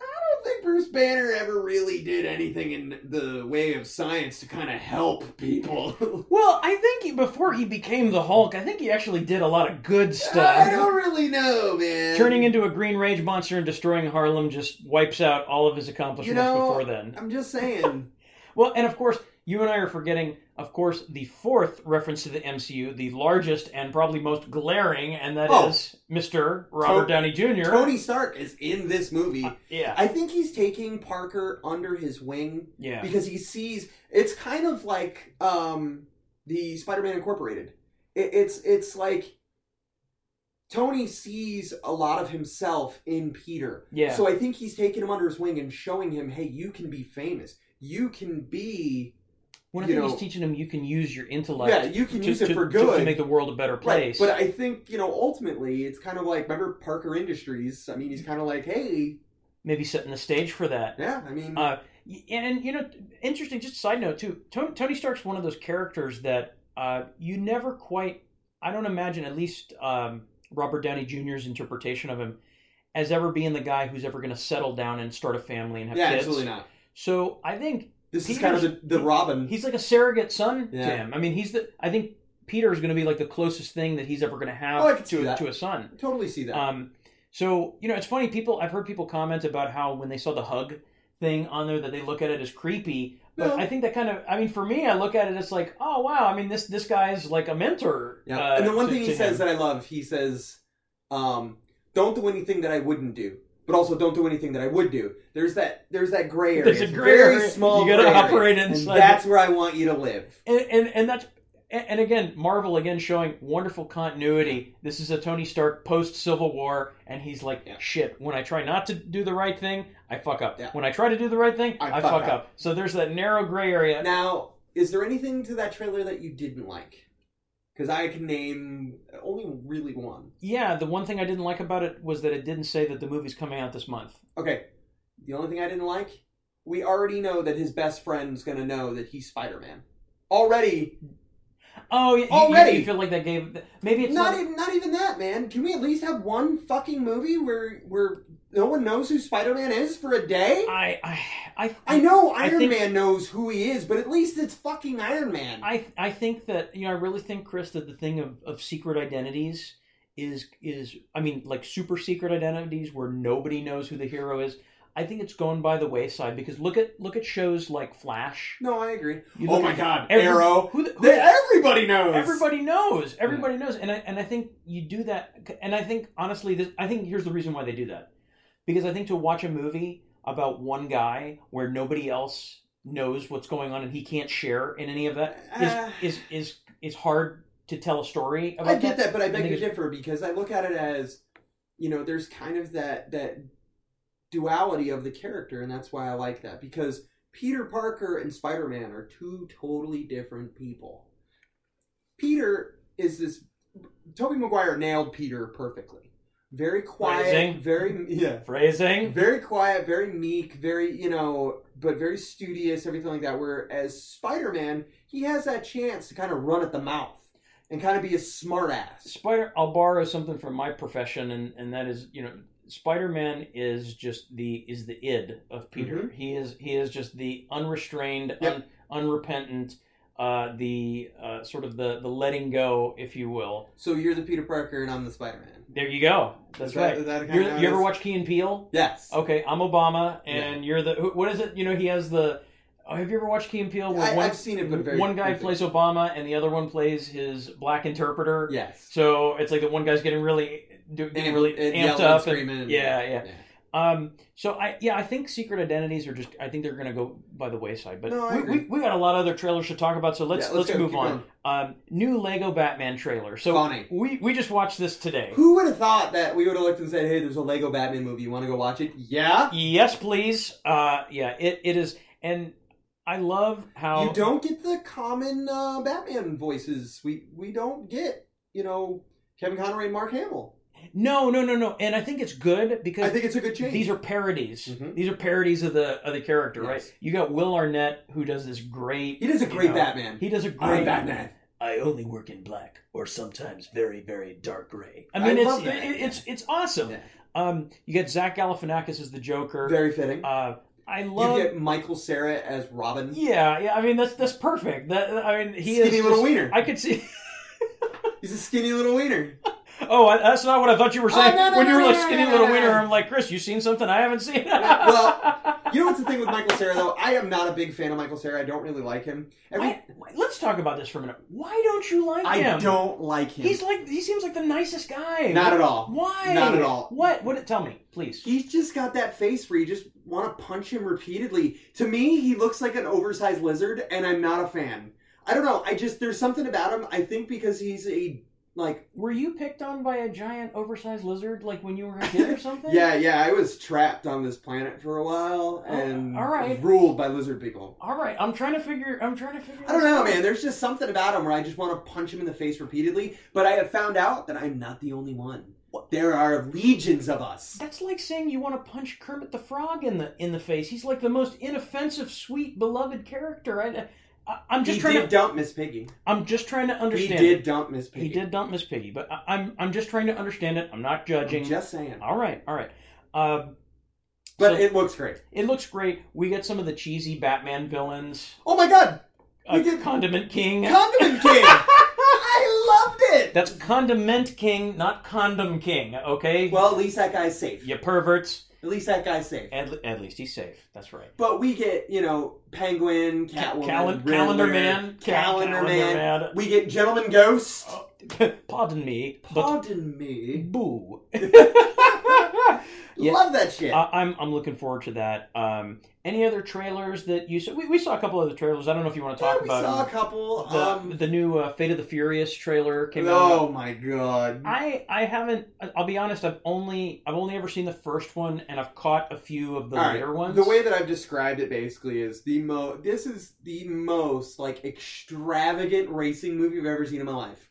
Speaker 2: I don't think Bruce Banner ever really did anything in the way of science to kind of help people.
Speaker 1: Well, I think he, before he became the Hulk, I think he actually did a lot of good
Speaker 2: I
Speaker 1: stuff.
Speaker 2: don't really know, man.
Speaker 1: Turning into a green rage monster and destroying Harlem just wipes out all of his accomplishments
Speaker 2: You know-
Speaker 1: before then.
Speaker 2: I'm just saying.
Speaker 1: Well, and of course, You and I are forgetting, of course, the fourth reference to the MCU, the largest and probably most glaring, and that is
Speaker 2: Oh.
Speaker 1: Mr. Robert
Speaker 2: To-
Speaker 1: Downey Jr.
Speaker 2: Tony Stark is in this movie.
Speaker 1: Uh, Yeah.
Speaker 2: I think he's taking Parker under his wing
Speaker 1: Yeah.
Speaker 2: because he sees it's kind of like um, the Spider-Man Incorporated. It, it's it's like Tony sees a lot of himself in Peter.
Speaker 1: Yeah.
Speaker 2: So I think he's taking him under his wing and showing him, hey, you can be famous. You can be
Speaker 1: One
Speaker 2: you
Speaker 1: thing
Speaker 2: know-
Speaker 1: he's teaching him you can use your intellect
Speaker 2: yeah, you can
Speaker 1: to,
Speaker 2: use it
Speaker 1: to-
Speaker 2: for
Speaker 1: to-
Speaker 2: good.
Speaker 1: to make the world a better
Speaker 2: Right,
Speaker 1: place.
Speaker 2: But I think, you know, ultimately it's kind of like remember Parker Industries? I mean, he's kind of like, "Hey,
Speaker 1: Maybe setting the stage for that.
Speaker 2: yeah, I mean,
Speaker 1: Uh, Y- and you know, interesting. Just a side note too. Tony, Tony Stark's one of those characters that uh, you never quite. I don't imagine at least um, Robert Downey Jr.'s interpretation of him as ever being the guy who's ever going to settle down and start a family and have
Speaker 2: yeah,
Speaker 1: kids.
Speaker 2: absolutely not.
Speaker 1: So I think
Speaker 2: This is
Speaker 1: Peter's-
Speaker 2: kind of the, the Robin.
Speaker 1: he's like a surrogate son to
Speaker 2: Yeah.
Speaker 1: him. I mean, he's the. I think Peter is going to be like the closest thing that he's ever going to have
Speaker 2: Oh, I could see
Speaker 1: to a,
Speaker 2: that.
Speaker 1: to a son.
Speaker 2: I totally see that.
Speaker 1: Um, so you know, it's funny. People, I've heard people comment about how when they saw the hug thing on there, that they look at it as creepy. But
Speaker 2: No.
Speaker 1: I think that kind of, I mean, for me, I look at it as like, oh wow, I mean, this this guy's like a mentor.
Speaker 2: yeah.
Speaker 1: uh,
Speaker 2: and the one
Speaker 1: to-
Speaker 2: thing he
Speaker 1: to
Speaker 2: says
Speaker 1: him.
Speaker 2: that I love, he says, um, "Don't do anything that I wouldn't do." But also, don't do anything that I would do. There's that. There's that gray area.
Speaker 1: There's a
Speaker 2: It's
Speaker 1: gray
Speaker 2: very
Speaker 1: area.
Speaker 2: small.
Speaker 1: You gotta
Speaker 2: gray area.
Speaker 1: operate
Speaker 2: And
Speaker 1: inside
Speaker 2: that's where I want you to live.
Speaker 1: and and, and that's. And and again, Marvel again showing wonderful continuity. This is a Tony Stark post Civil War, and he's like,
Speaker 2: Yeah.
Speaker 1: "Shit! When I try not to do the right thing, I fuck up.
Speaker 2: Yeah.
Speaker 1: When I try to do the right thing, I, fuck, up. So there's that narrow gray area.
Speaker 2: Now, is there anything to that trailer that you didn't like? Because I can name only really one.
Speaker 1: Yeah, the one thing I didn't like about it was that it didn't say that the movie's coming out this month.
Speaker 2: Okay. The only thing I didn't like, we already know that his best friend's gonna know that he's Spider Man. Already,
Speaker 1: Oh, you, you-
Speaker 2: Already?
Speaker 1: You, feel like that gave maybe it's
Speaker 2: not
Speaker 1: not.
Speaker 2: even not even that, man. Can we at least have one fucking movie where where no one knows who Spider Man is for a day?
Speaker 1: I, I, I,
Speaker 2: I know
Speaker 1: I
Speaker 2: Iron
Speaker 1: think-
Speaker 2: Man knows who he is, but at least it's fucking Iron Man.
Speaker 1: I, I think that you know, I really think Chris that the thing of, of secret identities is is I mean, like super secret identities where nobody knows who the hero is. I think it's gone by the wayside because look at look at shows like Flash.
Speaker 2: no, I agree.
Speaker 1: You
Speaker 2: Oh
Speaker 1: look
Speaker 2: my
Speaker 1: at
Speaker 2: God,
Speaker 1: every-
Speaker 2: Arrow.
Speaker 1: Who, the, who
Speaker 2: They, everybody knows.
Speaker 1: Everybody knows. Everybody knows. And I, and I think you do that. And I think honestly, this, I think here's the reason why they do that, because I think to watch a movie about one guy where nobody else knows what's going on and he can't share in any of that is
Speaker 2: Uh.
Speaker 1: is, is is hard to tell a story about.
Speaker 2: I get that, but I beg
Speaker 1: think
Speaker 2: to
Speaker 1: it's-
Speaker 2: differ because I look at it as, you know, there's kind of that that duality of the character, and that's why I like that because Peter Parker and Spider Man are two totally different people. Peter is this. Toby Maguire nailed Peter perfectly. Very quiet,
Speaker 1: Phrasing.
Speaker 2: very yeah,
Speaker 1: Phrasing.
Speaker 2: very quiet, very meek, very you know, but very studious, everything like that. Whereas Spider Man, he has that chance to kind of run at the mouth and kind of be a smartass.
Speaker 1: Spider, I'll borrow something from my profession, and, and that is, you know, Spider Man is just the is the id of Peter.
Speaker 2: Mm-hmm.
Speaker 1: He is he is just the unrestrained, un, unrepentant, uh, the uh, sort of the the letting go, if you will.
Speaker 2: So you're the Peter Parker and I'm the Spider Man.
Speaker 1: There you go. That's right. You're- you ever watch Key and Peele?
Speaker 2: Yes.
Speaker 1: Okay, I'm Obama, and you're the who- what is it? You know, he has the. Oh, have you ever watched Key and Peele?
Speaker 2: I,
Speaker 1: one,
Speaker 2: I've seen it, but very
Speaker 1: one guy
Speaker 2: briefly.
Speaker 1: plays Obama, and the other one plays his black interpreter.
Speaker 2: Yes.
Speaker 1: So it's like the one guy's getting really do- getting
Speaker 2: And-
Speaker 1: really
Speaker 2: and
Speaker 1: amped
Speaker 2: yelling
Speaker 1: up. and-
Speaker 2: screaming.
Speaker 1: yeah, yeah. Um, so I yeah I think secret identities are just I think they're gonna go by the wayside. But
Speaker 2: No,
Speaker 1: we,
Speaker 2: I
Speaker 1: we,
Speaker 2: agree.
Speaker 1: we got a lot of other trailers to talk about. So let's
Speaker 2: Yeah,
Speaker 1: let's,
Speaker 2: go,
Speaker 1: move
Speaker 2: keep
Speaker 1: on.
Speaker 2: going.
Speaker 1: Um, new Lego Batman trailer. So
Speaker 2: Funny.
Speaker 1: we we just watched this today.
Speaker 2: Who would have thought that we would have looked and said, "Hey, there's a Lego Batman movie. You want to go watch it?" Yeah.
Speaker 1: Yes, please. Uh, yeah, it, it is, and I love how
Speaker 2: You don't get the common uh, Batman voices. We we don't get you know Kevin Conroy and Mark Hamill.
Speaker 1: no no no no, and I think it's good because
Speaker 2: I think it's a good change.
Speaker 1: These are parodies.
Speaker 2: Mhm.
Speaker 1: These are parodies of the of the character,
Speaker 2: Yes.
Speaker 1: right? You got Will Arnett who does this great.
Speaker 2: he does a
Speaker 1: you
Speaker 2: great
Speaker 1: know,
Speaker 2: Batman.
Speaker 1: He does a
Speaker 2: I'm
Speaker 1: great
Speaker 2: Batman.
Speaker 3: I only work in black, or sometimes very, very dark gray.
Speaker 1: I mean,
Speaker 2: I
Speaker 1: it's
Speaker 2: love that.
Speaker 1: it, it's it's awesome.
Speaker 2: Yeah.
Speaker 1: Um, you get Zach Galifianakis as the Joker.
Speaker 2: Very fitting.
Speaker 1: uh, I
Speaker 2: you
Speaker 1: love.
Speaker 2: get Michael Sarah as Robin.
Speaker 1: yeah, yeah. I mean, that's that's perfect. That I mean, he
Speaker 2: skinny
Speaker 1: is
Speaker 2: little
Speaker 1: just-
Speaker 2: wiener.
Speaker 1: I could see.
Speaker 2: He's a skinny little wiener.
Speaker 1: Oh, I, that's not what I thought you were saying.
Speaker 2: no, no,
Speaker 1: when you
Speaker 2: no,
Speaker 1: were
Speaker 2: no,
Speaker 1: like
Speaker 2: no,
Speaker 1: skinny
Speaker 2: no,
Speaker 1: little
Speaker 2: no.
Speaker 1: wiener, I'm like, Chris, you seen something I haven't seen?
Speaker 2: Well, You know what's the thing with Michael Sarah though? I am not a big fan of Michael Sarah. I don't really like him. Every,
Speaker 1: Why- why- let's talk about this for a minute. Why don't you like
Speaker 2: I
Speaker 1: him?
Speaker 2: don't like him.
Speaker 1: He's like he seems like the nicest guy.
Speaker 2: not at all.
Speaker 1: Why?
Speaker 2: Not at all.
Speaker 1: What? What? Tell me, please.
Speaker 2: He's just got that face where you just want to punch him repeatedly. To me, he looks like an oversized lizard, and I'm not a fan. I don't know. I just there's something about him. I think because he's a like
Speaker 1: Were you picked on by a giant oversized lizard like when you were a kid or something?
Speaker 2: yeah yeah. I was trapped on this planet for a while and
Speaker 1: Oh, all right.
Speaker 2: ruled by lizard people.
Speaker 1: All right, I'm trying to figure. I'm trying to figure.
Speaker 2: I don't
Speaker 1: this
Speaker 2: know,
Speaker 1: out.
Speaker 2: man. There's just something about him where I just want to punch him in the face repeatedly. But I have found out that I'm not the only one. There are legions of us.
Speaker 1: That's like saying you want to punch Kermit the Frog in the in the face. He's like the most inoffensive, sweet, beloved character. I, I, I'm just
Speaker 2: he
Speaker 1: trying
Speaker 2: did
Speaker 1: to.
Speaker 2: dump Miss Piggy.
Speaker 1: I'm just trying to
Speaker 2: He
Speaker 1: understand.
Speaker 2: did dump Miss
Speaker 1: It.
Speaker 2: Piggy.
Speaker 1: He did dump Miss Piggy, but I, I'm I'm just trying to understand it. I'm not judging.
Speaker 2: I'm just saying.
Speaker 1: All right, all right. Uh, So-
Speaker 2: But it looks great.
Speaker 1: it looks great. We get some of the cheesy Batman villains.
Speaker 2: Oh my god!
Speaker 1: Uh,
Speaker 2: We did-
Speaker 1: Condiment King.
Speaker 2: Condiment King! I loved it!
Speaker 1: That's Condiment King, not Condom King. Okay.
Speaker 2: well, at least that guy's safe.
Speaker 1: you perverts.
Speaker 2: At least that guy's safe.
Speaker 1: At, at least he's safe. That's right.
Speaker 2: But we get, you know, Penguin,
Speaker 1: Cal-
Speaker 2: Catwoman,
Speaker 1: calen-
Speaker 2: Riddler,
Speaker 1: calendar man. Ca-
Speaker 2: Calendar,
Speaker 1: calendar
Speaker 2: man.
Speaker 1: man.
Speaker 2: We get Gentleman Ghost.
Speaker 1: Pardon me, but
Speaker 2: Pardon me.
Speaker 1: boo. Yeah. Uh,
Speaker 2: Love that shit.
Speaker 1: I, I'm I'm looking forward to that. Um, any other trailers that you saw? We, we saw a couple other trailers. I don't know if you want to talk
Speaker 2: yeah, we
Speaker 1: about
Speaker 2: saw a
Speaker 1: them.
Speaker 2: couple.
Speaker 1: the,
Speaker 2: um,
Speaker 1: the new uh, Fate of the Furious trailer came out.
Speaker 2: oh my god.
Speaker 1: I I haven't. I'll be honest. I've only I've only ever seen the first one, and I've caught a few of the
Speaker 2: All right,
Speaker 1: later ones.
Speaker 2: The way that I've described it basically is the mo. This is the most like extravagant racing movie I've ever seen in my life.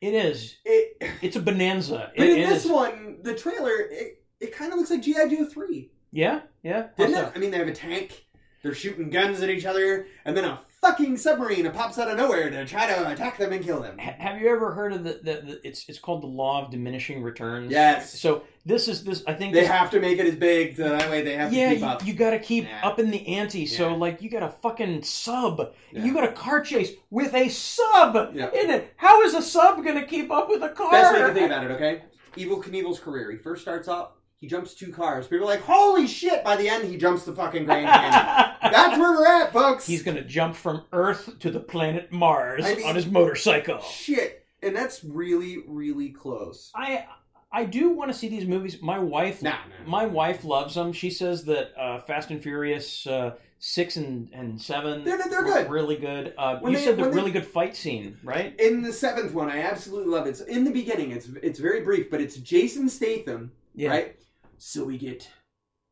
Speaker 1: it is,
Speaker 2: It,
Speaker 1: it's a bonanza.
Speaker 2: but
Speaker 1: It-
Speaker 2: in
Speaker 1: it
Speaker 2: this
Speaker 1: is-
Speaker 2: one, the trailer it, it kind of looks like GI Joe three,
Speaker 1: yeah, yeah.
Speaker 2: doesn't
Speaker 1: How's
Speaker 2: it? I mean, they have a tank, they're shooting guns at each other, and then a fucking submarine pops out of nowhere to try to attack them and kill them.
Speaker 1: that? Ha- Have you ever heard of the, the, the? It's it's called the law of diminishing returns.
Speaker 2: Yes,
Speaker 1: So this is this. I think
Speaker 2: they
Speaker 1: this-
Speaker 2: have to make it as big so that way they have
Speaker 1: yeah,
Speaker 2: to keep
Speaker 1: you,
Speaker 2: up.
Speaker 1: you gotta keep
Speaker 2: Yeah.
Speaker 1: up in the ante. So
Speaker 2: Yeah.
Speaker 1: like, you got a fucking sub.
Speaker 2: Yeah.
Speaker 1: You got a car chase with a sub
Speaker 2: Yeah.
Speaker 1: in it. How is a sub gonna keep up with a car?
Speaker 2: Best way to think about it, okay? Evil Knievel's career. He first starts off, he jumps two cars. People are like, holy shit! By the end, he jumps the fucking Grand Canyon. That's where we're at, folks!
Speaker 1: He's gonna jump from Earth to the planet Mars
Speaker 2: I mean-
Speaker 1: on his motorcycle.
Speaker 2: Shit. And that's really, really close.
Speaker 1: I I do want to see these movies. My wife,
Speaker 2: Nah, nah.
Speaker 1: my wife loves them. She says that uh, Fast and Furious uh, six and, and seven
Speaker 2: They're- they're
Speaker 1: were
Speaker 2: good.
Speaker 1: really good. Uh,
Speaker 2: When
Speaker 1: you
Speaker 2: they-
Speaker 1: said the
Speaker 2: when they-
Speaker 1: really good fight scene, right?
Speaker 2: In the seventh one, I absolutely love it. It's in the beginning, it's it's very brief, but it's Jason Statham,
Speaker 1: Yeah.
Speaker 2: right? So we get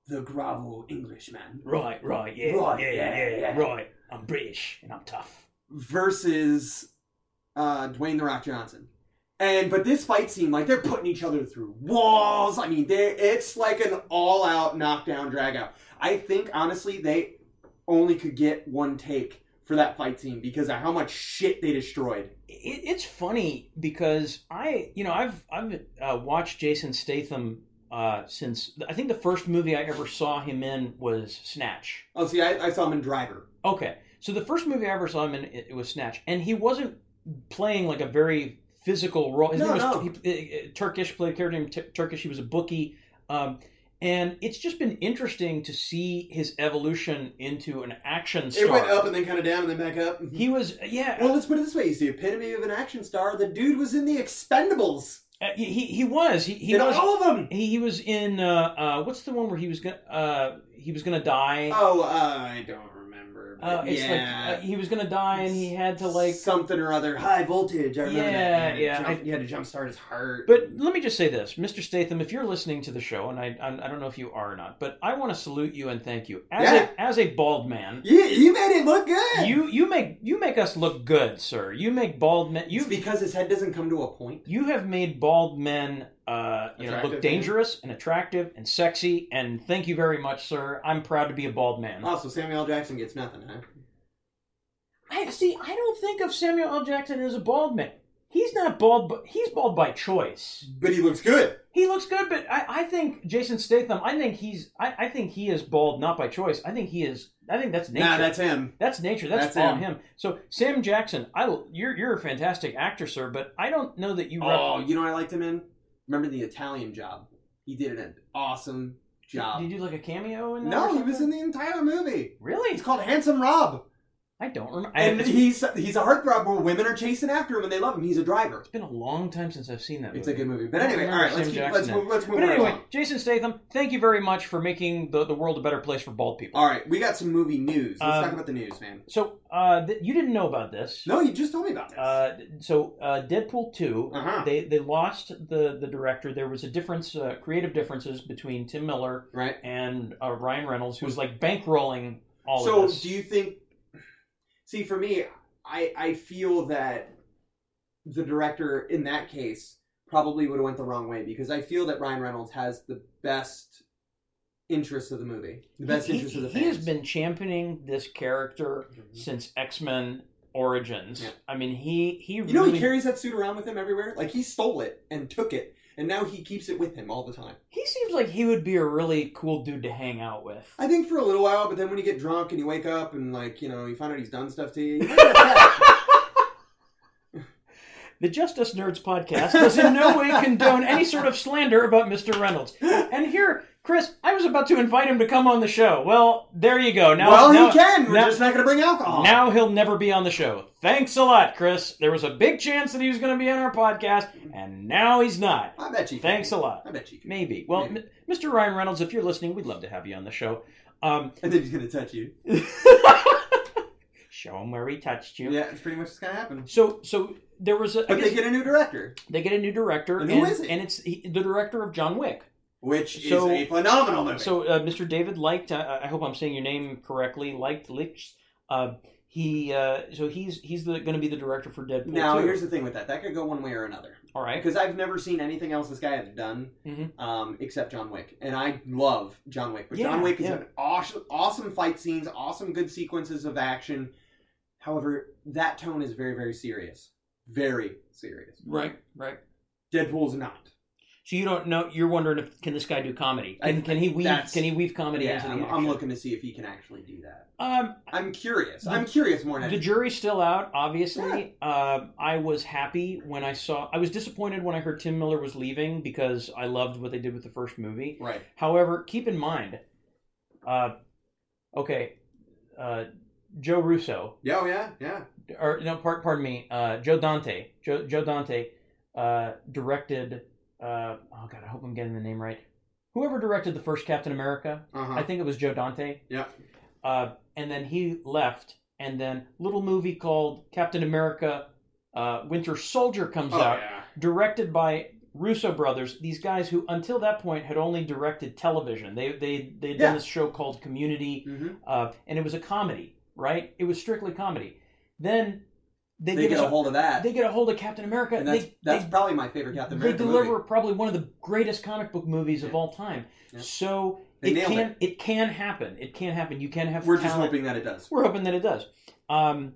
Speaker 2: the grovel Englishman
Speaker 1: Right, right, yeah,
Speaker 2: Right,
Speaker 1: yeah, yeah,
Speaker 2: yeah,
Speaker 1: yeah,
Speaker 2: yeah.
Speaker 1: right. I'm British and I'm tough.
Speaker 2: versus uh, Dwayne the Rock Johnson. And but this fight scene, like they're putting each other through walls. I mean, they it's like an all-out knockdown drag out. I think honestly they only could get one take for that fight scene because of how much shit they destroyed.
Speaker 1: It, it's funny because I, you know, I've I've uh, watched Jason Statham uh, since I think the first movie I ever saw him in was Snatch.
Speaker 2: Oh, see, I, I saw him in Driver.
Speaker 1: Okay, so the first movie I ever saw him in it, it was Snatch, and he wasn't playing like a very physical role. His
Speaker 2: No,
Speaker 1: name was
Speaker 2: no.
Speaker 1: he- uh, uh, Turkish. Played a character named T- Turkish. He was a bookie. Um, and it's just been interesting to see his evolution into an action star.
Speaker 2: It went up and then kind of down and then back up.
Speaker 1: He was, yeah.
Speaker 2: well, let's put it this way: he's the epitome of an action star. The dude was in The Expendables.
Speaker 1: Uh, he he was he, he
Speaker 2: in
Speaker 1: was
Speaker 2: all of them.
Speaker 1: he, he was in uh, uh, what's the one where he was gonna uh, he was gonna die.
Speaker 2: Oh, uh, I don't remember. but
Speaker 1: Uh, it's
Speaker 2: yeah.
Speaker 1: like uh, he was gonna die, and he had to like.
Speaker 2: something or other high voltage. I remember
Speaker 1: Yeah,
Speaker 2: that. You had to
Speaker 1: yeah,
Speaker 2: jump- you had to jump start his heart.
Speaker 1: But let me just say this, Mr. Statham, if you're listening to the show, and I I, I don't know if you are or not, but I want to salute you and thank you as
Speaker 2: Yeah.
Speaker 1: a as a bald man.
Speaker 2: you, you made it look good.
Speaker 1: You you make you make us look good, sir. You make bald men.
Speaker 2: it's
Speaker 1: You
Speaker 2: because his head doesn't come to a point.
Speaker 1: you have made bald men uh, you know, look
Speaker 2: Attractive.
Speaker 1: dangerous and attractive and sexy. And thank you very much, sir. I'm proud to be a bald man.
Speaker 2: Also, Samuel L. Jackson gets nothing, huh?
Speaker 1: I see. I don't think of Samuel L. Jackson as a bald man. He's not bald, but he's bald by choice.
Speaker 2: But he looks good.
Speaker 1: He looks good, but I, I think Jason Statham. I think he's. I, I think he is bald not by choice. I think he is. I think that's nature.
Speaker 2: Nah, that's him.
Speaker 1: That's nature. That's,
Speaker 2: That's
Speaker 1: on
Speaker 2: him.
Speaker 1: him. So Sam Jackson, I you're you're a fantastic actor, sir, but I don't know that you. rep-
Speaker 2: Oh, you know what I liked him in? Remember the Italian job? He did an awesome job.
Speaker 1: Did you do like a cameo in that? or
Speaker 2: No, he was
Speaker 1: something?
Speaker 2: in the entire movie.
Speaker 1: Really?
Speaker 2: It's called Handsome Rob,
Speaker 1: I don't remember.
Speaker 2: and
Speaker 1: it's
Speaker 2: he's he's a heartthrob where women are chasing after him and they love him. He's a driver.
Speaker 1: been a long time since I've seen that.
Speaker 2: It's
Speaker 1: movie.
Speaker 2: a good movie. But anyway, all right,
Speaker 1: Sam
Speaker 2: let's keep,
Speaker 1: Jackson
Speaker 2: let's
Speaker 1: then.
Speaker 2: move let's move
Speaker 1: But
Speaker 2: right
Speaker 1: anyway,
Speaker 2: along.
Speaker 1: Jason Statham, thank you very much for making the, the world a better place for bald people.
Speaker 2: All right, we got some movie news. Let's
Speaker 1: Um,
Speaker 2: talk about the news, man.
Speaker 1: So uh, th- you didn't know about this.
Speaker 2: No, you just told me about this.
Speaker 1: Uh, so uh, Deadpool two,
Speaker 2: Uh-huh.
Speaker 1: they they lost the the director. There was a difference, uh, creative differences between Tim Miller
Speaker 2: right.
Speaker 1: and uh, Ryan Reynolds, who was like bankrolling all
Speaker 2: so
Speaker 1: of this.
Speaker 2: do you think? See, for me, I I feel that the director in that case probably would have went the wrong way because I feel that Ryan Reynolds has the best interest of the movie, the best
Speaker 1: he,
Speaker 2: interest of the
Speaker 1: he
Speaker 2: fans.
Speaker 1: has been championing this character
Speaker 2: Mm-hmm.
Speaker 1: since X Men Origins.
Speaker 2: Yeah.
Speaker 1: I mean, he he
Speaker 2: You know,
Speaker 1: really
Speaker 2: he carries that suit around with him everywhere. Like he stole it and took it, and now he keeps it with him all the time.
Speaker 1: he seems like he would be a really cool dude to hang out with.
Speaker 2: I think for a little while, but then when you get drunk and you wake up and like you know you find out he's done stuff to you. you might get upset.
Speaker 1: The Justice Nerds podcast does in no way condone any sort of slander about Mr. Reynolds. And here, Chris, I was about to invite him to come on the show. Well, there you go. Now,
Speaker 2: well,
Speaker 1: now,
Speaker 2: he can. We're
Speaker 1: now-
Speaker 2: just not going to bring alcohol.
Speaker 1: Now he'll never be on the show. Thanks a lot, Chris. There was a big chance that he was going to be on our podcast, and now he's not.
Speaker 2: I bet you. can.
Speaker 1: Thanks a lot.
Speaker 2: I bet you. Can.
Speaker 1: Maybe. Well,
Speaker 2: Maybe.
Speaker 1: M- Mr. Ryan Reynolds, if you're listening, we'd love to have you on the show. Um,
Speaker 2: And then he's going to touch you.
Speaker 1: show him where he touched you.
Speaker 2: Yeah, it's pretty much what's going to happen.
Speaker 1: So, so there was a. I
Speaker 2: But
Speaker 1: guess
Speaker 2: they get a new director,
Speaker 1: they get a new director,
Speaker 2: And who
Speaker 1: and,
Speaker 2: is it?
Speaker 1: and it's he, the director of John Wick.
Speaker 2: which
Speaker 1: So-
Speaker 2: is a phenomenal movie.
Speaker 1: So, uh, Mr. David liked. Uh, I hope I'm saying your name correctly. Liked Lich. Uh, he. Uh, so he's he's the going to be the director for Deadpool.
Speaker 2: now,
Speaker 1: 2.
Speaker 2: here's the thing with that. That could go one way or another.
Speaker 1: all right.
Speaker 2: Because I've never seen anything else this guy has done
Speaker 1: Mhm.
Speaker 2: um, except John Wick. And I love John Wick. But
Speaker 1: Yeah,
Speaker 2: John Wick is
Speaker 1: yeah.
Speaker 2: an awesome, awesome fight scenes, awesome good sequences of action. However, that tone is very, very serious. Very serious.
Speaker 1: Right. Right.
Speaker 2: Deadpool's not.
Speaker 1: So you don't know. You're wondering if can this guy do comedy?
Speaker 2: I-
Speaker 1: Can, can he weave?
Speaker 2: that's-
Speaker 1: Can he weave comedy
Speaker 2: yeah,
Speaker 1: into the
Speaker 2: I'm,
Speaker 1: action?
Speaker 2: I'm looking to see if he can actually do that.
Speaker 1: Um,
Speaker 2: I'm curious.
Speaker 1: The-
Speaker 2: I'm curious more than
Speaker 1: the jury's still out. Obviously, Um I was happy when I saw. I was disappointed when I heard Tim Miller was leaving because I loved what they did with the first movie.
Speaker 2: Right.
Speaker 1: However, keep in mind, uh, okay, uh, Joe Russo,
Speaker 2: Yeah, oh, yeah, yeah.
Speaker 1: or no, par- pardon me, uh, Joe Dante, Joe, Joe Dante uh, directed. Uh, oh God, I hope I'm getting the name right. Whoever directed the first Captain America,
Speaker 2: Uh-huh.
Speaker 1: I think it was Joe Dante.
Speaker 2: Yeah.
Speaker 1: Uh, and then he left, and then little movie called Captain America: uh, Winter Soldier comes
Speaker 2: oh,
Speaker 1: out,
Speaker 2: yeah.
Speaker 1: directed by Russo brothers, these guys who until that point had only directed television. They they they'd
Speaker 2: Yeah.
Speaker 1: done this show called Community,
Speaker 2: Mm-hmm.
Speaker 1: uh, and it was a comedy, right? It was strictly comedy. Then they,
Speaker 2: They,
Speaker 1: give
Speaker 2: get
Speaker 1: us
Speaker 2: a hold of that.
Speaker 1: they get a hold of Captain America.
Speaker 2: and that's,
Speaker 1: they,
Speaker 2: that's
Speaker 1: they-
Speaker 2: probably my favorite Captain
Speaker 1: they
Speaker 2: America
Speaker 1: deliver
Speaker 2: movie.
Speaker 1: probably one of the greatest comic book movies of
Speaker 2: Yeah.
Speaker 1: all time.
Speaker 2: Yeah.
Speaker 1: So
Speaker 2: They
Speaker 1: it
Speaker 2: nailed
Speaker 1: can it. can happen. It can happen. You can have
Speaker 2: We're
Speaker 1: talent.
Speaker 2: just hoping that it does.
Speaker 1: We're hoping that it does. Um,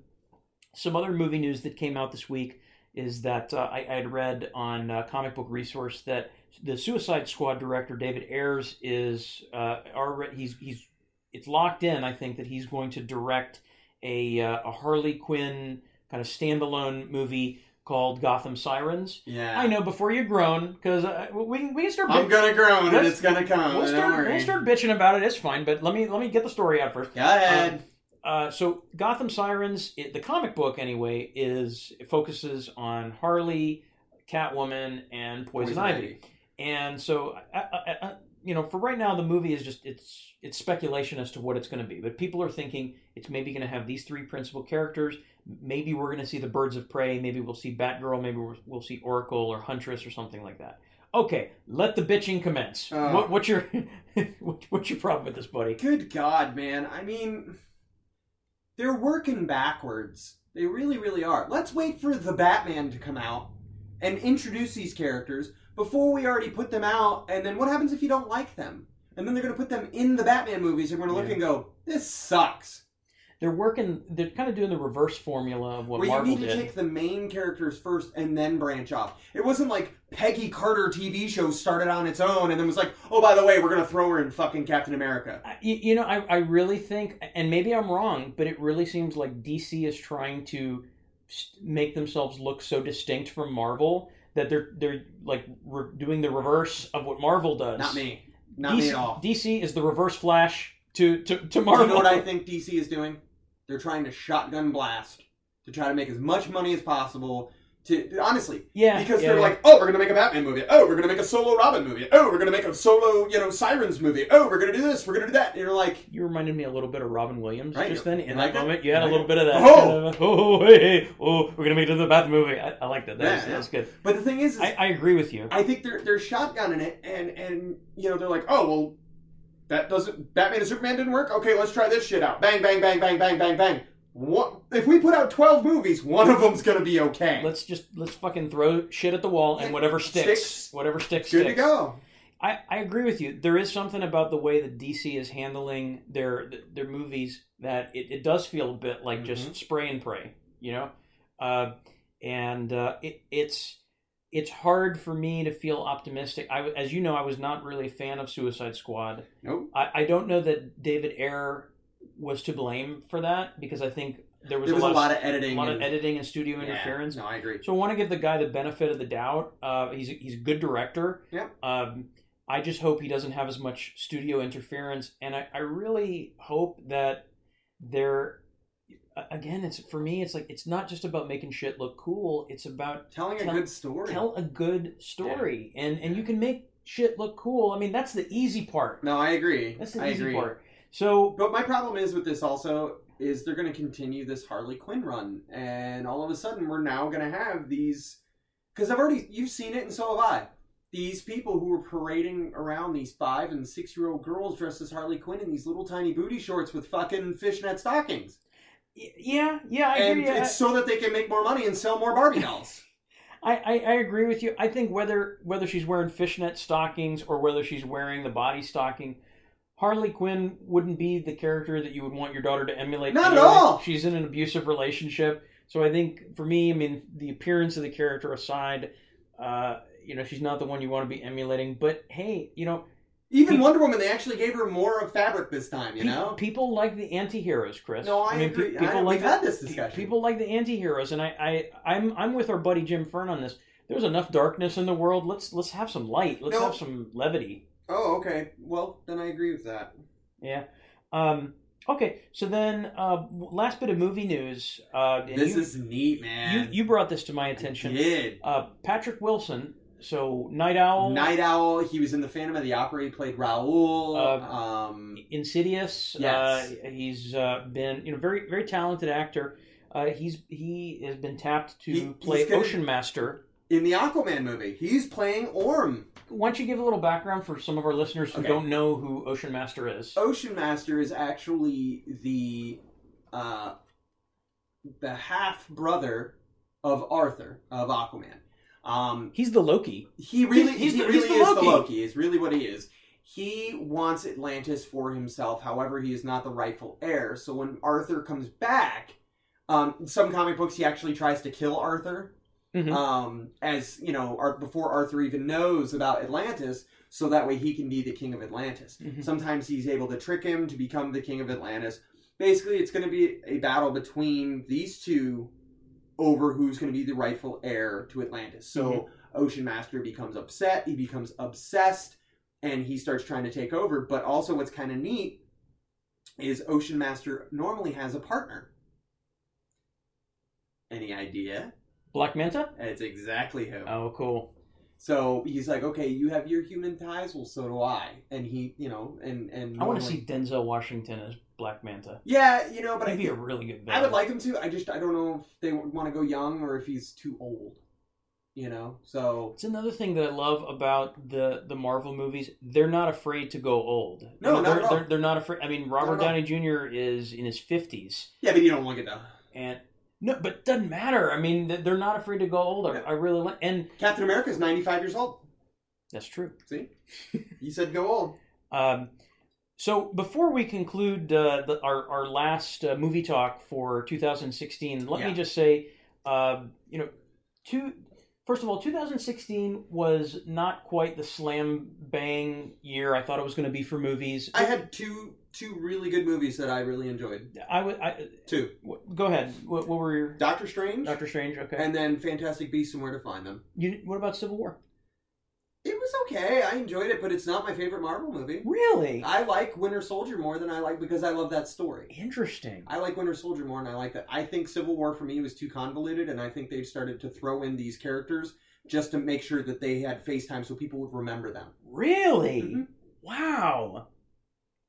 Speaker 1: some other movie news that came out this week is that uh, I, I had read on uh, Comic Book Resource that the Suicide Squad director David Ayers is uh, already he's he's it's locked in. I think that he's going to direct a uh, a Harley Quinn kind of standalone movie called Gotham Sirens.
Speaker 2: Yeah.
Speaker 1: I know before you groan because uh, we can, we can start.
Speaker 2: I'm gonna groan and
Speaker 1: Let's-
Speaker 2: it's gonna come.
Speaker 1: we'll
Speaker 2: don't
Speaker 1: start,
Speaker 2: worry.
Speaker 1: we'll start bitching about it. It's fine, but let me let me get the story out first.
Speaker 2: Go ahead.
Speaker 1: Uh, so Gotham Sirens, it, the comic book anyway, is it focuses on Harley, Catwoman, and Poison, Ivy. And so, I, I, I, you know, for right now, the movie is just it's it's speculation as to what it's going to be. But people are thinking it's maybe going to have these three principal characters. Maybe we're going to see the Birds of Prey. Maybe we'll see Batgirl. Maybe we'll- we'll see Oracle or Huntress or something like that. Okay, let the bitching commence.
Speaker 2: Oh.
Speaker 1: What, what's your what, what's your problem with this, buddy?
Speaker 2: Good God, man. I mean, they're working backwards. They really, really are. Let's wait for the Batman to come out and introduce these characters before we already put them out. And then what happens if you don't like them? And then they're gonna put them in the Batman movies and we're gonna look
Speaker 1: Yeah.
Speaker 2: and go, this sucks.
Speaker 1: they're working they're kind of doing the reverse formula of what
Speaker 2: Where
Speaker 1: marvel
Speaker 2: you need to
Speaker 1: did
Speaker 2: take the main characters first and then branch off. It wasn't like Peggy Carter TV show started on its own and then was like, oh, by the way, we're gonna throw her in fucking Captain America.
Speaker 1: I- you, you know I, I really think and maybe i'm wrong but it really seems like dc is trying to s- make themselves look so distinct from marvel that they're they're like re- doing the reverse of what marvel does
Speaker 2: Not me. Not
Speaker 1: DC,
Speaker 2: me at all.
Speaker 1: DC is the reverse flash to, to, to
Speaker 2: You
Speaker 1: Marvel.
Speaker 2: know what I think DC is doing? They're trying to shotgun blast to try to make as much money as possible. To honestly,
Speaker 1: yeah.
Speaker 2: because
Speaker 1: yeah,
Speaker 2: they're
Speaker 1: yeah.
Speaker 2: like, oh, we're gonna make a Batman movie. Oh, we're gonna make a solo Robin movie. Oh, we're gonna make a solo, you know, Sirens movie. Oh, we're gonna do this. We're gonna do that. And you're like,
Speaker 1: You reminded me a little bit of Robin Williams
Speaker 2: Right.
Speaker 1: just then. In
Speaker 2: Like
Speaker 1: that
Speaker 2: it?
Speaker 1: moment, you had
Speaker 2: Like
Speaker 1: a little
Speaker 2: it?
Speaker 1: bit of that.
Speaker 2: Oh!
Speaker 1: kind of, oh, hey, hey, oh, we're going to make it into the Batman movie. I, I like that. That,
Speaker 2: Yeah,
Speaker 1: was, that
Speaker 2: yeah.
Speaker 1: was good.
Speaker 2: but the thing is, is
Speaker 1: I, I agree with you.
Speaker 2: I think they're they're shotgunning it, and and you know they're like, oh well, that doesn't Batman and Superman didn't work. Okay, let's try this shit out. Bang bang bang bang bang bang bang. What if we put out twelve movies? One of them's gonna be okay.
Speaker 1: let's just let's fucking throw shit at the wall and
Speaker 2: Yeah,
Speaker 1: whatever sticks,
Speaker 2: sticks.
Speaker 1: whatever sticks,
Speaker 2: good to
Speaker 1: sticks.
Speaker 2: go.
Speaker 1: I, I agree with you. There is something about the way that DC is handling their their movies that it, it does feel a bit like
Speaker 2: Mm-hmm.
Speaker 1: just spray and pray, you know. Uh, and uh, it, it's it's hard for me to feel optimistic. I, w- as you know, I was not really a fan of Suicide Squad.
Speaker 2: Nope.
Speaker 1: I, I don't know that David Ayer was to blame for that because I think there was,
Speaker 2: There was
Speaker 1: a, lot
Speaker 2: of
Speaker 1: a
Speaker 2: editing.
Speaker 1: lot of
Speaker 2: and-
Speaker 1: editing and studio
Speaker 2: Yeah,
Speaker 1: interference.
Speaker 2: No, I agree.
Speaker 1: So I want to give the guy the benefit of the doubt. Uh, he's he's a good director.
Speaker 2: Yeah.
Speaker 1: Um, I just hope he doesn't have as much studio interference, and I, I really hope that there. Again, it's for me. It's like it's not just about making shit look cool. It's about
Speaker 2: Telling
Speaker 1: Tell-
Speaker 2: a good story.
Speaker 1: tell a good story, and and you can make shit look cool. I mean, that's the easy part.
Speaker 2: no, I agree.
Speaker 1: That's the
Speaker 2: I
Speaker 1: easy
Speaker 2: agree.
Speaker 1: part. So
Speaker 2: But my problem is with this also is they're going to continue this Harley Quinn run, and all of a sudden we're now going to have these because I've already you've seen it and so have I. These people who were parading around these five and six year old girls dressed as Harley Quinn in these little tiny booty shorts with fucking fishnet stockings,
Speaker 1: y- yeah, yeah, I
Speaker 2: and
Speaker 1: hear ya.
Speaker 2: it's so that they can make more money and sell more Barbie dolls.
Speaker 1: I, I, I agree with you. I think whether whether she's wearing fishnet stockings or whether she's wearing the body stocking, Harley Quinn wouldn't be the character that you would want your daughter to emulate.
Speaker 2: Not at all.
Speaker 1: She's in an abusive relationship, so I think for me, I mean, the appearance of the character aside, uh, you know, she's not the one you want to be emulating. But hey, you know,
Speaker 2: Even Wonder Woman, they actually gave her more of fabric this time. You
Speaker 1: pe-
Speaker 2: know,
Speaker 1: people like the anti-heroes, Chris.
Speaker 2: no, I,
Speaker 1: mean, pe-
Speaker 2: agree. I, we've had this discussion.
Speaker 1: People like the anti-heroes, and I, I, I'm, I'm with our buddy Jim Fern on this. There's enough darkness in the world. Let's let's have some light. Let's
Speaker 2: No.
Speaker 1: have some levity.
Speaker 2: oh, okay. Well, then I agree with that.
Speaker 1: Yeah. Um, okay. So then, uh, last bit of movie news. Uh, and
Speaker 2: This
Speaker 1: you,
Speaker 2: is neat,
Speaker 1: you
Speaker 2: man.
Speaker 1: you brought this to my attention.
Speaker 2: did.
Speaker 1: Uh, Patrick Wilson. So Night Owl,
Speaker 2: Night Owl. He was in the Phantom of the Opera. He played Raoul.
Speaker 1: Uh,
Speaker 2: um,
Speaker 1: Insidious.
Speaker 2: Yes.
Speaker 1: Uh, he's uh, been you know very very talented actor. Uh, he's he has been tapped to
Speaker 2: He- he's
Speaker 1: play
Speaker 2: gonna-
Speaker 1: Ocean Master.
Speaker 2: in the Aquaman movie, he's playing Orm.
Speaker 1: Why don't you give a little background for some of our listeners who
Speaker 2: Okay. Oh.
Speaker 1: don't know who Ocean Master is?
Speaker 2: Ocean Master is actually the uh, the half brother of Arthur of Aquaman. Um,
Speaker 1: He's the Loki.
Speaker 2: he really,
Speaker 1: He's- he's
Speaker 2: he
Speaker 1: the-
Speaker 2: really
Speaker 1: he's the
Speaker 2: is
Speaker 1: Loki.
Speaker 2: the Loki. Is really what he is. He wants Atlantis for himself. However, he is not the rightful heir. So when Arthur comes back, um, in some comic books he actually tries to kill Arthur.
Speaker 1: Mhm.
Speaker 2: Um, as you know, Ar- before Arthur even knows about Atlantis, so that way he can be the king of Atlantis.
Speaker 1: Mhm.
Speaker 2: Sometimes he's able to trick him to become the king of Atlantis. Basically, it's going to be a battle between these two over who's going to be the rightful heir to Atlantis. So
Speaker 1: Mm-hmm.
Speaker 2: Ocean Master becomes upset, he becomes obsessed, and he starts trying to take over. But also, what's kind of neat is Ocean Master normally has a partner. Any idea?
Speaker 1: Black Manta?
Speaker 2: It's exactly him.
Speaker 1: Oh, cool.
Speaker 2: So he's like, okay, you have your human ties, well, so do I. And he, you know, and and
Speaker 1: I want to
Speaker 2: normally-
Speaker 1: see Denzel Washington as Black Manta.
Speaker 2: Yeah, you know, but
Speaker 1: But
Speaker 2: I
Speaker 1: That'd be a
Speaker 2: think,
Speaker 1: really good villain.
Speaker 2: I would like him to. I just I don't know if they want to go young or if he's too old. You know, so
Speaker 1: It's another thing that I love about the the Marvel movies. They're not afraid to go old.
Speaker 2: No,
Speaker 1: they're,
Speaker 2: not at all.
Speaker 1: They're, they're not afraid. I mean, Robert
Speaker 2: Not at all.
Speaker 1: Downey Jr. is in his fifties,
Speaker 2: yeah, but you don't look at the
Speaker 1: and no, but it doesn't matter. I mean, th- they're not afraid to go old. I,
Speaker 2: Yeah.
Speaker 1: I really like, and
Speaker 2: Captain America is ninety five years old.
Speaker 1: that's true.
Speaker 2: See, you said go old.
Speaker 1: Um, so before we conclude uh, the, our our last uh, movie talk for 2016, let me
Speaker 2: Yeah.
Speaker 1: just say, uh, you know, two. First of all, 2016 was not quite the slam bang year I thought it was going to be for movies.
Speaker 2: I had two two really good movies that I really enjoyed.
Speaker 1: I would. I,
Speaker 2: Two,
Speaker 1: w- go ahead. What, what were your
Speaker 2: Doctor Strange,
Speaker 1: Doctor Strange? Okay.
Speaker 2: and then Fantastic Beasts and Where to Find Them.
Speaker 1: you, what about Civil War?
Speaker 2: It was okay. I enjoyed it, but it's not my favorite Marvel movie.
Speaker 1: Really?
Speaker 2: I like Winter Soldier more than I like because I love that story.
Speaker 1: Interesting.
Speaker 2: I like Winter Soldier more, and I like that. I think Civil War for me was too convoluted, and I think they've started to throw in these characters just to make sure that they had FaceTime so people would remember them.
Speaker 1: Really?
Speaker 2: Mhm.
Speaker 1: Wow.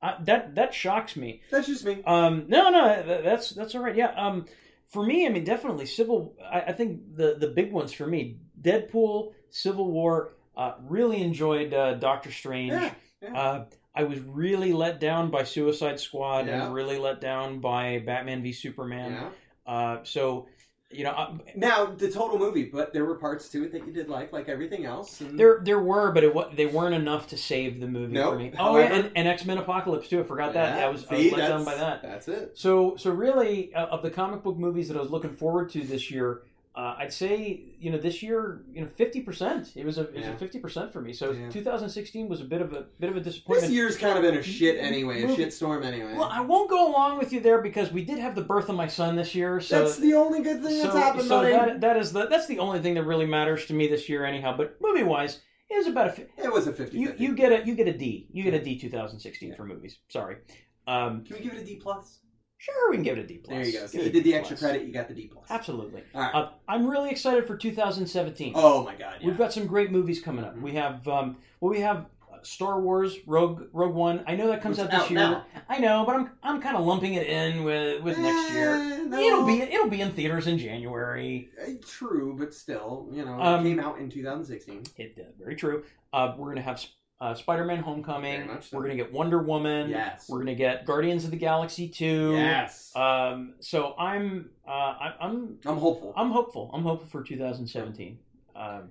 Speaker 1: Uh, that that shocks me.
Speaker 2: That's just me.
Speaker 1: Um, no, no, th- that's that's all right. Yeah. Um, for me, I mean, definitely Civil. I, I think the the big ones for me: Deadpool, Civil War. Uh, really enjoyed uh, Doctor Strange.
Speaker 2: Yeah, yeah.
Speaker 1: Uh, I was really let down by Suicide Squad,
Speaker 2: Yeah.
Speaker 1: and really let down by Batman v Superman.
Speaker 2: yeah.
Speaker 1: Uh, so, you know, uh,
Speaker 2: Now the total movie, but there were parts to it that you did like, like everything else. And
Speaker 1: there there were, but it wa- they weren't enough to save the movie
Speaker 2: Nope.
Speaker 1: for me. oh,
Speaker 2: However-
Speaker 1: yeah, and, and X Men Apocalypse too. I forgot that.
Speaker 2: Yeah.
Speaker 1: I was, I
Speaker 2: See,
Speaker 1: was let down
Speaker 2: that's-
Speaker 1: by that.
Speaker 2: That's it.
Speaker 1: So, so really, uh, of the comic book movies that I was looking forward to this year, uh, I'd say you know this year, you know, fifty percent. It was a it was
Speaker 2: Yeah.
Speaker 1: a fifty percent for me. So,
Speaker 2: Yeah.
Speaker 1: 2016 was a bit of a bit of a
Speaker 2: This
Speaker 1: disappointment. Mm-hmm.
Speaker 2: year's kind of been a shit anyway, a
Speaker 1: Movie-
Speaker 2: shit storm anyway.
Speaker 1: well, I won't go along with you there because we did have the birth of my son this year. So.
Speaker 2: that's the only good thing that's
Speaker 1: so,
Speaker 2: happened.
Speaker 1: so
Speaker 2: buddy.
Speaker 1: that, that is the that's the only thing that really matters to me this year, anyhow. But movie wise, it was about a fi-
Speaker 2: it was a 50
Speaker 1: you you get a you get a D you get a D 2016
Speaker 2: Yeah.
Speaker 1: for movies. Sorry, um,
Speaker 2: Can we give it a D plus?
Speaker 1: sure we can give it a D plus.
Speaker 2: There you go. So
Speaker 1: Give it
Speaker 2: you
Speaker 1: a
Speaker 2: did
Speaker 1: D
Speaker 2: the extra
Speaker 1: plus.
Speaker 2: credit. You got the D plus.
Speaker 1: Absolutely.
Speaker 2: All right.
Speaker 1: Uh, I'm really excited for 2017.
Speaker 2: oh my god. Yeah. Mm-hmm.
Speaker 1: We've got some great movies coming up. We have um, well, we have uh, Star Wars Rogue Rogue One. I know that comes
Speaker 2: It's
Speaker 1: out this
Speaker 2: out
Speaker 1: year.
Speaker 2: now.
Speaker 1: I know, but I'm I'm kind of lumping it in with with next year.
Speaker 2: Eh, no.
Speaker 1: It'll be it'll be in theaters in January.
Speaker 2: Eh, true, but still, you know, it
Speaker 1: Um,
Speaker 2: came out in 2016.
Speaker 1: It uh, very true. Uh, we're gonna have uh, Spider Man Homecoming.
Speaker 2: Very much so.
Speaker 1: We're gonna get Wonder Woman.
Speaker 2: Yes.
Speaker 1: We're gonna get Guardians of the Galaxy two.
Speaker 2: yes.
Speaker 1: Um, so I'm uh, I, I'm
Speaker 2: I'm hopeful.
Speaker 1: I'm hopeful. I'm hopeful for 2017. Um,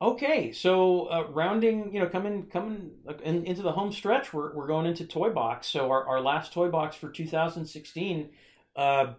Speaker 1: okay, so uh, rounding, you know, coming coming in, into the home stretch, we're, we're going into Toy Box. So our, our last Toy Box for 2016. Uh,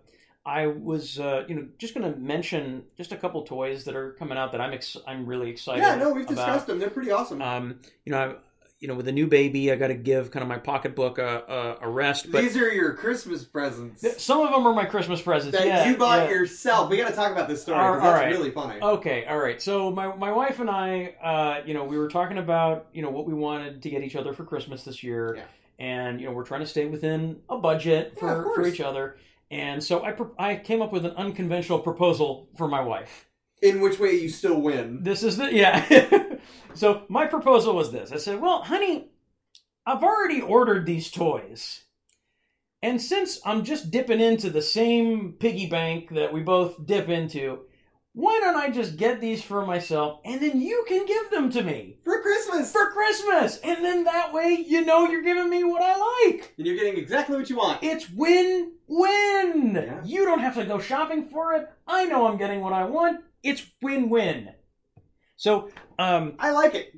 Speaker 1: I was, uh, you know, just going to mention just a couple toys that are coming out that I'm ex- I'm really excited.
Speaker 2: yeah, no, we've
Speaker 1: about.
Speaker 2: discussed them. They're pretty awesome.
Speaker 1: Um, you know, I, you know, with a new baby, I got to give kind of my pocketbook a, a, a rest. But
Speaker 2: These are your Christmas presents
Speaker 1: th- some of them are my Christmas presents.
Speaker 2: that
Speaker 1: yeah,
Speaker 2: you bought
Speaker 1: yeah.
Speaker 2: yourself. We got to talk about this story.
Speaker 1: All-
Speaker 2: 'cause that's
Speaker 1: all right. Oh.
Speaker 2: really funny.
Speaker 1: Okay, all right. So my, my wife and I, uh, you know, we were talking about you know what we wanted to get each other for Christmas this year,
Speaker 2: Yeah.
Speaker 1: and you know we're trying to stay within a budget
Speaker 2: Yeah, of
Speaker 1: for, for
Speaker 2: course.
Speaker 1: each other. And so I pro- I came up with an unconventional proposal for my wife.
Speaker 2: In which way you still win?
Speaker 1: This is the yeah. so my proposal was this. I said, "Well, honey, I've already ordered these toys." And since I'm just dipping into the same piggy bank that we both dip into, why don't I just get these for myself and then you can give them to me
Speaker 2: For Christmas!
Speaker 1: for Christmas? And then that way you know you're giving me what I like.
Speaker 2: and you're getting exactly what you want.
Speaker 1: It's win win.
Speaker 2: Yeah.
Speaker 1: You don't have to go shopping for it. I know I'm getting what I want. It's win win. So, um,
Speaker 2: I like it.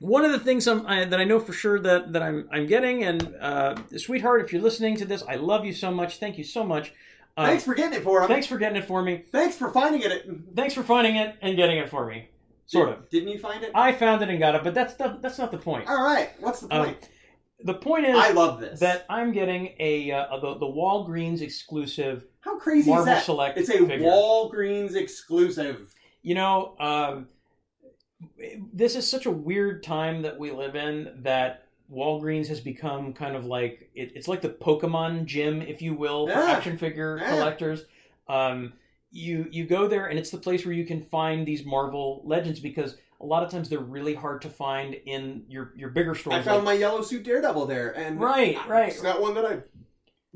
Speaker 1: one of the things I'm, I, that I know for sure that, that I'm, I'm getting, and uh, sweetheart, if you're listening to this, I love you so much. Thank you so much. Uh,
Speaker 2: Thanks for getting it for him.
Speaker 1: thanks for getting it for me.
Speaker 2: Thanks for finding it.
Speaker 1: Thanks for finding it and getting it for me. Sort of.
Speaker 2: Didn't you find it?
Speaker 1: I found it and got it, but that's the, that's not the point.
Speaker 2: All right. What's the
Speaker 1: Um,
Speaker 2: point?
Speaker 1: The point is
Speaker 2: I love this.
Speaker 1: that I'm getting a uh, the, the Walgreens exclusive
Speaker 2: How crazy
Speaker 1: Marvel
Speaker 2: is that?
Speaker 1: Select
Speaker 2: it's a
Speaker 1: figure.
Speaker 2: Walgreens exclusive.
Speaker 1: you know um, this is such a weird time that we live in that walgreens has become kind of like it, it's like the pokemon gym if you will for
Speaker 2: Yeah.
Speaker 1: action figure
Speaker 2: Yeah.
Speaker 1: collectors um, you you go there and it's the place where you can find these marvel legends because a lot of times they're really hard to find in your your bigger stores
Speaker 2: I found
Speaker 1: like-
Speaker 2: my yellow suit Daredevil there, and
Speaker 1: Right,
Speaker 2: I-
Speaker 1: right.
Speaker 2: It's not one that I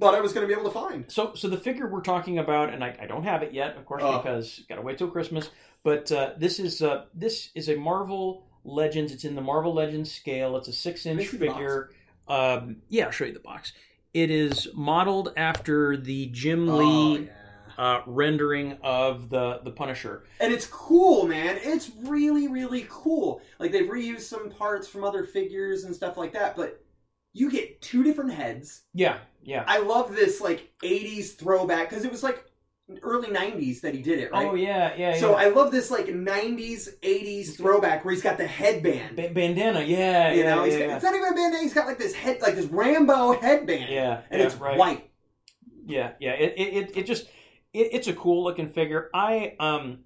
Speaker 2: thought I was going to be able to find.
Speaker 1: so so the figure we're talking about and i, I don't have it yet of course
Speaker 2: Oh.
Speaker 1: because gotta wait till christmas but uh, this is uh, this is a marvel legends it's in the marvel legends scale it's a six inch
Speaker 2: Let me see the box.
Speaker 1: figure um, yeah i'll show you the box it is modeled after the jim
Speaker 2: Oh,
Speaker 1: lee
Speaker 2: yeah.
Speaker 1: uh, rendering of the the punisher
Speaker 2: And it's cool, man. It's really, really cool. Like they've reused some parts from other figures and stuff like that, but you get two different heads.
Speaker 1: yeah yeah
Speaker 2: I love this like '80s throwback because it was like early '90s that he did it, right?
Speaker 1: oh yeah yeah
Speaker 2: So
Speaker 1: yeah.
Speaker 2: I love this like '90s, '80s throwback where he's got the headband.
Speaker 1: Ba- bandana yeah
Speaker 2: you
Speaker 1: yeah
Speaker 2: know, he's
Speaker 1: yeah,
Speaker 2: got,
Speaker 1: yeah.
Speaker 2: it's not even a bandana. He's got like this head, like this Rambo headband.
Speaker 1: yeah
Speaker 2: and
Speaker 1: yeah,
Speaker 2: it's
Speaker 1: right.
Speaker 2: white.
Speaker 1: Yeah, yeah. It it, it, it just it, it's a cool looking figure. I um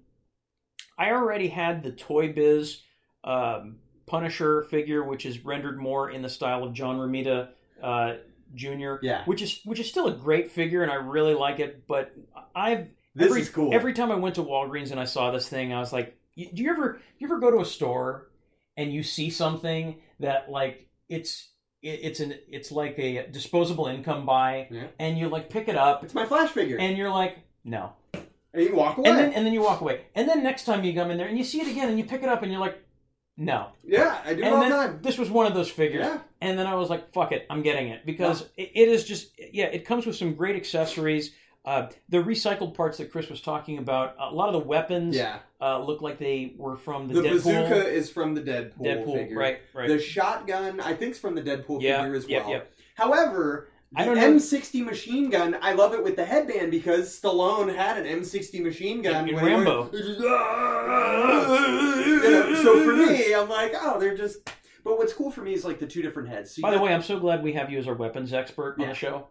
Speaker 1: I already had the Toy Biz um Punisher figure, which is rendered more in the style of John Romita uh, Jr.
Speaker 2: Yeah.
Speaker 1: which is which is still a great figure, and I really like it. But I've
Speaker 2: This
Speaker 1: every,
Speaker 2: is cool.
Speaker 1: Every time I went to Walgreens and I saw this thing, I was like, y- "Do you ever you ever go to a store and you see something that like it's it, it's an it's like a disposable income buy,
Speaker 2: Yeah.
Speaker 1: and you like pick it up
Speaker 2: it's my Flash figure. And,
Speaker 1: and you're like, no,
Speaker 2: you walk away.
Speaker 1: and then and then you walk away, and then next time you come in there and you see it again and you pick it up and you're like, no,
Speaker 2: yeah, I do it all
Speaker 1: and
Speaker 2: the
Speaker 1: then
Speaker 2: time.
Speaker 1: this was one of those figures.
Speaker 2: Yeah.
Speaker 1: And then I was like, fuck it, I'm getting it. Because it, it is just, yeah, it comes with some great accessories. Uh, the recycled parts that Chris was talking about, a lot of the weapons
Speaker 2: Yeah.
Speaker 1: uh, look like they were from the,
Speaker 2: The,
Speaker 1: Deadpool.
Speaker 2: bazooka is from the Deadpool,
Speaker 1: Deadpool,
Speaker 2: figure.
Speaker 1: right, right.
Speaker 2: The shotgun, I think, is from the Deadpool
Speaker 1: Yeah,
Speaker 2: figure as
Speaker 1: yeah,
Speaker 2: well.
Speaker 1: yeah.
Speaker 2: However, the
Speaker 1: I don't know-
Speaker 2: M60 machine gun, I love it with the headband because Stallone had an M60 machine gun.
Speaker 1: In- in
Speaker 2: when he
Speaker 1: Rambo.
Speaker 2: went- Yeah, so for me, I'm like, oh, they're just. But what's cool for me is like the two different heads. So you
Speaker 1: By the
Speaker 2: got-
Speaker 1: way, I'm so glad we have you as our weapons expert on
Speaker 2: Yeah.
Speaker 1: the show.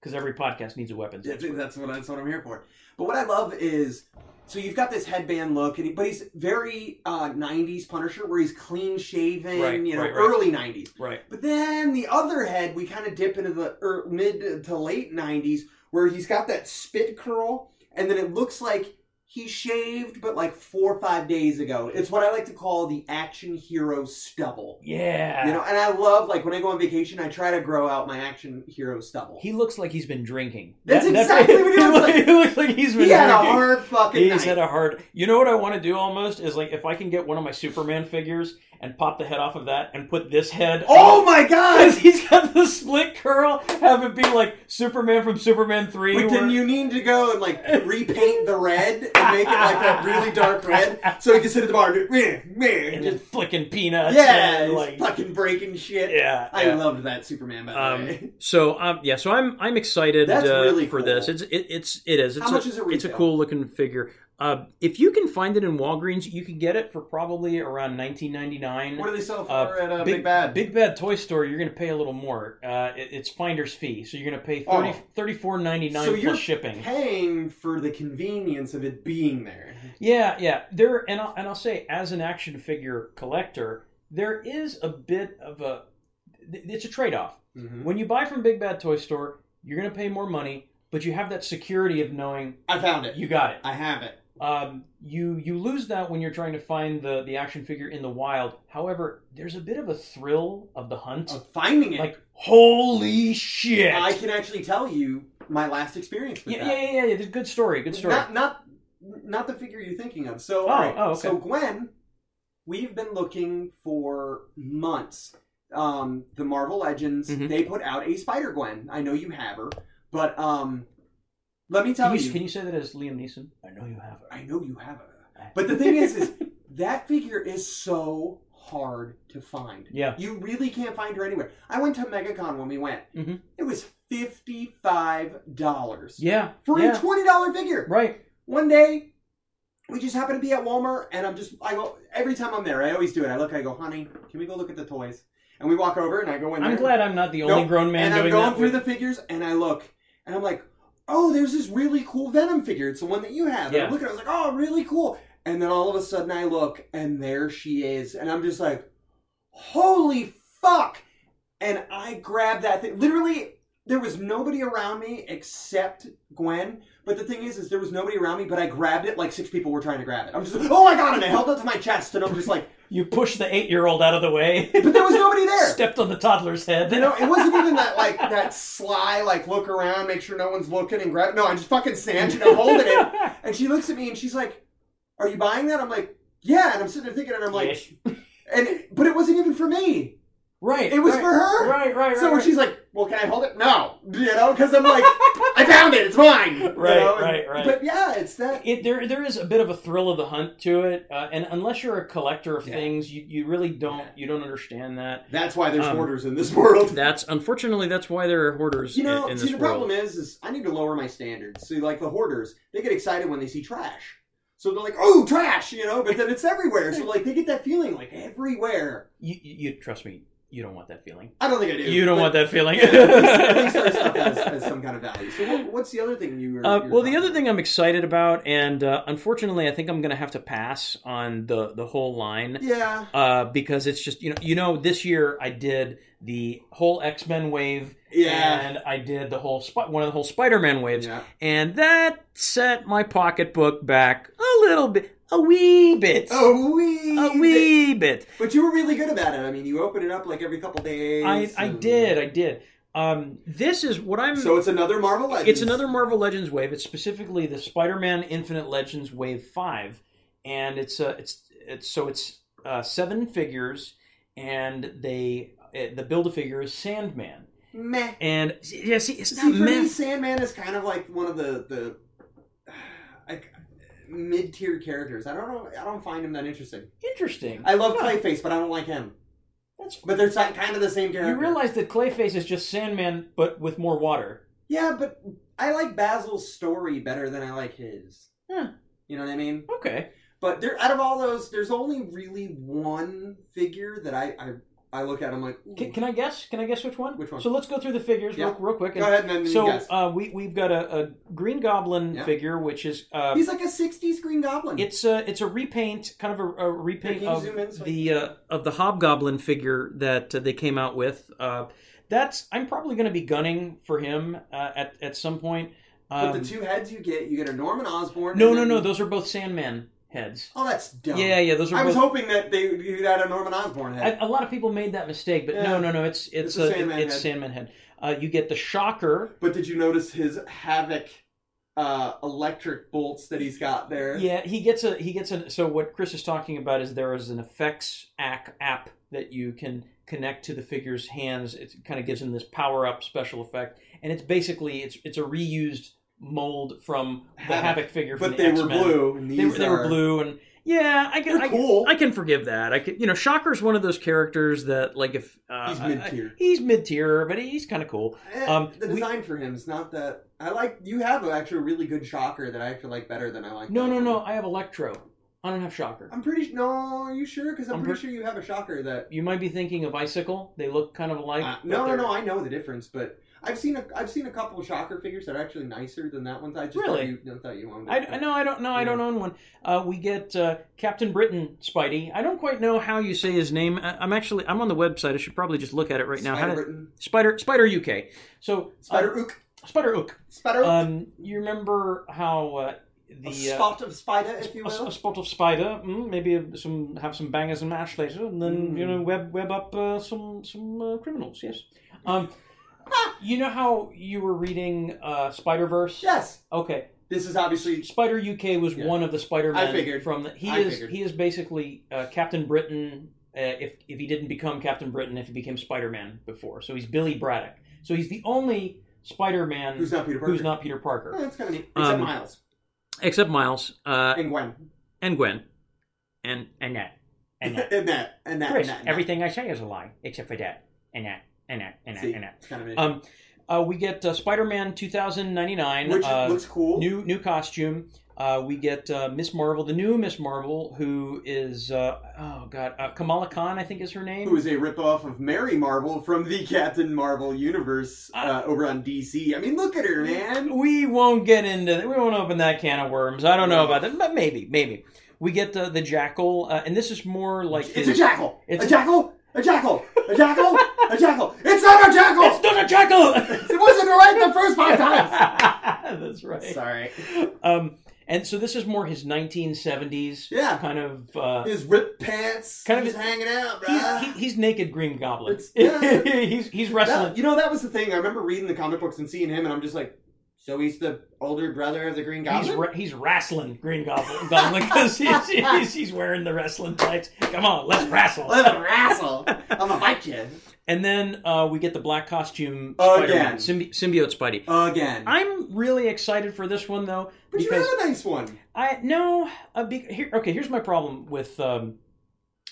Speaker 1: Because every podcast needs a weapons
Speaker 2: Yeah, I
Speaker 1: expert.
Speaker 2: think that's what that's what I'm here for. But what I love is so you've got this headband look, and he, but he's very uh, '90s Punisher, where he's clean shaven,
Speaker 1: Right,
Speaker 2: you know,
Speaker 1: right, right.
Speaker 2: early '90s.
Speaker 1: Right.
Speaker 2: But then the other head, we kind of dip into the er, mid to late '90s, where he's got that spit curl, and then it looks like he shaved, but like four or five days ago. It's what I like to call the action hero stubble.
Speaker 1: Yeah.
Speaker 2: You know, and I love like when I go on vacation, I try to grow out my action hero stubble.
Speaker 1: he looks like he's been drinking.
Speaker 2: That's exactly what he looks like.
Speaker 1: He looks like he's been
Speaker 2: he had a
Speaker 1: drinking.
Speaker 2: hard fucking
Speaker 1: He's
Speaker 2: night.
Speaker 1: had a hard. You know what I want to do almost is like if I can get one of my Superman figures and pop the head off of that and put this head.
Speaker 2: Oh my god!
Speaker 1: Because he's got the split curl, have it be like Superman from Superman Three.
Speaker 2: But
Speaker 1: where-
Speaker 2: then you need to go and like repaint the red and make it like that really dark red, so he can sit at the bar and do meh meh.
Speaker 1: and
Speaker 2: and
Speaker 1: then
Speaker 2: Just,
Speaker 1: flicking peanuts.
Speaker 2: yeah,
Speaker 1: and,
Speaker 2: he's
Speaker 1: like
Speaker 2: fucking breaking shit.
Speaker 1: yeah.
Speaker 2: I
Speaker 1: yeah.
Speaker 2: loved that Superman by the way.
Speaker 1: Um, so um, yeah, so I'm I'm excited
Speaker 2: That's
Speaker 1: uh,
Speaker 2: really
Speaker 1: for
Speaker 2: cool.
Speaker 1: this. It's it, it's it is. It's
Speaker 2: How
Speaker 1: a,
Speaker 2: much is it
Speaker 1: It's a
Speaker 2: retail?
Speaker 1: cool looking figure. Uh, if you can find it in Walgreens, you can get it for probably around 19.99.
Speaker 2: What do they sell for
Speaker 1: Uh,
Speaker 2: at uh,
Speaker 1: Big-
Speaker 2: Big, Bad?
Speaker 1: Big Bad Toy Store, you're going to pay a little more. Uh, it- it's finder's fee, so you're going to pay 30,
Speaker 2: Oh.
Speaker 1: 34
Speaker 2: So you're
Speaker 1: plus shipping.
Speaker 2: Paying for the convenience of it being there.
Speaker 1: Yeah, yeah. There, and I'll, and I'll say, as an action figure collector, there is a bit of a th- it's a trade off.
Speaker 2: Mhm.
Speaker 1: When you buy from Big Bad Toy Store, you're going to pay more money, but you have that security of knowing
Speaker 2: I found it.
Speaker 1: you got it.
Speaker 2: I have it.
Speaker 1: Um, you you lose that when you're trying to find the the action figure in the wild. However, there's a bit of a thrill of the hunt.
Speaker 2: Of finding it,
Speaker 1: Like holy shit!
Speaker 2: Oh, I can actually tell you my last experience with
Speaker 1: Yeah,
Speaker 2: that.
Speaker 1: yeah, yeah, yeah, yeah. Good story. Good story.
Speaker 2: Not not not the figure you're thinking of. So
Speaker 1: Oh,
Speaker 2: all right.
Speaker 1: oh, okay.
Speaker 2: so Gwen, we've been looking for months. Um, the Marvel Legends
Speaker 1: Mhm.
Speaker 2: they put out a Spider Gwen. I know you have her, but um, let me tell
Speaker 1: Can
Speaker 2: you,
Speaker 1: you, can you say that as Liam Neeson? I know you have her.
Speaker 2: I know you have her. But the thing is, is that figure is so hard to find.
Speaker 1: Yeah.
Speaker 2: You really can't find her anywhere. I went to MegaCon when we went.
Speaker 1: Mhm.
Speaker 2: It was fifty five dollars
Speaker 1: Yeah.
Speaker 2: for
Speaker 1: yeah.
Speaker 2: a twenty dollar figure.
Speaker 1: Right.
Speaker 2: One day, we just happen to be at Walmart, and I'm just, I go, every time I'm there, I always do it. I look, I go, honey, can we go look at the toys? And we walk over, and I go in
Speaker 1: I'm
Speaker 2: there,
Speaker 1: glad I'm not the only
Speaker 2: Nope.
Speaker 1: grown man
Speaker 2: and I'm
Speaker 1: doing
Speaker 2: going
Speaker 1: that.
Speaker 2: through
Speaker 1: with-
Speaker 2: the figures, and I look, and I'm like, oh, there's this really cool Venom figure. It's the one that you have. And
Speaker 1: Yeah.
Speaker 2: I'm looking, I was like, oh, really cool. And then all of a sudden, I look, and there she is, and I'm just like, holy fuck! And I grabbed that thing. Literally, there was nobody around me except Gwen. But the thing is, is there was nobody around me, but I grabbed it like six people were trying to grab it. I'm just like, oh my god! And I held it to my chest, and I'm just like,
Speaker 1: You push the eight-year-old out of the way.
Speaker 2: but there was nobody there.
Speaker 1: Stepped on the toddler's head.
Speaker 2: You know, it wasn't even that like that sly like look around, make sure no one's looking and grab. No, I just fucking snatched it. I'm holding it, and she looks at me and she's like, "Are you buying that?" I'm like, "Yeah," and I'm sitting there thinking, and I'm like,
Speaker 1: Yes.
Speaker 2: "And it, but it wasn't even for me.
Speaker 1: Right.
Speaker 2: It was
Speaker 1: right.
Speaker 2: for her."
Speaker 1: Right. Right. Right.
Speaker 2: So
Speaker 1: right.
Speaker 2: she's like, "Well, can I hold it?" No, you know, because I'm like, "I found it. It's mine." you
Speaker 1: Right,
Speaker 2: know, and-
Speaker 1: right, right.
Speaker 2: But yeah, it's that.
Speaker 1: it, there there is a bit of a thrill of the hunt to it, uh, and unless you're a collector of
Speaker 2: Yeah.
Speaker 1: things, you, you really don't
Speaker 2: Yeah.
Speaker 1: you don't understand that.
Speaker 2: That's why there's
Speaker 1: Um,
Speaker 2: hoarders in this world.
Speaker 1: That's unfortunately that's why there are hoarders.
Speaker 2: You know,
Speaker 1: in, in
Speaker 2: see,
Speaker 1: this
Speaker 2: the
Speaker 1: world.
Speaker 2: problem is, is I need to lower my standards. See, like the hoarders, they get excited when they see trash, so they're like, "Oh, trash!" You know, but then it's everywhere. So like, they get that feeling like everywhere.
Speaker 1: You, you, you trust me. You don't want that feeling.
Speaker 2: I don't think I do.
Speaker 1: You don't
Speaker 2: but-
Speaker 1: want that feeling.
Speaker 2: Yeah, at least- at least our stuff has, has some kind of value. So what, what's the other thing you were?
Speaker 1: Uh,
Speaker 2: you
Speaker 1: well,
Speaker 2: were
Speaker 1: the
Speaker 2: talking
Speaker 1: other
Speaker 2: about?
Speaker 1: thing I'm excited about, and uh, unfortunately, I think I'm going to have to pass on the the whole line
Speaker 2: Yeah.
Speaker 1: uh, because it's just you know you know this year I did the whole X Men wave,
Speaker 2: Yeah.
Speaker 1: and I did the whole Sp- one of the whole Spider Man waves,
Speaker 2: Yeah.
Speaker 1: and that set my pocketbook back a little bit, a wee bit,
Speaker 2: Oh, we.
Speaker 1: a wee bit.
Speaker 2: But you were really good about it. I mean, you open it up like every couple days.
Speaker 1: I I
Speaker 2: and-
Speaker 1: did I did. Um, this is what I'm.
Speaker 2: So it's another Marvel Legends.
Speaker 1: It's another Marvel Legends wave. It's specifically the Spider-Man Infinite Legends Wave Five, and it's uh, it's it's so it's uh, seven figures, and they uh, the build a figure is Sandman,
Speaker 2: meh.
Speaker 1: and yeah, see, it's
Speaker 2: See,
Speaker 1: not
Speaker 2: for me,
Speaker 1: mess.
Speaker 2: Sandman is kind of like one of the the like mid tier characters. I don't know. I don't find him that interesting.
Speaker 1: Interesting.
Speaker 2: I love
Speaker 1: Huh.
Speaker 2: Clayface, but I don't like him.
Speaker 1: That's
Speaker 2: But they're si- kind of the same character.
Speaker 1: you realize that Clayface is just Sandman, but with more water.
Speaker 2: Yeah, but I like Basil's story better than I like his.
Speaker 1: Huh.
Speaker 2: You know what I mean?
Speaker 1: Okay.
Speaker 2: But there, out of all those, there's only really one figure that I I, I look at. I'm like, ooh.
Speaker 1: Can, can I guess? Can I guess which one?
Speaker 2: Which one?
Speaker 1: So let's go through the figures
Speaker 2: Yeah.
Speaker 1: real, real quick.
Speaker 2: go
Speaker 1: And
Speaker 2: ahead and then
Speaker 1: so
Speaker 2: you guess.
Speaker 1: uh, we we've got a, a Green Goblin
Speaker 2: Yeah.
Speaker 1: figure, which is uh,
Speaker 2: He's like a '60s Green Goblin.
Speaker 1: It's a it's a repaint, kind of a, a repaint
Speaker 2: Can you
Speaker 1: of
Speaker 2: zoom in so I
Speaker 1: the uh, of the Hobgoblin figure that uh, they came out with. Uh, that's I'm probably going to be gunning for him uh, at at some point.
Speaker 2: but
Speaker 1: Um,
Speaker 2: the two heads you get, you get a Norman Osborn.
Speaker 1: no,
Speaker 2: and
Speaker 1: no,
Speaker 2: then-
Speaker 1: no. Those are both Sandman heads.
Speaker 2: Oh, that's dumb.
Speaker 1: Yeah, yeah. Those are
Speaker 2: I was
Speaker 1: both.
Speaker 2: hoping that they would do that a Norman Osborn
Speaker 1: I,
Speaker 2: head.
Speaker 1: a lot of people made that mistake, but
Speaker 2: Yeah.
Speaker 1: no, no, no. It's it's,
Speaker 2: It's
Speaker 1: uh,
Speaker 2: a Sandman
Speaker 1: it's
Speaker 2: head.
Speaker 1: Sandman head. Uh, you get the Shocker.
Speaker 2: but did you notice his havoc uh, electric bolts that he's got there?
Speaker 1: Yeah, he gets a he gets a. So what Chris is talking about is there is an effects app app that you can connect to the figure's hands. It kind of gives him this power up special effect, and it's basically it's it's a reused mold from the
Speaker 2: Havoc.
Speaker 1: Havoc, figure. From
Speaker 2: But
Speaker 1: the
Speaker 2: they were
Speaker 1: X-Men.
Speaker 2: blue. And
Speaker 1: They, were-
Speaker 2: these
Speaker 1: they were
Speaker 2: are-
Speaker 1: blue, and yeah, I can
Speaker 2: They're
Speaker 1: I,
Speaker 2: cool.
Speaker 1: I can forgive that. I can you know Shocker's one of those characters that like if uh,
Speaker 2: He's
Speaker 1: I- I-
Speaker 2: mid-tier.
Speaker 1: he's mid tier, but he's kind of cool.
Speaker 2: Eh,
Speaker 1: Um,
Speaker 2: the
Speaker 1: we-
Speaker 2: design for him is not that. I like. You have a- actually a really good shocker that I actually like better than I like.
Speaker 1: No,
Speaker 2: that
Speaker 1: no,
Speaker 2: one.
Speaker 1: no. I have Electro. I don't have Shocker.
Speaker 2: I'm pretty. No, are you sure? Because I'm,
Speaker 1: I'm
Speaker 2: pretty
Speaker 1: pre-
Speaker 2: sure you have a shocker that.
Speaker 1: you might be thinking of Icicle. They look kind of alike.
Speaker 2: Uh,
Speaker 1: but
Speaker 2: no, no,
Speaker 1: they're-
Speaker 2: no. I know the difference, but I've seen a I've seen a couple shocker figures that are actually nicer than that one. I just
Speaker 1: Really?
Speaker 2: thought you, thought you owned it.
Speaker 1: I, I know I don't know I
Speaker 2: Yeah.
Speaker 1: don't own one. Uh, we get uh, Captain Britain, Spidey. I don't quite know how you say his name. I, I'm actually I'm on the website. I should probably just look at it right now. How did-
Speaker 2: Spider Britain,
Speaker 1: Spider Spider UK. So
Speaker 2: Spider Ook,
Speaker 1: uh, Spider Ook.
Speaker 2: Spider Ook,
Speaker 1: Um, you remember how uh, the
Speaker 2: a
Speaker 1: uh,
Speaker 2: spot of spider, if you
Speaker 1: a, s- a
Speaker 2: will.
Speaker 1: spot of spider, mm, maybe some have some bangers and mash later, and then you
Speaker 2: Mm.
Speaker 1: know web web up uh, some some uh, criminals. Yes. Um, you know how you were reading uh, Spider Verse?
Speaker 2: Yes,
Speaker 1: Okay.
Speaker 2: this is obviously
Speaker 1: Spider UK was
Speaker 2: Yeah.
Speaker 1: one of the Spider Men.
Speaker 2: I figured.
Speaker 1: from the, he
Speaker 2: I
Speaker 1: is
Speaker 2: figured.
Speaker 1: he is basically uh, Captain Britain. Uh, if if he didn't become Captain Britain, if he became Spider Man before, so he's Billy Braddock. So he's the only Spider Man
Speaker 2: who's not Peter Parker.
Speaker 1: who's not Peter
Speaker 2: Oh,
Speaker 1: Parker,
Speaker 2: that's kind of neat. Except
Speaker 1: Um,
Speaker 2: Miles
Speaker 1: except Miles uh,
Speaker 2: and Gwen
Speaker 1: and Gwen and and that and that.
Speaker 2: and that and that.
Speaker 1: Chris,
Speaker 2: and that, and
Speaker 1: everything I say is a lie except for that and that and that and that
Speaker 2: That. See,
Speaker 1: and that.
Speaker 2: it's kind of an
Speaker 1: Um, uh, we get uh, Spider Man two thousand ninety nine,
Speaker 2: issue. which
Speaker 1: uh,
Speaker 2: looks cool.
Speaker 1: new new costume. Uh, we get uh, Miss Marvel, the new Miss Marvel, who is uh, oh god, uh, Kamala Khan, I think is her name.
Speaker 2: who is a ripoff of Mary Marvel from the Captain Marvel universe uh, over on DC. I mean, look at her, man.
Speaker 1: we won't get into that. We won't open that can of worms. I don't know about that, but maybe, maybe we get the the jackal, uh, and this is more like
Speaker 2: It's a jackal.
Speaker 1: It's-
Speaker 2: a jackal. A jackal. A jackal. a jackal. It's not a jackal.
Speaker 1: It's not a jackal.
Speaker 2: It wasn't right the first five times.
Speaker 1: That's right.
Speaker 2: Sorry.
Speaker 1: Um, and so this is more his 1970s
Speaker 2: Yeah.
Speaker 1: kind of. Uh,
Speaker 2: His ripped pants.
Speaker 1: Kind of
Speaker 2: just
Speaker 1: his-
Speaker 2: hanging out,
Speaker 1: he's,
Speaker 2: bruh.
Speaker 1: he, he's naked Green Goblin.
Speaker 2: It's- yeah.
Speaker 1: he's he's
Speaker 2: That-
Speaker 1: wrestling.
Speaker 2: you know, that was the thing. I remember reading the comic books and seeing him, and I'm just like, so he's the older brother of the Green
Speaker 1: He's,
Speaker 2: Goblin?
Speaker 1: ra- he's wrestling Green Goblin Goblin because he's, he's, he's wearing the wrestling tights. Come on, let's wrestle.
Speaker 2: Let him wrestle. I'm gonna fight you.
Speaker 1: And then uh, we get the black costume
Speaker 2: Again.
Speaker 1: Spider-Man, symbi- symbiote Spidey.
Speaker 2: Again.
Speaker 1: I'm really excited for this one though
Speaker 2: but you
Speaker 1: because
Speaker 2: have a nice one.
Speaker 1: I no uh, be- here, okay. Here's my problem with um,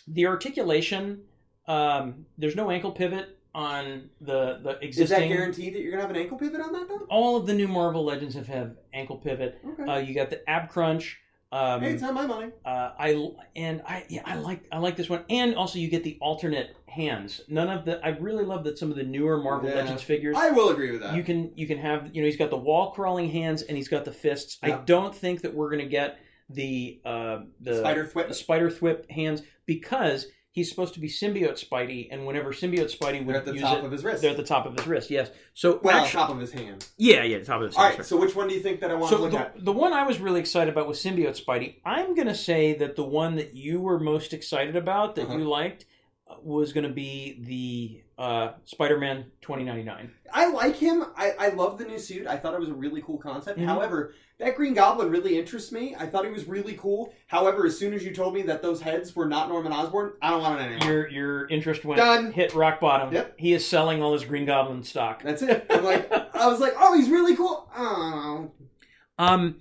Speaker 1: the articulation. Um, there's no ankle pivot on the the existing.
Speaker 2: Is that guaranteed that you're gonna have an ankle pivot on that though?
Speaker 1: All of the new Marvel Legends have have ankle pivot.
Speaker 2: Okay.
Speaker 1: Uh, you got the ab crunch. Um,
Speaker 2: hey, it's not my money.
Speaker 1: uh, I and I yeah, I like I like this one, and also you get the alternate hands. None of the I really love that some of the newer Marvel
Speaker 2: Yeah.
Speaker 1: Legends figures.
Speaker 2: I will agree with that.
Speaker 1: you can you can have you know he's got the wall crawling hands and he's got the fists. I
Speaker 2: Yeah.
Speaker 1: don't think that we're gonna get the uh, the
Speaker 2: Spider Thwip.
Speaker 1: spider thwip hands because he's supposed to be symbiote Spidey, and whenever symbiote Spidey would
Speaker 2: They're at the
Speaker 1: use
Speaker 2: top
Speaker 1: it,
Speaker 2: of his wrist.
Speaker 1: they're at the top of his wrist. Yes. So
Speaker 2: well,
Speaker 1: actually,
Speaker 2: top of his hand.
Speaker 1: yeah, yeah, top of his.
Speaker 2: All
Speaker 1: wrist.
Speaker 2: right. So which one do you think that I want to
Speaker 1: So
Speaker 2: look
Speaker 1: the,
Speaker 2: at?
Speaker 1: the one I was really excited about was Symbiote Spidey. I'm going to say that the one that you were most excited about that
Speaker 2: Uh-huh.
Speaker 1: you liked uh, was going to be the uh, Spider-Man 2099.
Speaker 2: I like him. I, I love the new suit. I thought it was a really cool concept.
Speaker 1: Mhm.
Speaker 2: However, that Green Goblin really interests me. I thought he was really cool. However, as soon as you told me that those heads were not Norman Osborn, I don't want it anymore.
Speaker 1: Your your interest went
Speaker 2: Done.
Speaker 1: hit rock bottom.
Speaker 2: Yep.
Speaker 1: He is selling all his Green Goblin stock.
Speaker 2: That's it. I'm like, I was like, oh, he's really cool. Oh,
Speaker 1: Um,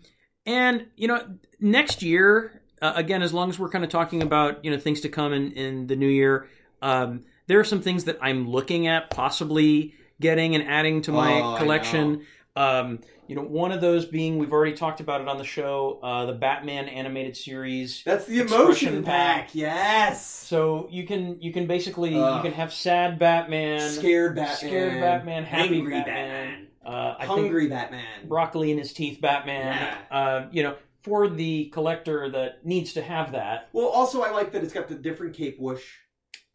Speaker 1: and you know, next year, uh, again, as long as we're kind of talking about you know things to come in in the new year, um, there are some things that I'm looking at possibly getting and adding to my
Speaker 2: Oh, I
Speaker 1: collection. Um, you know, one of those being we've already talked about it on the show, uh, the Batman animated series.
Speaker 2: that's the
Speaker 1: Expression
Speaker 2: emotion
Speaker 1: pack.
Speaker 2: pack. Yes.
Speaker 1: So you can you can basically you
Speaker 2: Ugh.
Speaker 1: can have sad Batman,
Speaker 2: Scared Batman.
Speaker 1: scared Batman, happy
Speaker 2: Angry
Speaker 1: Batman, Uh, I think
Speaker 2: Hungry Batman.
Speaker 1: broccoli in his teeth Batman. Uh, you know, for the collector that needs to have that.
Speaker 2: Well, also I like that it's got the different cape whoosh.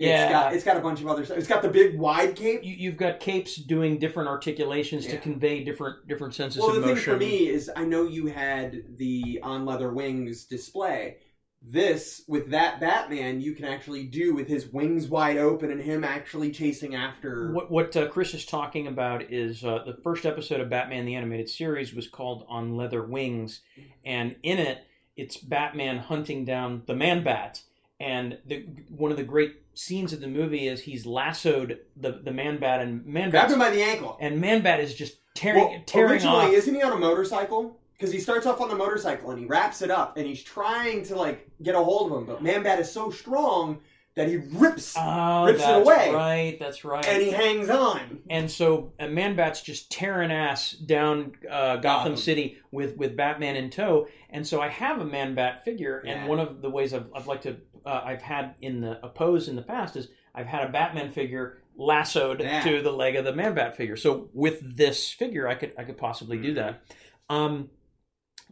Speaker 1: Yeah.
Speaker 2: It's got, it's got a bunch of other stuff. It's got the big wide cape.
Speaker 1: You, you've got capes doing different articulations to
Speaker 2: Yeah.
Speaker 1: convey different different senses
Speaker 2: Well,
Speaker 1: of
Speaker 2: the
Speaker 1: motion.
Speaker 2: thing for me is I know you had the on leather wings display. This with that Batman, you can actually do with his wings wide open and him actually chasing after.
Speaker 1: what what uh, Chris is talking about is uh, the first episode of Batman the Animated Series was called On Leather Wings,
Speaker 2: Mm-hmm.
Speaker 1: and in it, it's Batman hunting down the Man Bat. And the, one of the great scenes of the movie is he's lassoed the, the Man Bat, and Man
Speaker 2: Grabbed him
Speaker 1: Bat
Speaker 2: by the ankle.
Speaker 1: and Man Bat is just tearing
Speaker 2: Well,
Speaker 1: tearing
Speaker 2: originally,
Speaker 1: off.
Speaker 2: isn't he on a motorcycle? Because he starts off on the motorcycle and he wraps it up and he's trying to like get a hold of him, but Man Bat is so strong that he rips
Speaker 1: Oh,
Speaker 2: rips it
Speaker 1: that's
Speaker 2: away.
Speaker 1: Right, that's right.
Speaker 2: and he hangs on.
Speaker 1: And so uh, Manbat's just tearing ass down uh, Gotham,
Speaker 2: Gotham.
Speaker 1: City with, with Batman in tow. And so I have a Manbat figure,
Speaker 2: Yeah.
Speaker 1: and one of the ways I've, I've liked to uh, I've had in the a pose in the past is I've had a Batman figure lassoed
Speaker 2: Yeah.
Speaker 1: to the leg of the Manbat figure. So with this figure, I could I could possibly do that.
Speaker 2: Mm-hmm.
Speaker 1: Um,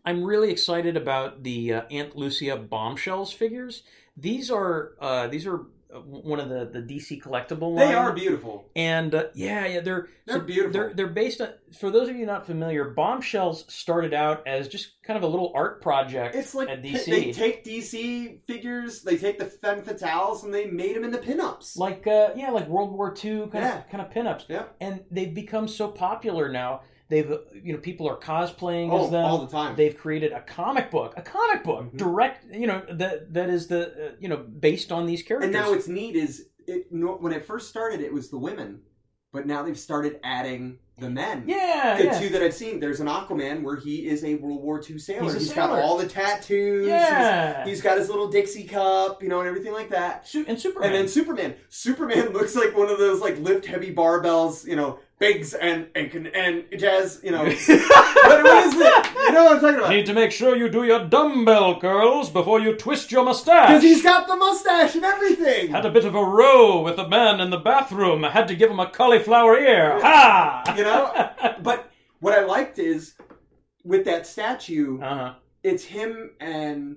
Speaker 1: I'm really excited about the uh, Aunt Lucia bombshells figures. These are uh, these are uh, one of the, the DC collectible.
Speaker 2: They
Speaker 1: line
Speaker 2: are beautiful.
Speaker 1: and uh, yeah, yeah, they're
Speaker 2: They're
Speaker 1: so
Speaker 2: beautiful.
Speaker 1: They're they're based on. For those of you not familiar, Bombshells started out as just kind of a little art project.
Speaker 2: It's like
Speaker 1: at
Speaker 2: pi-
Speaker 1: DC,
Speaker 2: they take DC figures, they take the femme fatales, and they made them into pinups.
Speaker 1: like uh, yeah, like World War II kind
Speaker 2: Yeah.
Speaker 1: of kind of pinups.
Speaker 2: Yeah.
Speaker 1: and they've become so popular now. They've uh, you know people are cosplaying
Speaker 2: oh,
Speaker 1: as them.
Speaker 2: all the time.
Speaker 1: They've created a comic book, a comic book
Speaker 2: Mhm.
Speaker 1: direct, you know that that is the uh, you know based on these characters.
Speaker 2: and now it's neat is it no, when it first started, it was the women, but now they've started adding the men.
Speaker 1: yeah,
Speaker 2: the
Speaker 1: yeah.
Speaker 2: two that I've seen, there's an Aquaman where he is a World War II sailor.
Speaker 1: He's a
Speaker 2: he's
Speaker 1: sailor.
Speaker 2: got all the tattoos.
Speaker 1: yeah.
Speaker 2: He's, he's got his little Dixie cup, you know, and everything like that.
Speaker 1: Su- and Superman.
Speaker 2: And then Superman. Superman looks like one of those like lift heavy barbells, you know, bigs and Aiken and jazz, you know. what, what is it? You know what I'm talking about?
Speaker 1: Need to make sure you do your dumbbell curls before you twist your mustache.
Speaker 2: Because he's got the mustache and everything.
Speaker 1: had a bit of a row with the man in the bathroom. I had to give him a cauliflower ear. Ha!
Speaker 2: You know? But what I liked is with that statue,
Speaker 1: Uh-huh.
Speaker 2: it's him and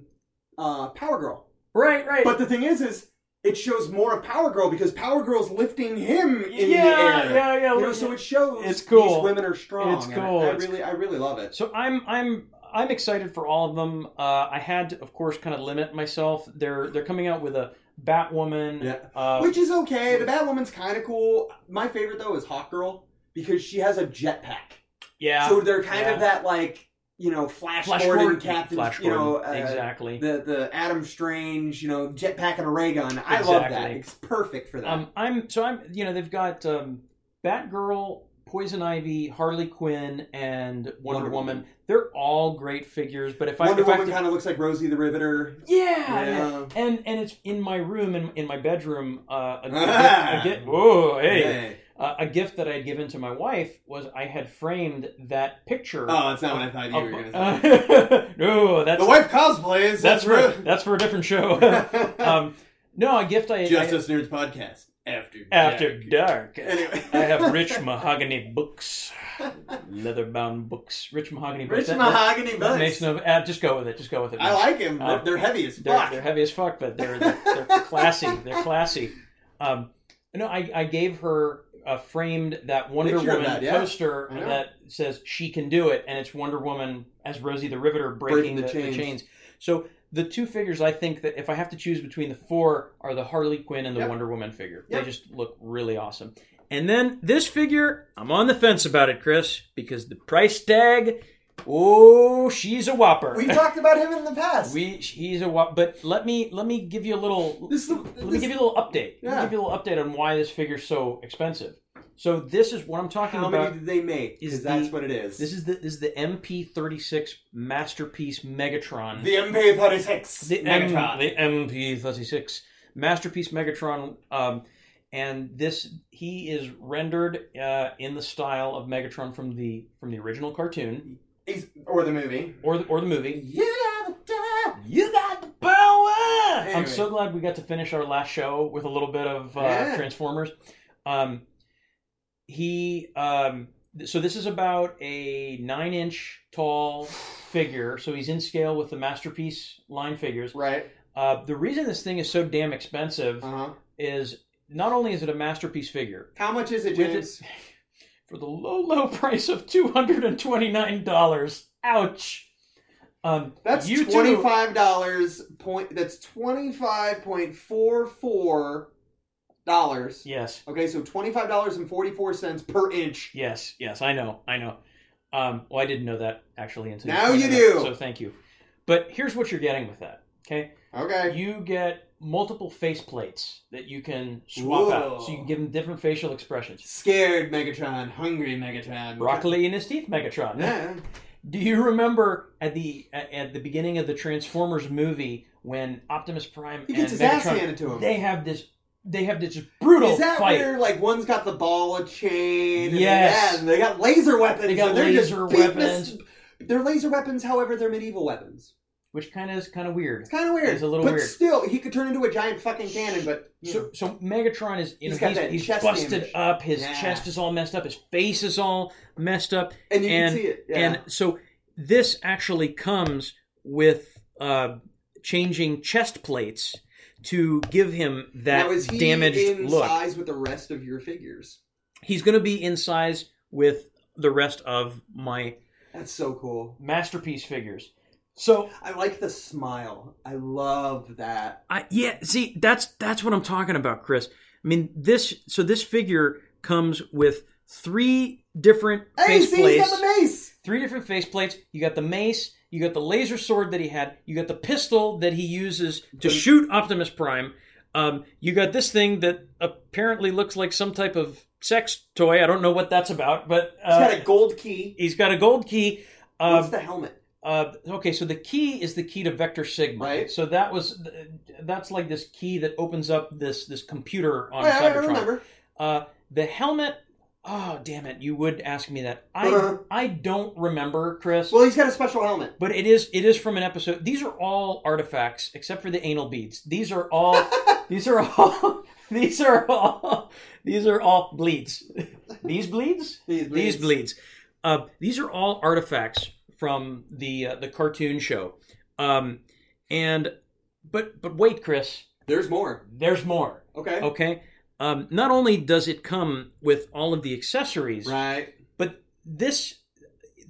Speaker 2: uh, Power Girl.
Speaker 1: Right, right.
Speaker 2: But the thing is, is it shows more of Power Girl because Power Girl's lifting him in
Speaker 1: yeah,
Speaker 2: the air.
Speaker 1: yeah, yeah,
Speaker 2: You know, so it shows
Speaker 1: It's cool.
Speaker 2: these women are strong.
Speaker 1: It's
Speaker 2: and I-
Speaker 1: cool.
Speaker 2: I,
Speaker 1: It's-
Speaker 2: really, I really love it.
Speaker 1: So I'm I'm I'm excited for all of them. Uh, I had to, of course, kind of limit myself. They're they're coming out with a Batwoman.
Speaker 2: Yeah.
Speaker 1: Uh,
Speaker 2: Which is okay. The Batwoman's kind of cool. My favorite though is Hawk Girl because she has a jetpack.
Speaker 1: yeah.
Speaker 2: So they're kind
Speaker 1: Yeah.
Speaker 2: of that like you know Flash, Gordon, Captain,
Speaker 1: Flash
Speaker 2: you know,
Speaker 1: Gordon,
Speaker 2: uh,
Speaker 1: exactly.
Speaker 2: the the Adam Strange, you know, jetpack and a ray gun. I love that.
Speaker 1: Exactly.
Speaker 2: It's perfect for that.
Speaker 1: Um, I'm so I'm you know they've got um, Batgirl, Poison Ivy, Harley Quinn, and Wonder,
Speaker 2: Wonder
Speaker 1: Woman.
Speaker 2: Woman.
Speaker 1: They're all great figures, but if
Speaker 2: Wonder
Speaker 1: I if I have
Speaker 2: Woman
Speaker 1: to-
Speaker 2: kind of looks like Rosie the Riveter.
Speaker 1: yeah, yeah.
Speaker 2: Yeah.
Speaker 1: and and it's in my room in in my bedroom. Uh, a, a,
Speaker 2: Ah.
Speaker 1: a- a- whoa, hey,
Speaker 2: Yeah.
Speaker 1: Uh, a gift that I had given to my wife was I had framed that picture.
Speaker 2: Oh, that's not what I thought you were
Speaker 1: of-
Speaker 2: going to say.
Speaker 1: no, that's
Speaker 2: the wife
Speaker 1: that's
Speaker 2: cosplays. That's,
Speaker 1: for
Speaker 2: right.
Speaker 1: that's for a different show. um, no, a gift I, I-
Speaker 2: Justice Nerds podcast after
Speaker 1: after
Speaker 2: dark.
Speaker 1: dark.
Speaker 2: Anyway,
Speaker 1: I have rich mahogany books, leather bound books, rich mahogany books.
Speaker 2: Rich
Speaker 1: That- that-
Speaker 2: mahogany
Speaker 1: that
Speaker 2: books.
Speaker 1: makes no. Uh, just go with it. Just go with it.
Speaker 2: I like him.
Speaker 1: Uh,
Speaker 2: They're, they're heavy as
Speaker 1: they're,
Speaker 2: fuck.
Speaker 1: they're heavy as fuck, but they're they're classy. They're classy. Um, no, I, I gave her a framed that Wonder
Speaker 2: Picture of
Speaker 1: Woman
Speaker 2: that, yeah.
Speaker 1: poster
Speaker 2: I know.
Speaker 1: that says she can do it, and it's Wonder Woman as Rosie the Riveter breaking,
Speaker 2: Breaking
Speaker 1: the,
Speaker 2: the
Speaker 1: the chains.
Speaker 2: chains.
Speaker 1: So the two figures I think that if I have to choose between the four are the Harley Quinn and the
Speaker 2: Yep.
Speaker 1: Wonder Woman figure.
Speaker 2: Yep.
Speaker 1: They just look really awesome. And then this figure, I'm on the fence about it, Chris, because the price tag, oh, she's a whopper.
Speaker 5: We've talked about him in the past.
Speaker 1: We he's a wa- but let me let me give you a little
Speaker 2: This is the-
Speaker 1: let me
Speaker 2: this-
Speaker 1: give you a little update. Let me
Speaker 2: Yeah.
Speaker 1: give you a little update on why this figure's so expensive. So this is what I'm talking
Speaker 2: How
Speaker 1: about.
Speaker 2: many did they make?
Speaker 1: is
Speaker 2: Because that's
Speaker 1: the-
Speaker 2: what it is.
Speaker 1: This is the this is the MP36 masterpiece Megatron.
Speaker 2: the MP36.
Speaker 1: The M-
Speaker 2: Megatron.
Speaker 1: the MP36 masterpiece Megatron. Um, and this he is rendered uh, in the style of Megatron from the from the original cartoon
Speaker 2: He's- or the movie.
Speaker 1: or the, or the movie.
Speaker 2: You got the time.
Speaker 1: You got the power. I'm
Speaker 2: Anyway.
Speaker 1: so glad we got to finish our last show with a little bit of uh,
Speaker 2: Yeah.
Speaker 1: Transformers. Um, he um, th- so this is about a nine inch tall figure, so he's in scale with the masterpiece line figures.
Speaker 2: Right.
Speaker 1: Uh, the reason this thing is so damn expensive
Speaker 2: Uh huh.
Speaker 1: is not only is it a masterpiece figure
Speaker 2: How much is it,
Speaker 1: With
Speaker 2: James?
Speaker 1: for the low low price of two hundred and twenty nine dollars. Ouch. Um,
Speaker 2: That's
Speaker 1: you two-
Speaker 2: twenty-five dollars point. That's twenty-five point four four dollars.
Speaker 1: Yes.
Speaker 2: Okay, so twenty-five dollars and forty-four cents per inch.
Speaker 1: Yes, yes, I know, I know. Um, well, I didn't know that actually until
Speaker 2: Now
Speaker 1: pointed
Speaker 2: you
Speaker 1: it out,
Speaker 2: do.
Speaker 1: So thank you. But here's what you're getting with that. Okay,
Speaker 2: Okay.
Speaker 1: you get multiple face plates that you can swap out,
Speaker 2: Whoa.
Speaker 1: so you can give them different facial expressions.
Speaker 2: Scared Megatron, hungry Megatron.
Speaker 1: Broccoli in his teeth, Megatron.
Speaker 2: Yeah.
Speaker 1: Do you remember at the at, at the beginning of the Transformers movie when Optimus Prime
Speaker 2: He
Speaker 1: and
Speaker 2: gets his ass
Speaker 1: Megatron,
Speaker 2: handed to him.
Speaker 1: they have this they have this brutal
Speaker 2: Is that
Speaker 1: fight?
Speaker 2: where like one's got the ball of chain? And
Speaker 1: Yes.
Speaker 2: yeah, and they got laser weapons.
Speaker 1: They got
Speaker 2: and they're just
Speaker 1: laser
Speaker 2: beating
Speaker 1: weapons.
Speaker 2: this- They're laser weapons, however, they're medieval weapons.
Speaker 1: Which kind of is kind of weird.
Speaker 2: It's kind of weird.
Speaker 1: It's a little
Speaker 2: but
Speaker 1: weird.
Speaker 2: still, he could turn into a giant fucking cannon. But you know,
Speaker 1: So, so Megatron is you know
Speaker 2: He's got
Speaker 1: he's,
Speaker 2: that
Speaker 1: he's
Speaker 2: chest
Speaker 1: busted
Speaker 2: damage.
Speaker 1: up, his
Speaker 2: Yeah.
Speaker 1: chest is all messed up, his face is all messed up,
Speaker 2: and you
Speaker 1: and-
Speaker 2: can see it. Yeah.
Speaker 1: and so this actually comes with uh, changing chest plates to give him that
Speaker 2: now, is he
Speaker 1: damaged
Speaker 2: in
Speaker 1: look.
Speaker 2: size with the rest of your figures?
Speaker 1: He's going to be in size with the rest of my
Speaker 2: That's so cool.
Speaker 1: masterpiece figures. So
Speaker 2: I like the smile. I love that.
Speaker 1: I yeah, see that's that's what I'm talking about, Chris. I mean this so this figure comes with three different
Speaker 2: Hey,
Speaker 1: face
Speaker 2: see, he's
Speaker 1: plates.
Speaker 2: got the mace.
Speaker 1: Three different face plates. You got the mace, you got the laser sword that he had, you got the pistol that he uses to shoot Optimus Prime. Um, you got this thing that apparently looks like some type of sex toy. I don't know what that's about, but
Speaker 2: He's
Speaker 1: uh,
Speaker 2: got a gold key.
Speaker 1: he's got a gold key.
Speaker 2: What's
Speaker 1: Um,
Speaker 2: the helmet?
Speaker 1: uh, okay, so the key is the key to Vector Sigma.
Speaker 2: Right.
Speaker 1: So that was that's like this key that opens up this this computer on
Speaker 2: Oh, yeah, I
Speaker 1: Cybertron.
Speaker 2: remember.
Speaker 1: Uh, the helmet. Oh damn it! You would ask me that. I I don't remember, Chris.
Speaker 2: Uh-huh. Well, he's got a special helmet.
Speaker 1: but it is it is from an episode. These are all artifacts except for the anal beads. These are all these are all these are all these are all bleeds. These bleeds.
Speaker 2: These
Speaker 1: These bleeds. Uh, these are all artifacts from the uh, the cartoon show. Um, and but but wait, Chris,
Speaker 2: There's more.
Speaker 1: there's more.
Speaker 2: Okay.
Speaker 1: Okay. Um, not only does it come with all of the accessories,
Speaker 2: Right.
Speaker 1: but this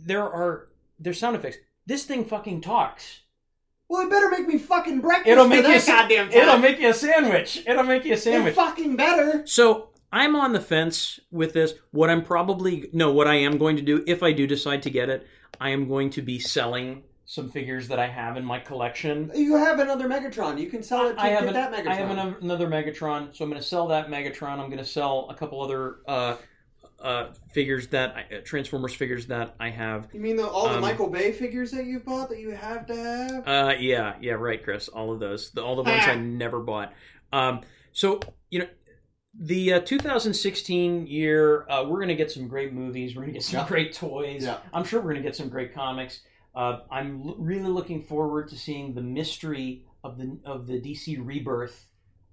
Speaker 1: there are there's sound effects. This thing fucking talks.
Speaker 2: Well, it better make me fucking breakfast.
Speaker 1: It'll
Speaker 2: for
Speaker 1: make
Speaker 2: that
Speaker 1: you a sa-
Speaker 2: goddamn time.
Speaker 1: It'll make you a sandwich. It'll make you a
Speaker 2: It
Speaker 1: sandwich.
Speaker 2: fucking better.
Speaker 1: So I'm on the fence with this. What I'm probably no, what I am going to do if I do decide to get it, I am going to be selling some figures that I have in my collection.
Speaker 2: You have another Megatron. You can sell it to
Speaker 1: I have,
Speaker 2: get
Speaker 1: an-
Speaker 2: that Megatron.
Speaker 1: I have another, another Megatron, so I'm going to sell that Megatron. I'm going to sell a couple other uh, uh, figures that I, uh, Transformers figures that I have.
Speaker 2: You mean the, all the
Speaker 1: Um,
Speaker 2: Michael Bay figures that you've bought that you have to have?
Speaker 1: Uh, yeah, yeah, right, Chris. All of those, the, all the ones I never bought. Um, so you know, the uh, 2016 year, uh, we're going to get some great movies. We're going to get some
Speaker 2: Yeah.
Speaker 1: great toys.
Speaker 2: Yeah.
Speaker 1: I'm sure we're going to get some great comics. Uh, I'm l- really looking forward to seeing the mystery of the of the DC rebirth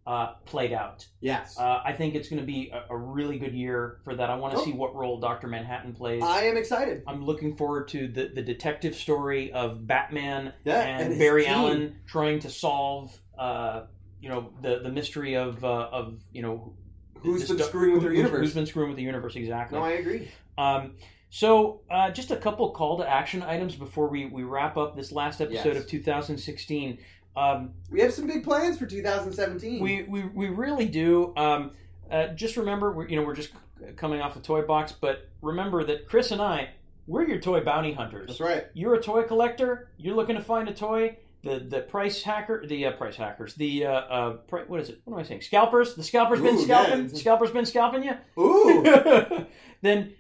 Speaker 1: uh, played out.
Speaker 2: Yes.
Speaker 1: Uh, I think it's going to be a, a really good year for that. I want to
Speaker 2: Oh.
Speaker 1: see what role Doctor Manhattan plays.
Speaker 2: I am excited.
Speaker 1: I'm looking forward to the, the detective story of Batman
Speaker 2: Yeah,
Speaker 1: and,
Speaker 2: his
Speaker 1: Barry
Speaker 2: team.
Speaker 1: Allen trying to solve, uh, you know, the, the mystery of uh, of you know
Speaker 2: Who's
Speaker 1: this
Speaker 2: been
Speaker 1: do-
Speaker 2: screwing with
Speaker 1: who-
Speaker 2: their
Speaker 1: who's- Who's
Speaker 2: universe?
Speaker 1: been screwing with the universe exactly?
Speaker 2: No, I agree.
Speaker 1: um, so uh, just a couple call to action items before we, we wrap up this last episode
Speaker 2: Yes.
Speaker 1: of 2016. Um,
Speaker 2: We have some big plans for 2017.
Speaker 1: we, we we really do. Um, uh, just remember, we're, you know, we're just c- coming off the toy box, but remember that Chris and I, we're your toy bounty hunters
Speaker 2: That's right.
Speaker 1: you're a toy collector, you're looking to find a toy, the the price hacker, the uh, price hackers, the uh, uh pri- what is it? What am I saying? Scalpers. The scalper's been
Speaker 2: Ooh,
Speaker 1: scalping.
Speaker 2: yeah.
Speaker 1: Scalper's been scalping you.
Speaker 2: Ooh.
Speaker 1: then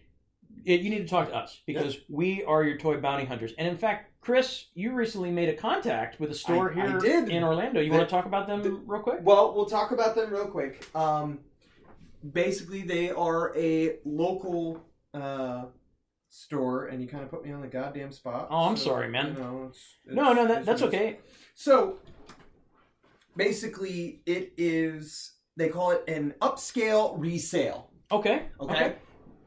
Speaker 1: y- you need to talk to us because we are your toy bounty hunters. And in fact, Chris, you recently made a contact with a store
Speaker 2: I- I
Speaker 1: here
Speaker 2: did.
Speaker 1: in Orlando. You
Speaker 2: The-
Speaker 1: want to talk about them
Speaker 2: the-
Speaker 1: real quick?
Speaker 2: Well, we'll talk about them real quick. Um, basically, they are a local uh, store, and you kind of put me on the goddamn spot.
Speaker 1: Oh, I'm sorry, man.
Speaker 2: you know, it's-
Speaker 1: No,
Speaker 2: it's-
Speaker 1: no, that,
Speaker 2: it's-
Speaker 1: that's
Speaker 2: it's-
Speaker 1: okay.
Speaker 2: So, basically, it is they call it an upscale resale.
Speaker 1: Okay,
Speaker 2: Okay,
Speaker 1: Okay.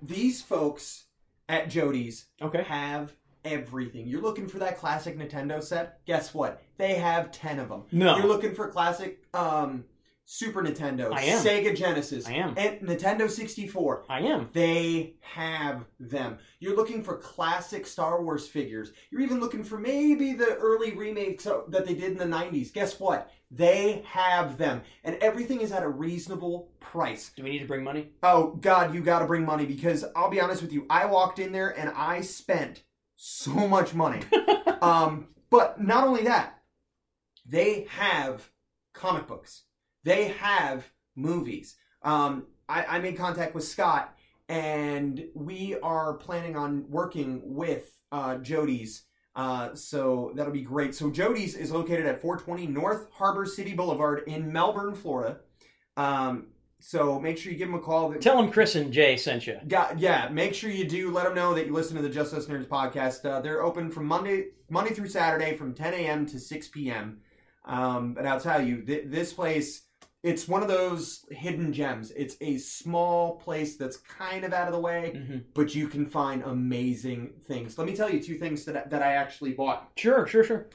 Speaker 2: these folks at Jody's
Speaker 1: okay.
Speaker 2: have everything. You're looking for that classic Nintendo set. Guess what? They have ten of them. You're
Speaker 1: No,
Speaker 2: looking for classic um, Super Nintendo,
Speaker 1: I am.
Speaker 2: Sega Genesis,
Speaker 1: I am.
Speaker 2: and Nintendo 64.
Speaker 1: I am.
Speaker 2: They have them. You're looking for classic Star Wars figures. You're even looking for maybe the early remakes of- that they did in the 90s. Guess what? They have them. And everything is at a reasonable price.
Speaker 1: Do we need to bring money?
Speaker 2: Oh, God, you gotta bring money because I'll be honest with you, I walked in there and I spent so much money. um, but not only that, they have comic books. They have movies. Um, I, I made contact with Scott, and we are planning on working with uh, Jody's. Uh, so that'll be great. So Jody's is located at 420 North Harbor City Boulevard in Melbourne, Florida. Um, so make sure you give them a call.
Speaker 1: Tell them Chris and Jay sent you.
Speaker 2: Yeah, yeah. Make sure you do let them know that you listen to the Just Us Nerds podcast. Uh, they're open from Monday Monday through Saturday from 10 a.m. to 6 p.m. Um, but I'll tell you, th- this place it's one of those hidden gems. It's a small place that's kind of out of the way,
Speaker 1: hmm
Speaker 2: but you can find amazing things. Let me tell you two things that I- that I actually bought.
Speaker 1: Sure, sure, sure.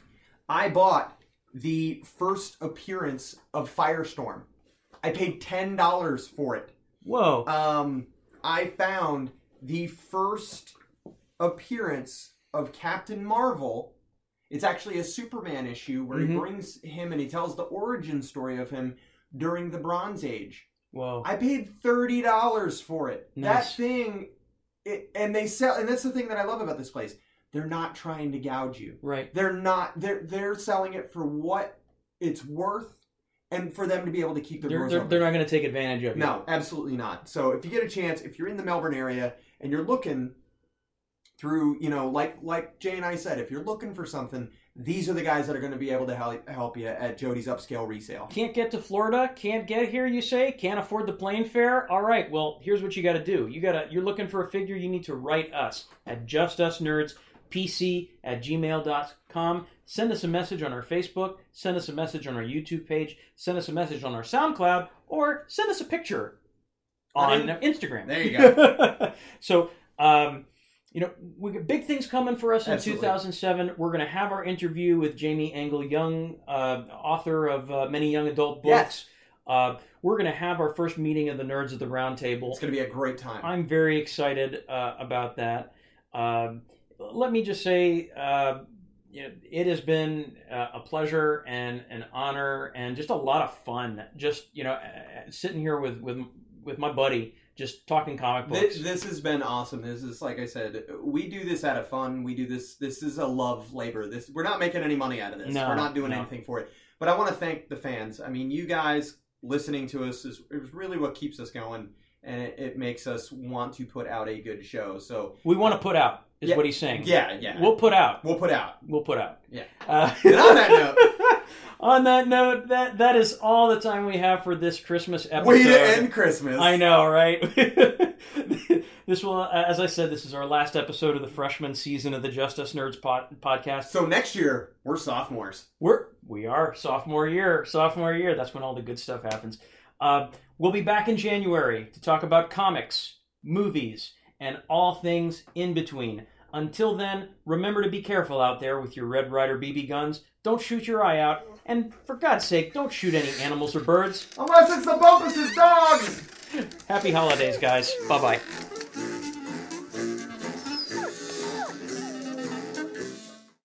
Speaker 2: I bought the first appearance of Firestorm. I paid ten dollars for it
Speaker 1: Whoa.
Speaker 2: um, I found the first appearance of Captain Marvel. It's actually a Superman issue where he
Speaker 1: Mhm.
Speaker 2: brings him and he tells the origin story of him during the Bronze Age.
Speaker 1: Whoa.
Speaker 2: I paid thirty dollars for it.
Speaker 1: Nice.
Speaker 2: That thing, it, and they sell, and that's the thing that I love about this place. They're not trying to gouge you
Speaker 1: right.
Speaker 2: they're not they're they're selling it for what it's worth and for them to be able to keep their
Speaker 1: They're,
Speaker 2: doors
Speaker 1: they're,
Speaker 2: open.
Speaker 1: they're not going to take advantage of you.
Speaker 2: No, absolutely not. So if you get a chance, if you're in the Melbourne area and you're looking through, you know, like like Jay and I said, if you're looking for something, these are the guys that are going to be able to help help you at Jody's Upscale Resale.
Speaker 1: Can't get to Florida, can't get here, you say? Can't afford the plane fare? All right, well, here's what you got to do. You got to you're looking for a figure, you need to write us at justusnerds pc at gmail.com send us a message on our facebook send us a message on our youtube page send us a message on our soundcloud or send us a picture on
Speaker 2: On
Speaker 1: instagram
Speaker 2: There you
Speaker 1: go so um, you know, we got big things coming for us in
Speaker 2: Absolutely.
Speaker 1: 2007. We're going to have our interview with Jamie Engel, young uh, author of uh, many young adult books.
Speaker 2: Yes.
Speaker 1: Uh, we're going to have our first meeting of the Nerds of the Round Table.
Speaker 2: It's going to be a great time.
Speaker 1: I'm very excited uh, about that. Um let me just say, uh, you know, it has been uh, a pleasure and an honor and just a lot of fun. Just you know, uh, sitting here with with with my buddy, just talking comic books.
Speaker 2: This, this has been awesome. This is like I said, we do this out of fun. We do this. This is a love labor. This we're not making any money out of this.
Speaker 1: No,
Speaker 2: we're not doing
Speaker 1: no.
Speaker 2: anything for it. But I want to thank the fans. I mean, you guys listening to us is, is really what keeps us going, and it, it makes us want to put out a good show. So
Speaker 1: We want to put out, is
Speaker 2: Yeah.
Speaker 1: what he's saying.
Speaker 2: yeah, yeah, we'll,
Speaker 1: We'll put out.
Speaker 2: put out.
Speaker 1: We'll put out.
Speaker 2: Yeah.
Speaker 1: Uh,
Speaker 2: And on that note,
Speaker 1: On that note, that that is all the time we have for this Christmas episode.
Speaker 2: Way to end Christmas.
Speaker 1: I know, right? this will, uh, as I said, this is our last episode of the freshman season of the Justice Nerds pod- podcast.
Speaker 2: So next year we're sophomores.
Speaker 1: We're we are sophomore year, sophomore year. That's when all the good stuff happens. Uh, we'll be back in January to talk about comics, movies, and all things in between. Until then, remember to be careful out there with your Red Rider BB guns. Don't shoot your eye out, and for God's sake, don't shoot any animals or birds.
Speaker 2: Unless it's the Bumpus' dogs.
Speaker 1: Happy holidays, guys. Bye bye.